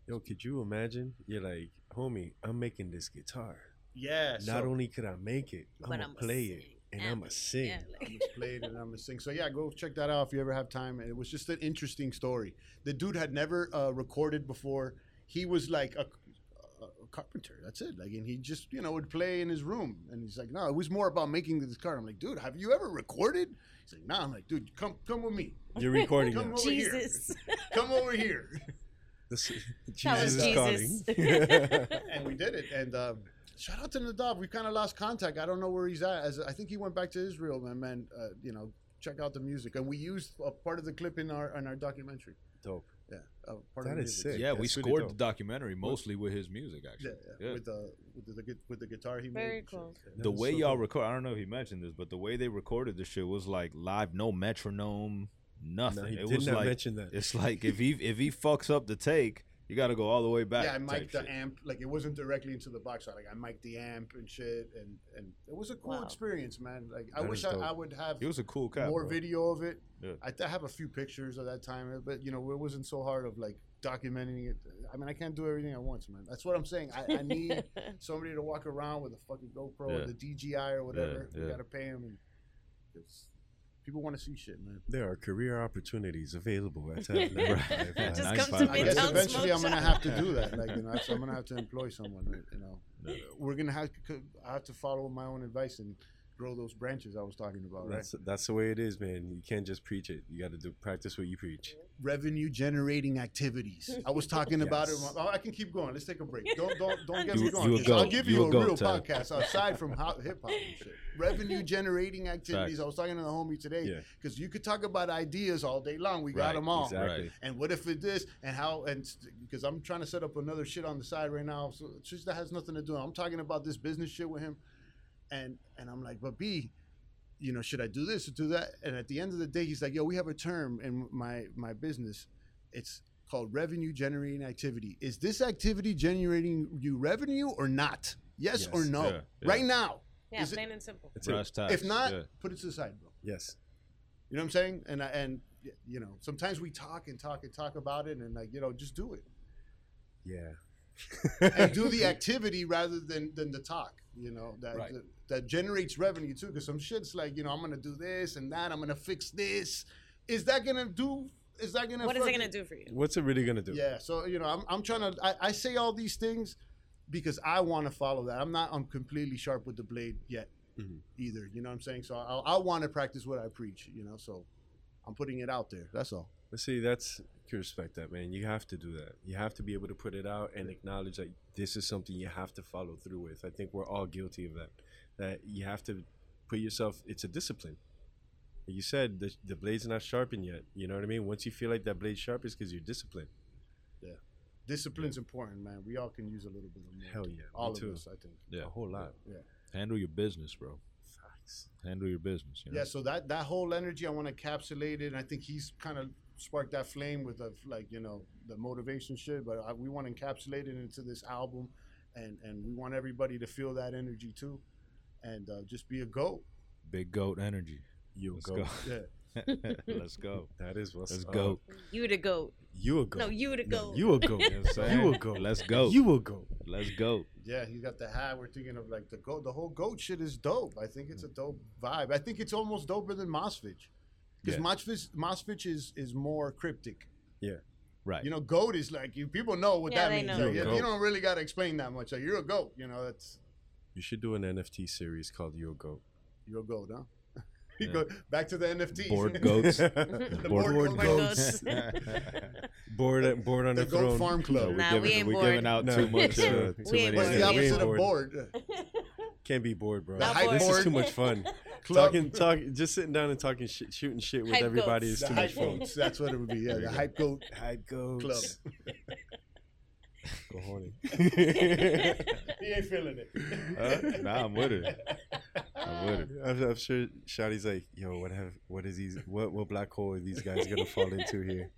Yo, could you imagine? You're like, homie, I'm making this guitar.
yeah,
Not
so-
only could I make it, I'm
But
gonna
I'ma
play it
sing.
and
And-
I'm gonna sing.
Yeah.
I'm
like-
just played and I'm gonna sing. So yeah, go check that out if you ever have time. And it was just an interesting story. The dude had never uh, recorded before. He was like a, a a carpenter. That's it. Like, and he just you know would play in his room. And he's like, no, it was more about making this car. I'm like, dude, have you ever recorded? He's like, nah. I'm like, dude, come come with me.
You're recording
Come
now.
over here.
Jesus.
Come over here.
This-
That
Jesus
was
is
Jesus.
calling.
and we did it. And um, shout out to Nadav. We kind of lost contact. I don't know where he's at. As I think he went back to Israel, man. Man, uh, you know, check out the music. And we used a part of the clip in our in our documentary.
Dope.
Yeah, uh, part
That
of the
is
music.
sick.
Yeah, we
That's really
scored the
dope.
documentary mostly with his music, actually.
Yeah, yeah,
Yeah.
With, the, with the gu- with the guitar he made.
Very
and shit.
cool.
That
the
was
way
so
y'all
dope.
record, I don't know if he mentioned this, but the way they recorded this shit was like live, no metronome, nothing.
No, he
it
did
was
not
like
mention that.
it's like if he if he fucks up the take, you got to go all the way back.
Yeah, I
type
mic'd the
shit.
amp. Like it wasn't directly into the box. I like I mic'd the amp and shit, and and it was a cool
Wow.
experience, man. Like I
That
wish
is
I,
dope.
I would have
He was a cool cat.
more
bro.
video of it.
Yeah.
I, th- I have a few pictures of that time, but you know, it wasn't so hard of like documenting it. I mean, I can't do everything at once, man. That's what I'm saying. I, I need somebody to walk around with a fucking GoPro or
Yeah.
the DJI or whatever. You
yeah.
gotta pay them. And it's, people want to see shit, man.
There are career opportunities available at Tablet.
Right.
Right.
Just
Nice
come
vibe.
to
I
me
guess
down,
eventually
smoke
I'm gonna
shop.
have to do that. Like, you know, I'm gonna have to employ someone. You know, we're gonna have to. I have to follow my own advice and grow those branches I was talking about. Right?
That's that's the way it is, man. You can't just preach it. You got to do practice what you preach.
revenue generating activities. I was talking about it.
Yes.
Oh, I can keep going. Let's take a break. Don't don't don't get
You-
me going.
you a
'cause
goat.
I'll give you,
You a
a,
goat,
real
Ty.
podcast aside from hip hop and shit. Revenue generating activities. I was talking to the homie
Yeah.
today because you could talk about ideas all day long. We got
Right,
them all.
Exactly.
And what if it this and how and because I'm trying to set up another shit on the side right now. So it's just that has nothing to do. I'm talking about this business shit with him, and and I'm like, but B, you know, should I do this or do that? And at the end of the day, he's like, yo, we have a term in my my business. It's called revenue generating activity. Is this activity generating you revenue or not? Yes,
Yes.
or no?
Yeah, yeah.
Right now.
Yeah,
Is it-
plain and simple.
That's
Brass
it.
tacks,
if not,
yeah.
put it to the side, bro.
Yes.
You know what I'm saying? And I, and y- you know, sometimes we talk and talk and talk about it, and like you know, just do it
Yeah.
and do the activity rather than than the talk. You know that
Right.
that, that generates revenue too, because some shit's like you know I'm gonna do this and that, I'm gonna fix this. Is that gonna do? Is that gonna?
What is it
fucking-
gonna do for you?
What's it really gonna do?
Yeah, so you know I'm I'm trying to I, I say all these things because I want to follow that. I'm not I'm completely sharp with the blade yet
Mhm.
either. You know what I'm saying? So I I want to practice what I preach. You know, so I'm putting it out there. That's all.
But see, that's you can respect that, man. You have to do that. You have to be able to put it out and acknowledge that this is something you have to follow through with. I think we're all guilty of that. That you have to put yourself. It's a discipline. Like you said the the blade's not sharpened yet. You know what I mean? Once you feel like that blade's sharp, it's because you're disciplined.
Discipline's important, man. We all can use a little bit of more.
Hell yeah, me
all of
too.
us, I think.
Yeah.
A whole lot.
handle your business, bro.
Facts.
Handle your business. You know?
Yeah, so that that whole energy, I want to encapsulate it, and I think he's kind of sparked that flame with the like you know the motivation shit. But I, we want to encapsulate it into this album, and and we want everybody to feel that energy too, and uh, just be a goat.
Big goat energy.
You
Let's
go.
go.
Yeah,
Let's go.
That is what's
Let's
up.
go.
You to go.
You a go.
No, you to
No,
go.
you a go.
You know what I'm saying?
You a go.
Let's go.
You will go.
Let's go.
yeah. He's got the hat. We're thinking of like the goat. The whole goat shit is dope. I think
Hmm.
it's a dope vibe. I think it's almost doper than Mosfich,
Yeah.
because Mosfich Mosfich is is more cryptic.
Right.
You know, goat is like you. People know what
Yeah,
that
they
means.
know.
Like,
You're a
you
goat.
don't really got to explain that much. Like, you're a goat. You know, that's
You should do an NFT series called You a Go.
you're a goat, huh? We
Yeah.
go back to the NFTs.
Bored goats.
The
board
board
goats.
goats.
board, board on
the
the
Goat
throne.
Farm Club.
Nah, we ain't
we're
bored.
giving out
No,
too much.
we
Uh,
ain't
too
bored.
many.
What's the
Yeah, we ain't
opposite of
bored.
bored?
Can't be bored, bro.
The hype
this
board.
is too much fun.
Club.
Talking, talking, just sitting down and talking shit, shooting shit with
Hype
everybody
goats.
is
The
too much
hype
fun.
goats. That's what it would be. Yeah,
There you
the
go.
hype goat
Hype
club.
goats. Go horny.
He ain't feeling it.
Huh? uh, Nah, I'm with it. I'm with it.
I'm, I'm sure Shotty's like, yo, what have, what is these, what, what black hole are these guys gonna fall into here?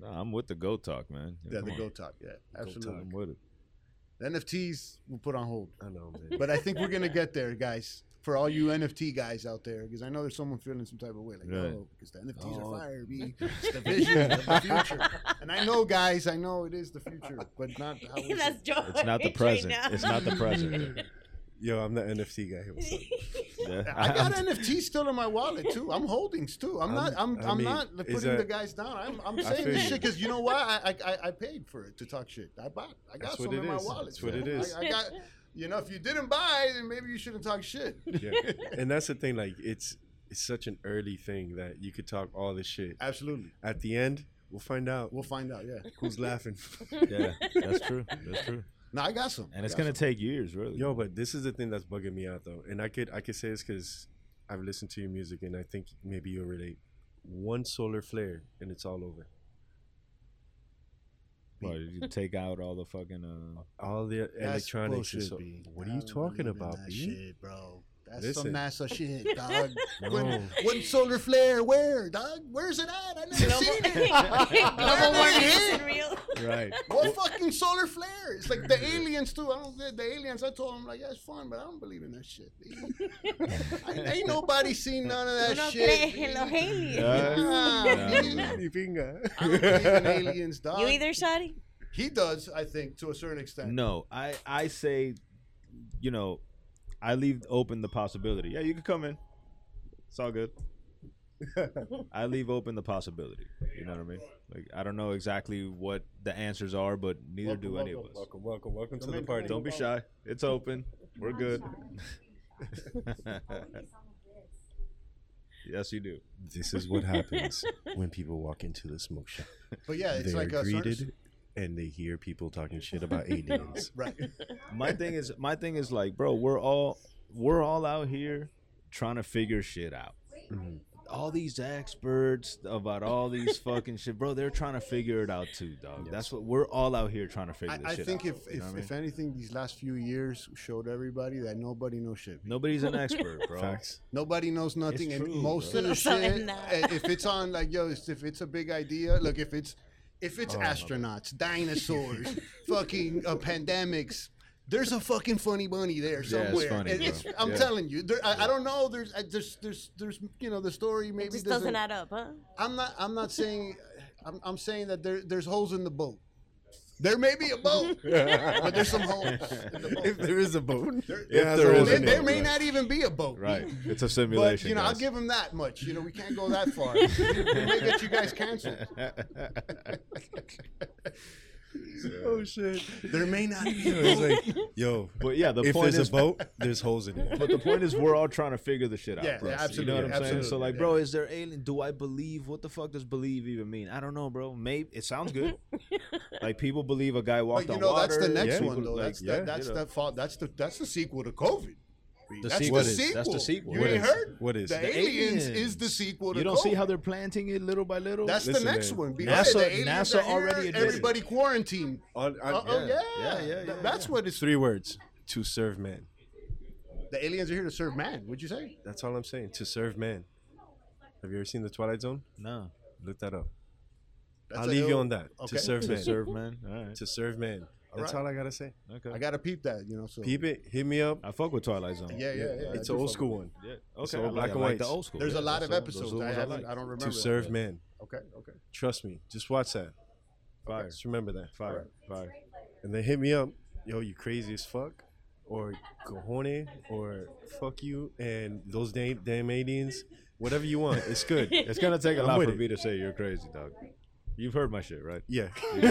Nah, I'm with the goat talk, man.
Yeah, the
come on.
goat talk. Yeah, absolutely.
I'm with it.
The NFTs we'll put on hold.
I know, man.
But I think we're gonna get there, guys. For all you NFT guys out there, because I know there's someone feeling some type of way, like,
Right.
oh, because the NFTs
Oh.
are fire, B. It's the vision of the future. And I know, guys, I know it is the future, but not how we
That's George.
It's not the
right
present.
now.
It's not the present.
yo, I'm the NFT guy. What's up?
Yeah.
I got NFTs still in my wallet too. I'm holdings too. I'm, not. I'm.
I
I'm
mean,
not
is
putting
that-
the guys down. I'm. I'm
I
saying
feel
this
you.
shit because you know why? I, I. I- I paid for it to talk shit. I bought. I got
That's
some
what
in
it
my
is.
wallet.
That's what
so
it is.
I, I got. You know, if you didn't buy, then maybe you shouldn't talk shit.
yeah. And that's the thing, like it's it's such an early thing that you could talk all this shit.
Absolutely.
At the end, we'll find out
We'll find out. Yeah.
who's laughing.
yeah, that's true. That's true.
No, I got some.
And it's
I got
gonna take years, really.
Yo, but this is the thing that's bugging me out though, and I could I could say this because I've listened to your music and I think maybe you'll relate. One solar flare and it's all over.
Bro, you take out all the fucking. Uh,
All the
That's
electronics. and
bullshit,
so-
B.
what are
I
you
don't
talking
believe in
about,
that
B?
Shit, bro. That's
Listen.
some NASA shit, dog.
No.
When solar flare, where, dog? Where's it at? I never seen it.
Global warming isn't real.
right.
What fucking solar flare? It's like the aliens too. I don't. The, the aliens. I told them like, yeah, it's fun, but I don't believe in that shit. I, ain't nobody seen none of that
Tú no
shit.
crees
B.
en los aliens.
Yeah.
Nah,
No,
B.
no.
Ni pinga.
I don't believe in aliens, dog.
You either, Shotty?
He does, I think, to a certain extent.
No, I I say, you know, I leave open the possibility. Yeah, you can come in. It's all good. I leave open the possibility. You know what I mean? Like I don't know exactly what the answers are, but neither
Welcome,
do any of
welcome,
us.
Welcome, welcome, welcome to
Come
the
in,
party.
Don't be shy. It's open. We're good.
Oh,
yes, you do.
This is what happens when people walk into the smoke shop.
But yeah, it's
They're
like a
greeted
certain.
and they hear people talking shit about aliens.
Right.
my thing is my thing is like bro we're all we're all out here trying to figure shit out
Mhm.
all these experts about all these fucking shit bro they're trying to figure it out too dog that's what we're all out here trying to figure
I,
this
I
shit
think
out
if
you
if,
know what I mean?
if anything, these last few years showed everybody that nobody knows shit.
nobody's an expert bro
Facts.
Nobody knows nothing, and
true,
most
bro.
of the
So, and
shit.
that-
eh, if it's on like yo, it's- if it's a big idea, look if it's if
Oh,
it's astronauts, dinosaurs, fucking uh, pandemics. There's a fucking funny bunny there
Yeah, it's
somewhere.
funny,
And
bro.
it's- I'm
Yeah.
telling you, there, I, I don't know. There's, I, there's, there's, there's, you know, the story maybe
It just doesn't add up, huh?
I'm not. I'm not saying. I'm, I'm saying that there, there's holes in the boat. There may be a boat, but there's some holes in the boat.
If there is a boat,
if there is
There,
a
there
boat,
may
right.
not even be a boat.
right it's a
But
simulation
you know, I'll
guys.
give him that much. You know, we can't go that far. we may get you guys canceled.
Oh shit!
There may not be.
It's like, yo,
but yeah the
if
point
there's
is
a boat, there's holes in it.
but the point is we're all trying to figure the shit out
Yeah,
bro.
yeah,
you know
absolutely,
what i'm saying so
absolutely,
like
yeah.
bro is there alien do i believe what the fuck does believe even mean i don't know bro maybe it sounds good like people believe a guy walked
But you
on
know,
water
that's the next
yeah.
one though.
Like,
that's
yeah,
the, that's
you know.
the fault. That's the that's the sequel to COVID.
The
that's
sequel
the
is-
sequel.
that's the sequel.
You
What
ain't
is-
heard.
what is-
the,
The
aliens,
Aliens.
is the sequel.
You
to
don't see
COVID.
how they're planting it little by little.
That's
Listen,
the next
man.
one. Because
NASA-
the aliens
NASA
are here,
already admitted.
Everybody quarantined.
On, on-
Uh, oh yeah.
yeah, yeah, yeah,
Th-
yeah,
That's what it's.
Three words to serve man.
The aliens are here to serve man. Would you say?
That's all I'm saying. To serve man. Have you ever seen the Twilight Zone?
no.
Look that up.
That's
I'll
a
leave you
ill-
on that.
okay.
To serve man.
Serve man. All right.
to serve man. That's
Alright.
all I gotta say.
Okay.
I gotta peep that. You know. So
Peep it. Hit me up.
I fuck with Twilight Zone.
Yeah, yeah, yeah. I
It's
do
an old
fuck
school
with
one.
Yeah.
It's
Okay.
all
I
black
like,
and
I like the
whites.
old school.
There's
yeah,
a lot
that's
of
all- those are
episodes.
the
I
ones
haven't.
like.
I don't remember.
To serve man.
Okay. Okay.
Trust me. Just watch that.
Fire.
Just remember that.
Fire. Fire.
And then hit me up. Yo, you crazy as fuck. Or cojones. Or fuck you. And those damn, damn aliens. Whatever you want. It's good.
It's gonna take a
I'm
lot
with
for
it.
me to say you're crazy, dog. You've heard my shit, right?
Yeah,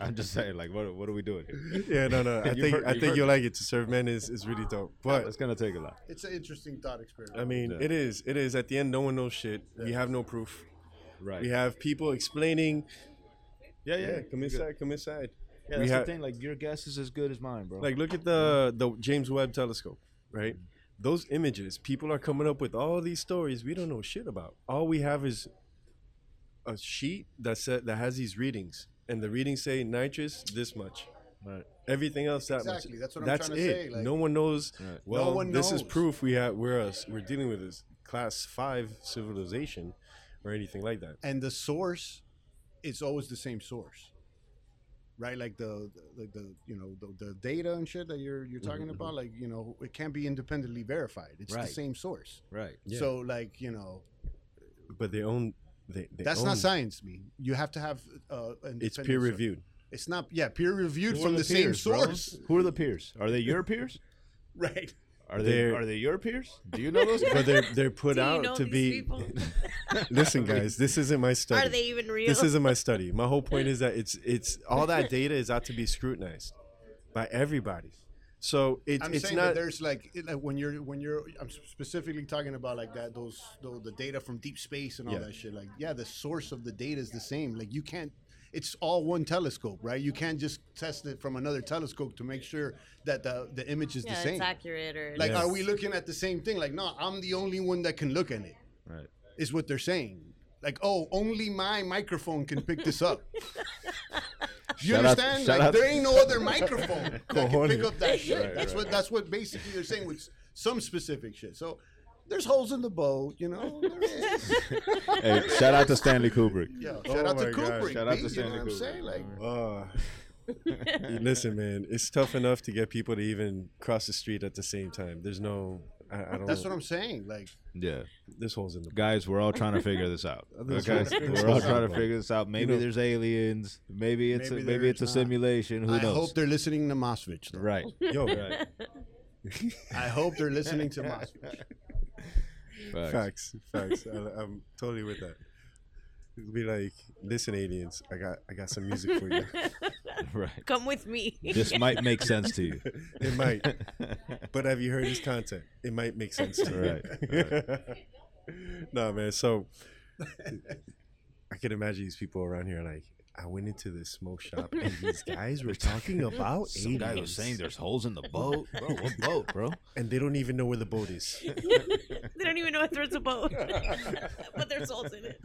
I'm just saying, like, what what are we doing here?
yeah, no, no. I
You've
think
heard-
I
you've
think
heard
you'll like it. To serve men is, is really dope. But
it's gonna take a lot.
It's an interesting thought experiment.
I mean,
Yeah.
it is. It is. At the end, no one knows shit. We have no proof.
Right.
We have people explaining.
yeah,
Yeah, come
you're good.
inside. Come inside. We
Yeah, that's
have-
the thing. Like, your guess is as good as mine, bro.
Like, look at the the James Webb Telescope,
Mm-hmm.
right? Those images. People are coming up with all these stories we don't know shit about. All we have is a sheet that said that has these readings, and the readings say nitrous this much.
Right.
Everything else that much.
exactly. That's what I'm
That's
trying
it.
to say. Like,
no one knows.
Right.
Well,
one
this is
knows.
proof we have. We're us. We're dealing with this class five civilization, or anything like that.
and the source it's always the same source right like the like the you know the, the data and shit that you're you're talking
Mhm,
about like you know it can't be independently verified it's
Right.
the same source
right.
Yeah.
so like you know
But they own. They, they
that's not
own-
science me you have to have uh
It's
independent
peer
source.
reviewed.
it's not yeah peer reviewed
Who
from
are
the, same
peers, bro?
source
Who are the peers? Are they your peers?
right
Are they
They're-
are they your peers? Do you know those?
But they're they're put
Do you
out
know
to
these
be.
people?
Listen, guys, this isn't my study.
Are they even real?
this isn't my study. My whole point is that it's it's all that data is out to be scrutinized by everybody. So it,
I'm
it's
saying
not.
that there's like, it- like when you're when you're I'm specifically talking about like that those the, the data from deep space and all
Yeah.
that shit. Like, yeah, the source of the data is the same. Like, you can't. It's all one telescope, right? You can't just test it from another telescope to make sure that the the image is
yeah,
the same.
it's accurate or
Like,
Yes.
are we looking at the same thing? Like, no, I'm the only one that can look at it.
Right.
Is what they're saying. Like, oh, only my microphone can pick this up. You
Shout out-
understand?
shout
like
out-
there ain't no other microphone that can pick
Cojones.
up that shit.
Right,
that's
right,
what
right.
that's what basically they're saying with s- some specific shit. So there's holes in the boat, you know. There is.
hey, shout out to Stanley Kubrick.
Yo,
Oh
shout out to
my God.
Kubrick.
Shout out
B,
to
you know
Stanley
what I'm
Kubrick.
saying?
Uh,
Like
listen, man, it's tough enough to get people to even cross the street at the same time. There's no. I, I don't.
that's
know.
what I'm saying. Like
Yeah,
There's holes in the.
guys, we're all trying to figure this out.
There's
Okay,
holes- there's
we're all
holes in
trying
the
to
boat.
figure this out. Maybe
know-
there's aliens. Maybe it's
Maybe
a, maybe it's a
there's not.
simulation. Who
I
knows?
hope they're listening to Mosvich. Though.
right.
Yo,
Right.
I hope they're listening to Mosvich.
Facts.
Facts, facts. I, I'm totally with that. It'll be like, listen, aliens, I got, I got some music for you.
Right.
come with me.
This might make sense to you.
It might, but have you heard his content? It might make sense to you. no, man. So, I can imagine these people around here like, I went into this smoke shop and these guys were talking about
Some guy was
aliens,
saying there's holes in the boat, bro. What boat, bro?
and they don't even know where the boat is.
they don't even know if there's a boat, but there's holes in it.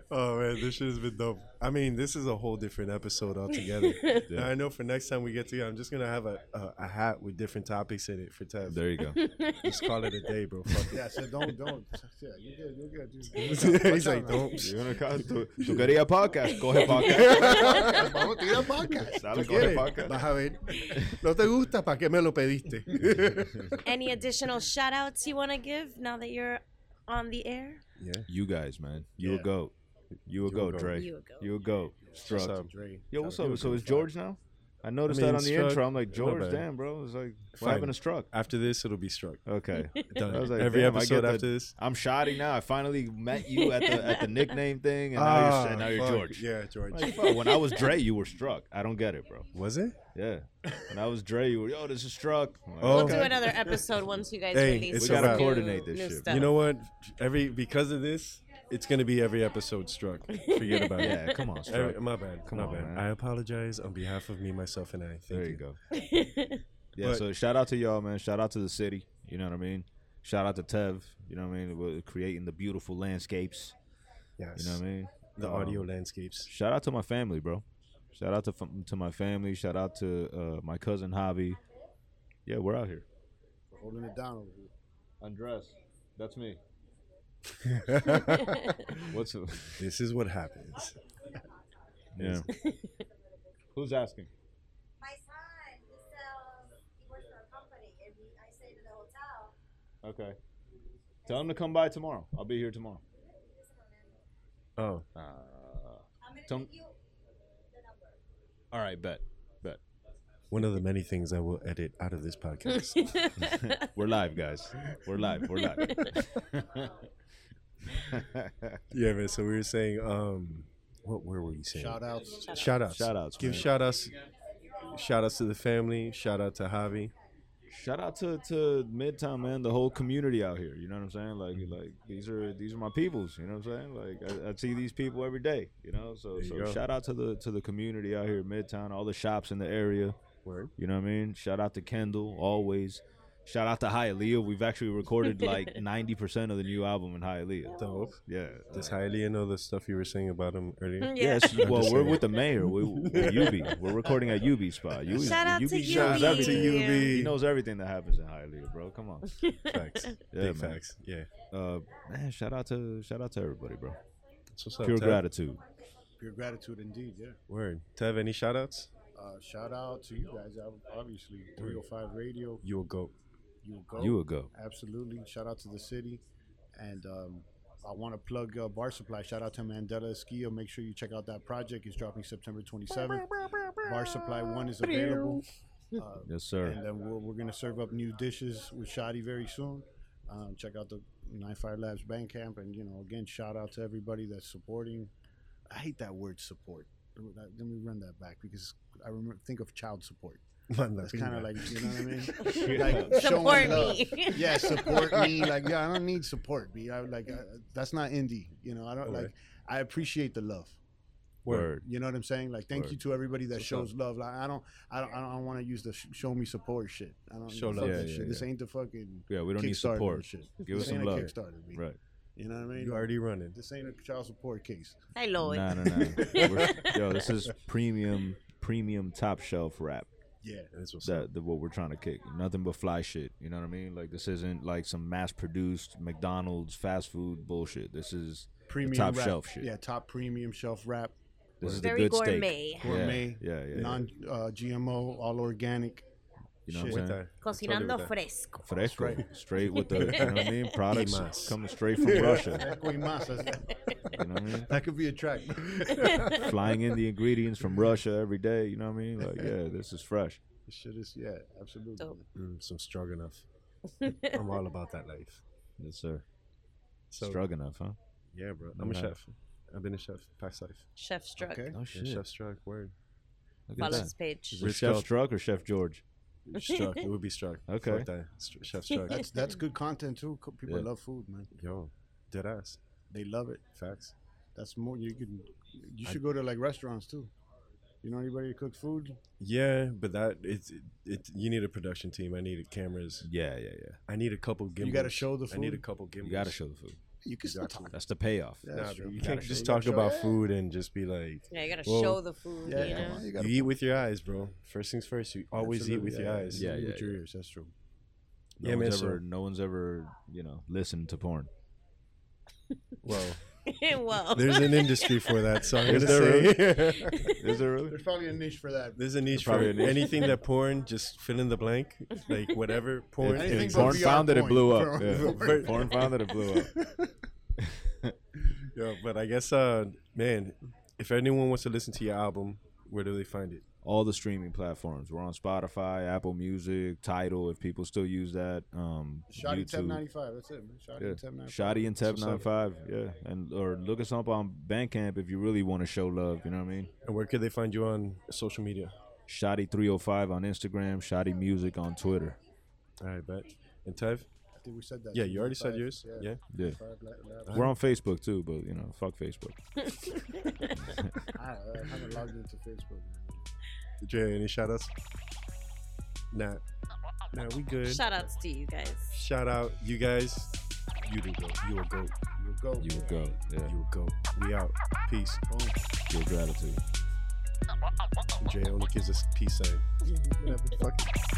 oh man, this shit has been dope. I mean, this is a whole different episode altogether. Now, I know for next time we get together, I'm just gonna have a, a, a hat with different topics in it for Tev.
There you go.
Just call it a day, bro. Fuck
Yeah, so don't don't. Yeah, you're good. You're good. Just-
it. He's like,
Watch out,
don't.
You're gonna call tu, tu quería podcast. Coge podcast.
man. Vamos a tirar podcast.
Dale,
Get
coge
it.
podcast.
Vas a ver. No te gusta, ¿para qué me lo pediste?
Any additional shout outs you want to give now that you're on the air?
yeah.
You guys, man. You
Yeah.
a goat. You a goat,
goat.
Dre.
You a goat.
You a goat. Strux.
So,
Dre.
Yo, what's
You a
up? So
goat.
is George now? I noticed
I mean,
that on the
Strux-
intro. I'm like,
my
George,
bad.
damn, bro. It's like, what
Fine.
happened to struck?
After this, it'll be struck.
Okay.
Done.
I was like,
Every
damn, I
episode
get that.
after this.
I'm shoddy now. I finally met you at the at the nickname thing, and now
Ah,
you're, now you're
fuck.
George.
Yeah, George.
Like, fuck, when I was Dre, you were struck. I don't get it, bro.
Was it?
Yeah. When I was Dre, you were, yo, this is struck. I'm like,
Oh.
We'll
Okay.
do another episode once you guys
Hey,
release.
it's
some
a wrap.
new-
Coordinate this
new
shit.
stuff.
You know what? Every because of this, it's gonna be every episode struck. Forget about it.
Yeah, come on,
Every-
struck.
my bad.
Come
my
on,
bad.
man.
I apologize on behalf of me, myself, and I. Thank
There
you.
you go. yeah,
But-
so shout out to y'all, man. Shout out to the city. You know what I mean? Shout out to Tev. You know what I mean? We're creating the beautiful landscapes.
Yes.
You know what I mean?
The
Um,
audio landscapes.
Shout out to my family, bro. Shout out to fam- to my family. Shout out to uh, my cousin Hobby. Yeah, we're out here.
We're holding it down over here.
Andres, that's me. What's
This is what happens.
yeah? Who's asking?
my son, he sells, he works for a company, and he, I stayed at the hotel.
Okay. Tell him to come by tomorrow. I'll be here tomorrow.
Oh,
Uh,
I'm gonna
Tom-
give you the number.
all right, bet, bet.
one of the many things I will edit out of this podcast.
We're live, guys. We're live. We're live.
Yeah, man. So we were saying, um, what were we saying?
Shout outs.
Shout outs.
Shout outs.
Give
man.
shout outs. Shout outs to the family. Shout out to Javi.
Shout out to to Midtown, man. The whole community out here. You know what I'm saying? Like
Mm-hmm.
like these are these are my peoples. You know what I'm saying? Like I, I see these people every day. You know. So
There you
so
go.
shout out to the to the community out here, in Midtown. All the shops in the area.
Word.
You know what I mean? Shout out to Kendall always. Shout out to Hialeah. We've actually recorded like 90% of the new album in Hialeah.
Dope.
Yeah.
Does Hailey know the stuff you were saying about him earlier?
Yes.
I'm
well,
just
we're
saying.
with the mayor. We, we're UB. We're recording at UB spot. UB,
Shout out to
Shout
UB.
out to
everything. He
UB.
knows everything that happens in Hialeah, bro. Come on.
Facts.
Yeah,
Big
man.
facts. Yeah.
Uh, man, shout out to shout out to everybody, bro.
That's what's up,
Pure
Tev.
gratitude.
Pure gratitude indeed, yeah.
Word. Tev, any shout outs?
Uh, shout out to you guys, ob- obviously. 305 Radio,
You a goat.
you go.
You a go.
Absolutely. Shout out to the city. And um, I want to plug uh, Bar Supply. Shout out to Mandela Esquia. Make sure you check out that project. It's dropping September 27th. Bar Supply 1 is available. Uh,
Yes, sir.
and then we're, we're going to serve up new dishes with Shadi very soon. Um, check out the Nine Fire Labs Bandcamp, and you know, again, shout out to everybody that's supporting. I hate that word support. Let me- Let me run that back because I remember think of child support. That's kind of like you know what I mean. Like
Support
showing love.
me.
Yeah, support me. Like yeah, I don't need support. B. I like I, that's not indie. You know, I don't
Alright.
like. I appreciate the love.
Word.
You know what I'm saying? Like, thank you
Word.
to everybody that
What's
shows love. Like, I don't, I don't, I don't want to use the sh- show me support shit. I don't
Show
fuck
love.
that
Yeah,
shit.
yeah,
This
yeah.
ain't the fucking
Yeah, we don't need
Kickstarter
support.
shit.
Give
this
us some
ain't
love.
a Kickstarter, B.
Right.
You know what I mean?
You already running.
This ain't a child support case.
Hi, Lloyd.
Nah, nah, nah. We're- Yo, this is premium, premium top shelf rap.
Yeah.
That's what's up.
that, that what we're trying to kick. Nothing but fly shit. You know what I mean? Like this isn't like some mass produced McDonald's fast food bullshit. This is
Premium
top
rap.
shelf shit.
Yeah, top premium shelf wrap,
this is
Very
the good steak.
gourmet.
Yeah,
Gourmet.
Yeah, yeah. yeah.
non uh, GMO, all organic.
you know
shit.
With
what I'm saying?
that.
Cocinando
Totally with
fresco.
Fresco, straight with the you know what I mean. Products
Mas.
coming straight from Russia.
Taco y más. That's-
You know what I mean?
That could be a track.
Flying in the ingredients from Russia every day. You know what I mean? Like yeah, this is fresh.
This shit is yeah, absolutely.
Dope.
Mm, some stroganoff. I'm all about that life.
Yes, sir.
So
Strong enough, huh?
yeah, bro. I'm
I'm
a
not-
chef. I've been a chef past life.
Chef Struck.
Okay.
Oh
Yeah,
shit.
chef struck. Word.
Look at
Follow
that.
his page.
Is it Chef Struck or Chef George?
Struck. It would be struck.
Okay.
Fuck that. Str- chef struck.
That's that's good content too. Co- People
Yeah.
love food, man.
Yo, dead ass.
They love it.
Facts.
That's more you can. You should go to like restaurants too. You know anybody that cooks food?
Yeah, but that it's it, it. You need a production team. I need cameras.
Yeah, yeah, yeah.
I need a couple gimbals.
You got to show the food.
I need a couple gimbals.
You gotta show the food.
You can still
got
talk.
That's the payoff.
Yeah,
Nah,
that's
bro,
true.
you
You
can't
gotta
just
show- you
talk
gotta show-
about
yeah.
food and just be like,
Yeah, you gotta
Well,
show the food.
Yeah,
you
come
know?
on, you
you
gotta
eat with your eyes, bro. First things first, you always eat
Absolutely,
with
yeah,
your
yeah,
eyes.
Yeah,
eat
yeah,
with your ears. That's true.
No
Yeah, man,
one's
so-
ever, no one's ever, you know, listened to porn.
Well,
Whoa.
there's an industry for that, so I'm gonna
Is there
say
Is there really?
There's probably a niche for that.
there's a niche
Probably
for
a niche.
anything that porn. Just fill in the blank, like whatever porn.
Anything
is.
but
porn
VR
found that it
porn.
blew up.
Porn-
Yeah.
porn.
porn found that it blew up.
Yeah, but I guess, uh, man, if anyone wants to listen to your album, where do they find it?
All the streaming platforms. We're on Spotify, Apple Music, Tidal. If people still use that, um,
Shoddy Tep
YouTube.
95. That's it, man. Shoddy
Yeah.
Tep 95.
Shoddy and Teb
That's what's up.
95, yeah, and or look us up on Bandcamp if you really want to show love. You know what I mean?
And where could they find you on social media?
Shoddy 305 on Instagram, Shoddy Music on Twitter.
All right, bet. And Tev?
I think we said that.
Yeah, you already said
95,
yours. Yeah.
Yeah,
Five, like, like,
we're on Facebook too, but you know, fuck Facebook.
I, I haven't logged into Facebook.
Jay, any shout outs? Nah. Nah, we good.
Shout outs to you guys.
Shout out you guys. You do go. You a goat.
You go.
You would go, yeah.
You a goat. We out. Peace.
Your gratitude.
Jay only gives us peace eh? sign.
Whatever. Fuck it.